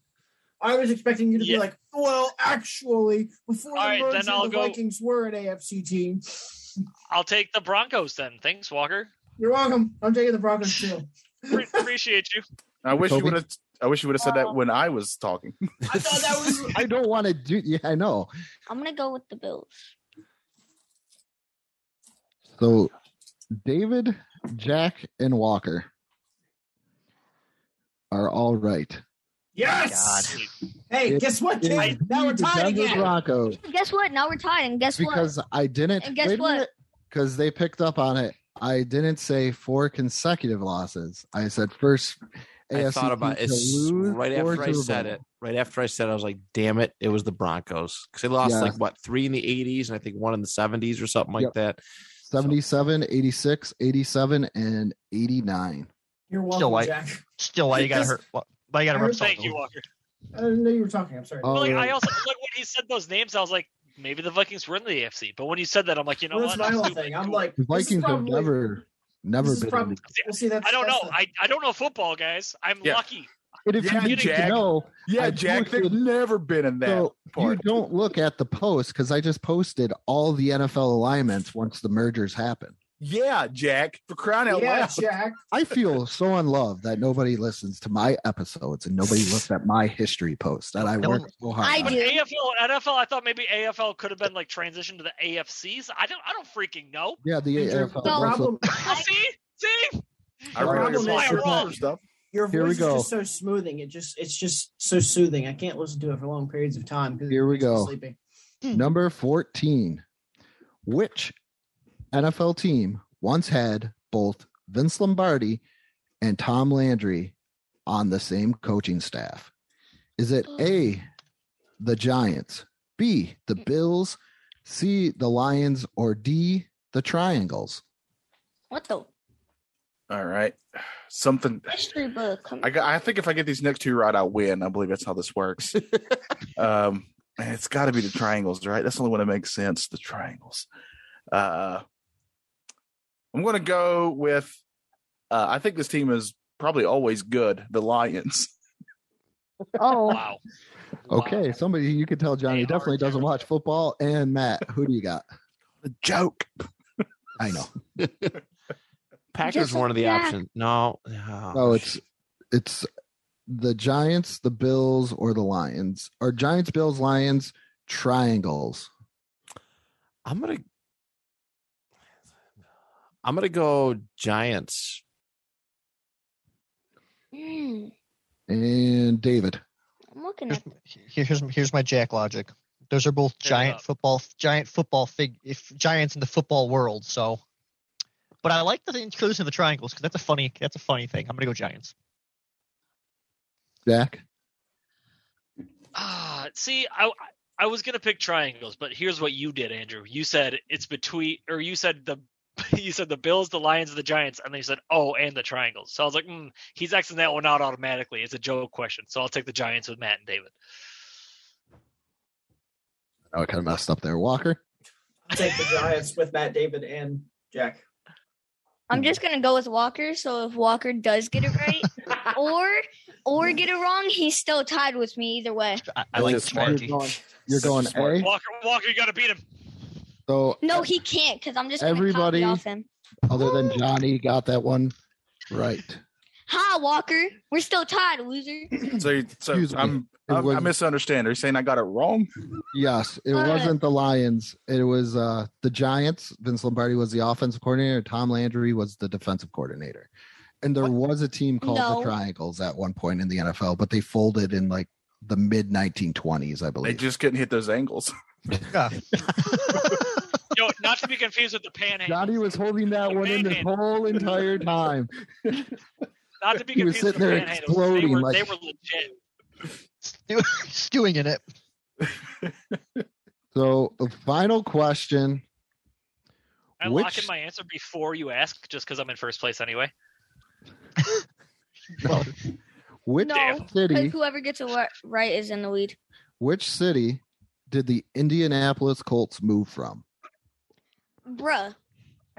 Speaker 4: I was expecting you to
Speaker 3: Yeah.
Speaker 4: be like, well, actually, before
Speaker 3: All
Speaker 4: the
Speaker 3: right,
Speaker 4: merger,
Speaker 3: then I'll
Speaker 4: the
Speaker 3: go-
Speaker 4: Vikings were an AFC team.
Speaker 3: I'll take the Broncos then. Thanks, Walker.
Speaker 4: You're welcome. I'm taking the Broncos too.
Speaker 3: Pre- appreciate you.
Speaker 8: I wish you
Speaker 6: Toby?
Speaker 8: would have I wish you would have said
Speaker 3: Uh,
Speaker 8: that when I was talking.
Speaker 4: I thought that was.
Speaker 6: I don't want to do. Yeah, I know.
Speaker 7: I'm gonna go with the Bills.
Speaker 6: So, David, Jack, and Walker are all right.
Speaker 4: Yes. Hey,
Speaker 6: It
Speaker 4: guess what,
Speaker 6: is
Speaker 4: kid? Now we're
Speaker 6: the
Speaker 4: tied
Speaker 6: Denver
Speaker 4: again.
Speaker 6: Broncos
Speaker 7: Guess what? Now we're tied. And guess
Speaker 6: because I didn't.
Speaker 7: And guess what?
Speaker 6: Because they picked up on it. I didn't say four consecutive losses. I said first.
Speaker 2: I
Speaker 6: AFC
Speaker 2: thought about
Speaker 6: team
Speaker 2: it
Speaker 6: to
Speaker 2: s-
Speaker 6: lose
Speaker 2: right
Speaker 6: four
Speaker 2: after I
Speaker 6: Super
Speaker 2: said
Speaker 6: Bowls.
Speaker 2: it. Right after I said, it, I was like, "Damn it! It was the Broncos because they lost
Speaker 6: Yeah.
Speaker 2: like what three in the '80s and I think one in the '70s or something like
Speaker 6: Yep.
Speaker 2: that."
Speaker 6: 77, 86, 87, and 89.
Speaker 4: You're welcome,
Speaker 5: Still white.
Speaker 4: Jack.
Speaker 5: Still, why you gotta
Speaker 4: Because-
Speaker 5: hurt? why- Why you gotta rub salt? in
Speaker 3: Thank
Speaker 5: the
Speaker 3: you,
Speaker 5: wound?
Speaker 3: Walker.
Speaker 4: I didn't know you were talking. I'm sorry.
Speaker 6: Oh,
Speaker 3: But, like, I
Speaker 6: Alright.
Speaker 3: also like when he said those names, I was like, maybe the Vikings were in the AFC. But when you said that, I'm like, you know
Speaker 4: Well, that's
Speaker 3: what?
Speaker 4: my whole
Speaker 3: Stupid.
Speaker 4: thing. I'm
Speaker 3: Cool.
Speaker 4: like,
Speaker 6: The
Speaker 4: this is
Speaker 6: Vikings
Speaker 4: probably-
Speaker 6: have never, never
Speaker 4: this is
Speaker 6: been. in
Speaker 4: probably-
Speaker 6: the-
Speaker 4: Well, see, that's,
Speaker 3: I don't know.
Speaker 4: that's the-
Speaker 3: I, I don't know football, guys. I'm
Speaker 8: Yeah.
Speaker 3: lucky.
Speaker 6: But if
Speaker 8: Yeah,
Speaker 6: you need to
Speaker 8: Jack.
Speaker 6: know,
Speaker 8: Yeah,
Speaker 6: I
Speaker 8: Jack,
Speaker 6: posted-
Speaker 8: they've never been in that
Speaker 6: so you
Speaker 8: part.
Speaker 6: don't look at the post because I just posted all the NFL alignments once the mergers happen.
Speaker 8: Yeah, Jack, for crying out
Speaker 4: yeah,
Speaker 8: loud.
Speaker 4: Jack.
Speaker 6: I feel so unloved that nobody listens to my episodes and nobody looks at my history post that I
Speaker 5: No
Speaker 6: work
Speaker 5: one-
Speaker 6: so hard.
Speaker 7: I
Speaker 6: on.
Speaker 7: do. Yeah.
Speaker 3: AFL and NFL, I thought maybe AFL could have been like transitioned to the AFCs. I don't I don't freaking know.
Speaker 6: Yeah, the
Speaker 4: Andrew,
Speaker 6: AFL.
Speaker 4: the
Speaker 7: Well,
Speaker 6: also-
Speaker 4: problem,
Speaker 3: Well, see? See?
Speaker 8: I read
Speaker 4: Problem
Speaker 8: your
Speaker 4: is-
Speaker 8: your
Speaker 6: Wrong.
Speaker 8: stuff.
Speaker 4: your
Speaker 6: Here we
Speaker 4: voice
Speaker 6: go.
Speaker 4: is just so smoothing. It just it's just so soothing. I can't listen to it for long periods of time because
Speaker 6: Here we go.
Speaker 4: Sleeping.
Speaker 3: Hmm.
Speaker 6: Number 14. Which NFL team once had both Vince Lombardi and Tom Landry on the same coaching staff? Is it
Speaker 3: Um.
Speaker 6: A, the Giants, B, the
Speaker 3: Hmm.
Speaker 6: Bills, C, the Lions, or D, the Triangles?
Speaker 7: what? What the
Speaker 8: All right. Something
Speaker 7: history book? Come
Speaker 8: I got, I think if I get these next two right, I win. I believe that's how this works. um, and it's got to be the triangles, right? That's the only one that makes sense. The triangles. Uh, I'm going to go with. Uh, I think this team is probably always good. The Lions.
Speaker 7: Oh,
Speaker 3: Wow.
Speaker 6: Okay,
Speaker 3: Wow.
Speaker 6: somebody you could tell Johnny
Speaker 3: They are
Speaker 6: definitely doesn't
Speaker 3: terrible.
Speaker 6: watch football. And Matt, who do you got? A joke. I know.
Speaker 2: Packers
Speaker 7: Just
Speaker 2: were one of the
Speaker 7: like that.
Speaker 2: options. No, oh, no,
Speaker 6: No, Oh, it's it's the Giants, the Bills, or the Lions. Or Giants, Bills, Lions, triangles.
Speaker 2: I'm gonna. I'm gonna go Giants.
Speaker 7: Hmm,
Speaker 6: And David.
Speaker 7: I'm looking
Speaker 5: Here's,
Speaker 7: at
Speaker 5: here- here's here's my jack logic. Those are both
Speaker 3: Fair
Speaker 5: giant
Speaker 3: enough.
Speaker 5: football giant football fig if giants in the football world. So, but I like the inclusion of the triangles because that's a funny that's a funny thing. I'm gonna go giants.
Speaker 6: Jack.
Speaker 3: Ah, see, I I was gonna pick triangles, but here's what you did, Andrew. You said it's between, or you said the you said the Bills, the Lions, and the Giants, and then you said oh, and the triangles. So I was like, mm, he's xing that one out automatically. It's a joke question, so I'll take the Giants with Matt and David.
Speaker 6: Oh, I kind of messed up there. Walker.
Speaker 4: Take the Giants with Matt David and Jack.
Speaker 7: I'm just gonna go with Walker. So if Walker does get it right, or or get it wrong, he's still tied with me either way.
Speaker 5: I, I like
Speaker 8: That's smart.
Speaker 5: strategy.
Speaker 6: You're going, you're
Speaker 8: Such a
Speaker 6: going
Speaker 8: smart
Speaker 6: A.
Speaker 3: Walker, Walker, you gotta beat him.
Speaker 6: So
Speaker 7: No, he can't because I'm just gonna
Speaker 6: Everybody-
Speaker 7: copy off him.
Speaker 6: other than Johnny got that one right.
Speaker 7: Ha, Walker. We're still tied, loser.
Speaker 8: So, you- so
Speaker 6: Excuse me.
Speaker 8: I'm,
Speaker 6: It
Speaker 8: I'm I
Speaker 6: was-
Speaker 8: misunderstand. Are you saying I got it wrong?
Speaker 6: Yes, it
Speaker 7: Uh,
Speaker 6: wasn't the Lions. It was uh, the Giants. Vince Lombardi was the offensive coordinator. Tom Landry was the defensive coordinator. And there was a team called
Speaker 7: No.
Speaker 6: the Triangles at one point in the NFL, but they folded in like the mid 1920s, I
Speaker 8: They
Speaker 6: believe.
Speaker 8: just couldn't hit those angles.
Speaker 5: Yeah.
Speaker 3: No, not to be confused with the panhandle.
Speaker 6: Johnny was holding that
Speaker 3: The
Speaker 6: one in this
Speaker 3: panhandle.
Speaker 6: whole entire time.
Speaker 3: Not to be
Speaker 6: he
Speaker 3: confused with
Speaker 6: was
Speaker 3: the
Speaker 6: sitting there
Speaker 3: panhandle. They
Speaker 6: exploding
Speaker 3: were,
Speaker 6: like-
Speaker 3: they were legit.
Speaker 5: Stew- Stewing in it.
Speaker 6: So, the final question.
Speaker 3: Can I lock in
Speaker 6: Which-
Speaker 3: my answer before you ask, just because I'm in first place anyway.
Speaker 6: Well, which
Speaker 7: No,
Speaker 6: city?
Speaker 7: because whoever gets it wa- right is in the lead.
Speaker 6: Which city did the Indianapolis Colts move from?
Speaker 7: Bruh,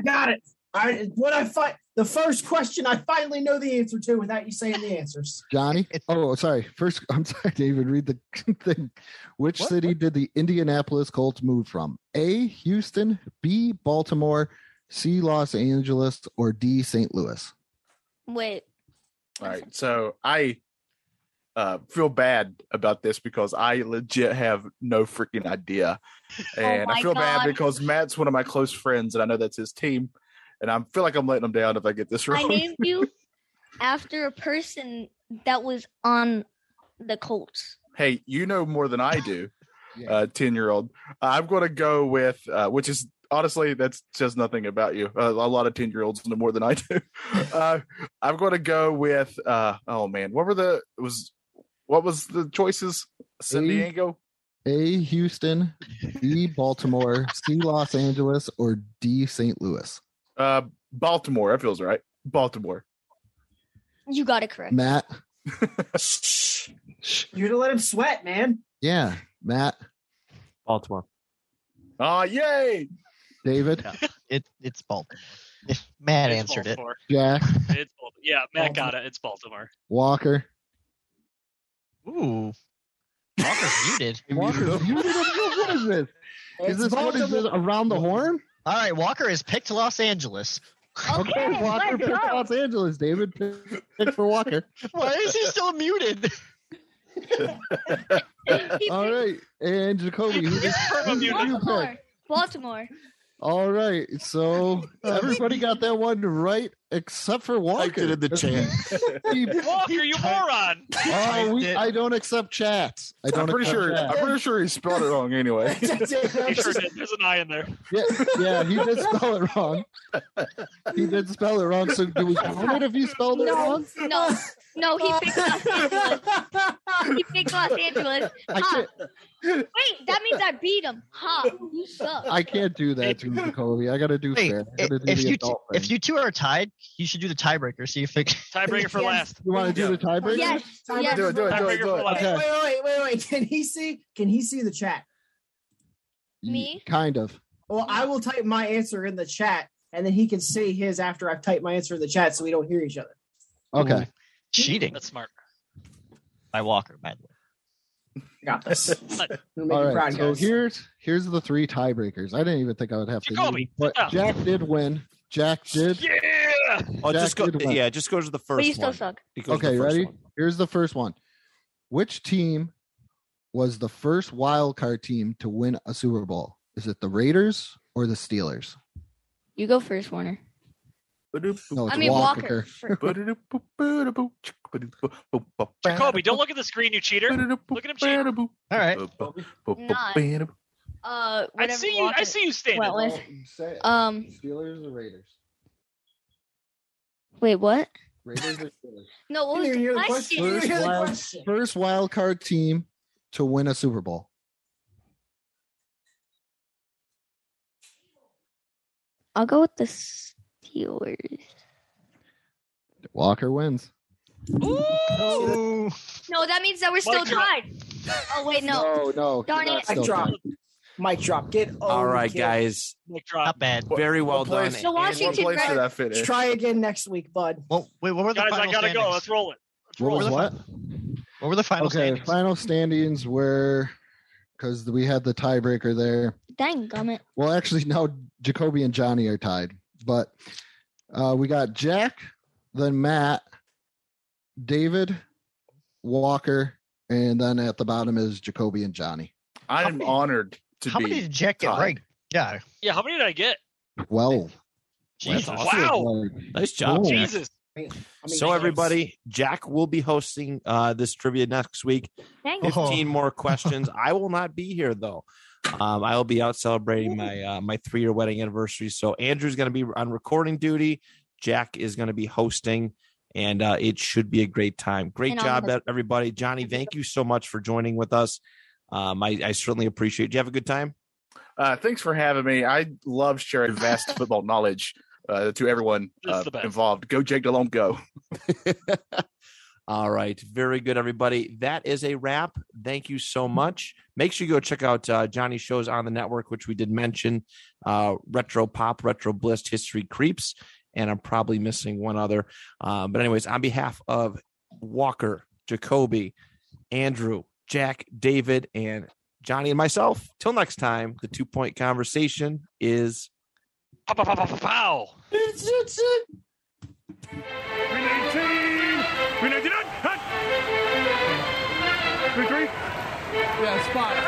Speaker 4: Got it. I what I fight the first question I finally know the answer to without you saying the answers.
Speaker 6: Johnny?
Speaker 5: It-
Speaker 6: Oh, sorry. First, I'm sorry, David. Read the thing. Which
Speaker 5: What?
Speaker 6: city did the Indianapolis Colts move from? A. Houston. B. Baltimore. C. Los Angeles. Or D. St. Louis.
Speaker 7: wait.
Speaker 8: All right. So I uh, feel bad about this because I legit have no freaking idea. And I
Speaker 7: Oh my
Speaker 8: feel bad
Speaker 7: God.
Speaker 8: because Matt's one of my close friends and I know that's his team. And I feel like I'm letting him down if I get this
Speaker 7: I
Speaker 8: wrong.
Speaker 7: named you after a person that was on the Colts.
Speaker 8: hey, you know more than I do,
Speaker 6: Yeah.
Speaker 8: uh, 10 year old. I'm going to go with, uh, which is honestly, that says nothing about you. Uh, a lot of 10 year olds know more than I do. uh, I'm going to go with, uh, oh man, what were the, it was, what was the choices? San
Speaker 6: Eight.
Speaker 8: Diego?
Speaker 6: A. Houston. B. Baltimore. C. Los Angeles. Or D. St. Louis.
Speaker 8: Uh, Baltimore. That feels right. Baltimore.
Speaker 7: You got it correct.
Speaker 6: Matt.
Speaker 4: Shh. You're to let him sweat, man.
Speaker 6: Yeah. Matt.
Speaker 2: Baltimore.
Speaker 8: Ah, yay!
Speaker 6: David.
Speaker 5: It it's Baltimore. If Matt
Speaker 3: It's
Speaker 5: answered it.
Speaker 3: Baltimore.
Speaker 6: Jack.
Speaker 3: It's Bal- yeah, Matt got it. It's Baltimore.
Speaker 6: Walker.
Speaker 5: Ooh. Walker's muted.
Speaker 6: Walker. what is this? Is
Speaker 4: It's
Speaker 6: this what is this
Speaker 4: Baltimore.
Speaker 6: around the horn?
Speaker 5: All right, Walker has picked Los Angeles.
Speaker 7: Okay,
Speaker 6: Walker
Speaker 7: let's
Speaker 6: picked
Speaker 7: go.
Speaker 6: Los Angeles. David picked for Walker.
Speaker 5: Why is he still muted?
Speaker 7: He
Speaker 6: All
Speaker 7: picked
Speaker 6: right, and Jacoby. Who did, who did you pick?
Speaker 7: Baltimore. Baltimore.
Speaker 6: All right, so everybody got that one right except for Walker.
Speaker 2: it in the chat.
Speaker 6: He-
Speaker 3: Walker, you moron!
Speaker 6: oh, we-
Speaker 5: typed it.
Speaker 6: I don't accept chats. I don't.
Speaker 8: I'm pretty
Speaker 6: accept
Speaker 8: sure. I'm
Speaker 6: chats.
Speaker 8: pretty sure he spelled it wrong anyway.
Speaker 3: You sure did. There's an eye in there.
Speaker 6: Yeah, he did spell it wrong. He did spell it wrong. So do we count it if you spelled it
Speaker 7: No,
Speaker 6: wrong?
Speaker 7: no, no. He picked Los Angeles. He picked Los Angeles.
Speaker 6: I
Speaker 7: Huh.
Speaker 6: can't.
Speaker 7: Wait, that means I beat him. Ha, you suck.
Speaker 6: I can't do that to Jacoby. I got to do
Speaker 5: Wait,
Speaker 6: fair. I
Speaker 5: i-
Speaker 6: got to do
Speaker 5: if
Speaker 6: the
Speaker 5: you t-
Speaker 6: adult thing.
Speaker 5: if you two are tied, you should do the tiebreaker. See if it.
Speaker 3: Tiebreaker for
Speaker 4: Yes.
Speaker 3: last.
Speaker 6: you want to do the tiebreaker?
Speaker 7: Yes, yes.
Speaker 8: Do it, do it, do it, do it.
Speaker 3: Okay.
Speaker 4: Wait, wait, wait, wait, wait. Can he see? Can he see the chat?
Speaker 6: Ye-
Speaker 7: Me?
Speaker 6: Kind of.
Speaker 4: Well, I will type my answer in the chat, and then he can say his after I've typed my answer in the chat, so we don't hear each other.
Speaker 5: Mm-hmm.
Speaker 6: Okay.
Speaker 5: Cheating
Speaker 3: That's smart.
Speaker 5: by Walker, by the way.
Speaker 4: I got this. It'll make
Speaker 6: All
Speaker 4: you
Speaker 6: right.
Speaker 4: proud,
Speaker 6: So
Speaker 4: guys.
Speaker 6: here's here's the three tiebreakers. I didn't even think I would have to,
Speaker 3: Jacoby,
Speaker 6: use, but
Speaker 3: yeah.
Speaker 6: Jack did win. Jack did.
Speaker 3: Yeah.
Speaker 2: Oh,
Speaker 6: Jack
Speaker 2: just go.
Speaker 6: did win.
Speaker 2: Yeah, just go to the first
Speaker 7: But you still
Speaker 2: one.
Speaker 7: suck.
Speaker 2: It goes to the
Speaker 6: Okay,
Speaker 2: first
Speaker 6: ready?
Speaker 2: one.
Speaker 6: Here's the first one. Which team was the first wild card team to win a Super Bowl? Is it the Raiders or the Steelers?
Speaker 7: You go first, Warner.
Speaker 6: No, it's
Speaker 7: I mean Walker. For-
Speaker 3: Jacoby, don't look at the screen, you cheater. Look at him cheat.
Speaker 5: All right.
Speaker 7: Not. Uh,
Speaker 3: I
Speaker 7: whatever
Speaker 3: see you.
Speaker 7: Walker-
Speaker 3: I see you standing.
Speaker 7: Well, let's-
Speaker 6: Say it.
Speaker 7: um,
Speaker 6: Steelers or Raiders?
Speaker 7: wait, what?
Speaker 6: Raiders or Steelers?
Speaker 7: No, what
Speaker 4: You
Speaker 7: was
Speaker 4: didn't hear
Speaker 7: the
Speaker 4: the
Speaker 7: question?
Speaker 4: question. You didn't hear the
Speaker 6: Wild-
Speaker 4: question.
Speaker 6: First wild card team to win a Super Bowl.
Speaker 7: I'll go with the Steelers.
Speaker 6: Walker wins.
Speaker 5: Oh,
Speaker 7: No, that means that we're still
Speaker 3: Mic drop.
Speaker 7: tied. Oh wait, no.
Speaker 6: no. no
Speaker 7: Darn
Speaker 6: you're not
Speaker 7: it.
Speaker 4: Mic
Speaker 6: still
Speaker 4: drop.
Speaker 6: tied.
Speaker 4: Mic drop. Get
Speaker 2: All right,
Speaker 4: kid.
Speaker 2: guys.
Speaker 3: Mic drop.
Speaker 5: not bad.
Speaker 2: Very well
Speaker 8: What place-
Speaker 2: done.
Speaker 7: The
Speaker 8: What
Speaker 7: Washington
Speaker 8: place did
Speaker 7: Redskins.
Speaker 8: I fit
Speaker 4: Let's
Speaker 8: in?
Speaker 4: Try again next week, bud.
Speaker 5: Well, wait, what were the
Speaker 3: Guys, I
Speaker 5: final
Speaker 3: gotta
Speaker 5: standings?
Speaker 3: go. Let's roll it. Let's
Speaker 6: What
Speaker 3: roll
Speaker 6: was
Speaker 3: it.
Speaker 6: what?
Speaker 5: What were the final
Speaker 6: okay,
Speaker 5: standings?
Speaker 6: final standings were because we had the tiebreaker there.
Speaker 7: Dang gummit.
Speaker 6: Well, actually, now Jacoby and Johnny are tied, but uh, we got Jack, then Matt, David, Walker, and then at the bottom is Jacoby and Johnny.
Speaker 8: I am honored to
Speaker 5: How
Speaker 8: be.
Speaker 5: many did Jack get
Speaker 8: tied.
Speaker 5: right? Yeah.
Speaker 3: Yeah, how many did I get?
Speaker 6: Well,
Speaker 5: Jesus.
Speaker 3: Wow.
Speaker 2: Nice job,
Speaker 6: Boom.
Speaker 2: Jack.
Speaker 3: Jesus.
Speaker 4: I mean,
Speaker 2: So
Speaker 4: guys,
Speaker 2: everybody, Jack will be hosting uh, this trivia next week.
Speaker 7: Dang.
Speaker 5: Oh.
Speaker 2: Fifteen more questions. I will not be here though. Um, I will be out celebrating my uh, my three year wedding anniversary. So Andrew's going to be on recording duty. Jack is going to be hosting, and uh, it should be a great time. Great
Speaker 7: And I'll
Speaker 2: job,
Speaker 7: host.
Speaker 2: everybody. Johnny, thank you so much for joining with us. Um, I, I certainly appreciate. Did you have a good time?
Speaker 8: Uh, thanks for having me. I love sharing vast football knowledge uh, to everyone
Speaker 3: It's
Speaker 8: uh,
Speaker 3: the best.
Speaker 8: involved. Go Jake Delhomme, go.
Speaker 2: All right. Very good, everybody. That is a wrap. Thank you so much. Make sure you go check out uh, Johnny's shows on the network, which we did mention uh, Retro Pop, Retro Blist, History Creeps. And I'm probably missing one other. Uh, but, anyways, on behalf of Walker, Jacoby, Andrew, Jack, David, and Johnny and myself, till next time, the two point conversation is
Speaker 3: Pow, pow, pow, pow, pow, pow.
Speaker 1: Green 18! Green 99! Hut! Green 3! Yeah, spot.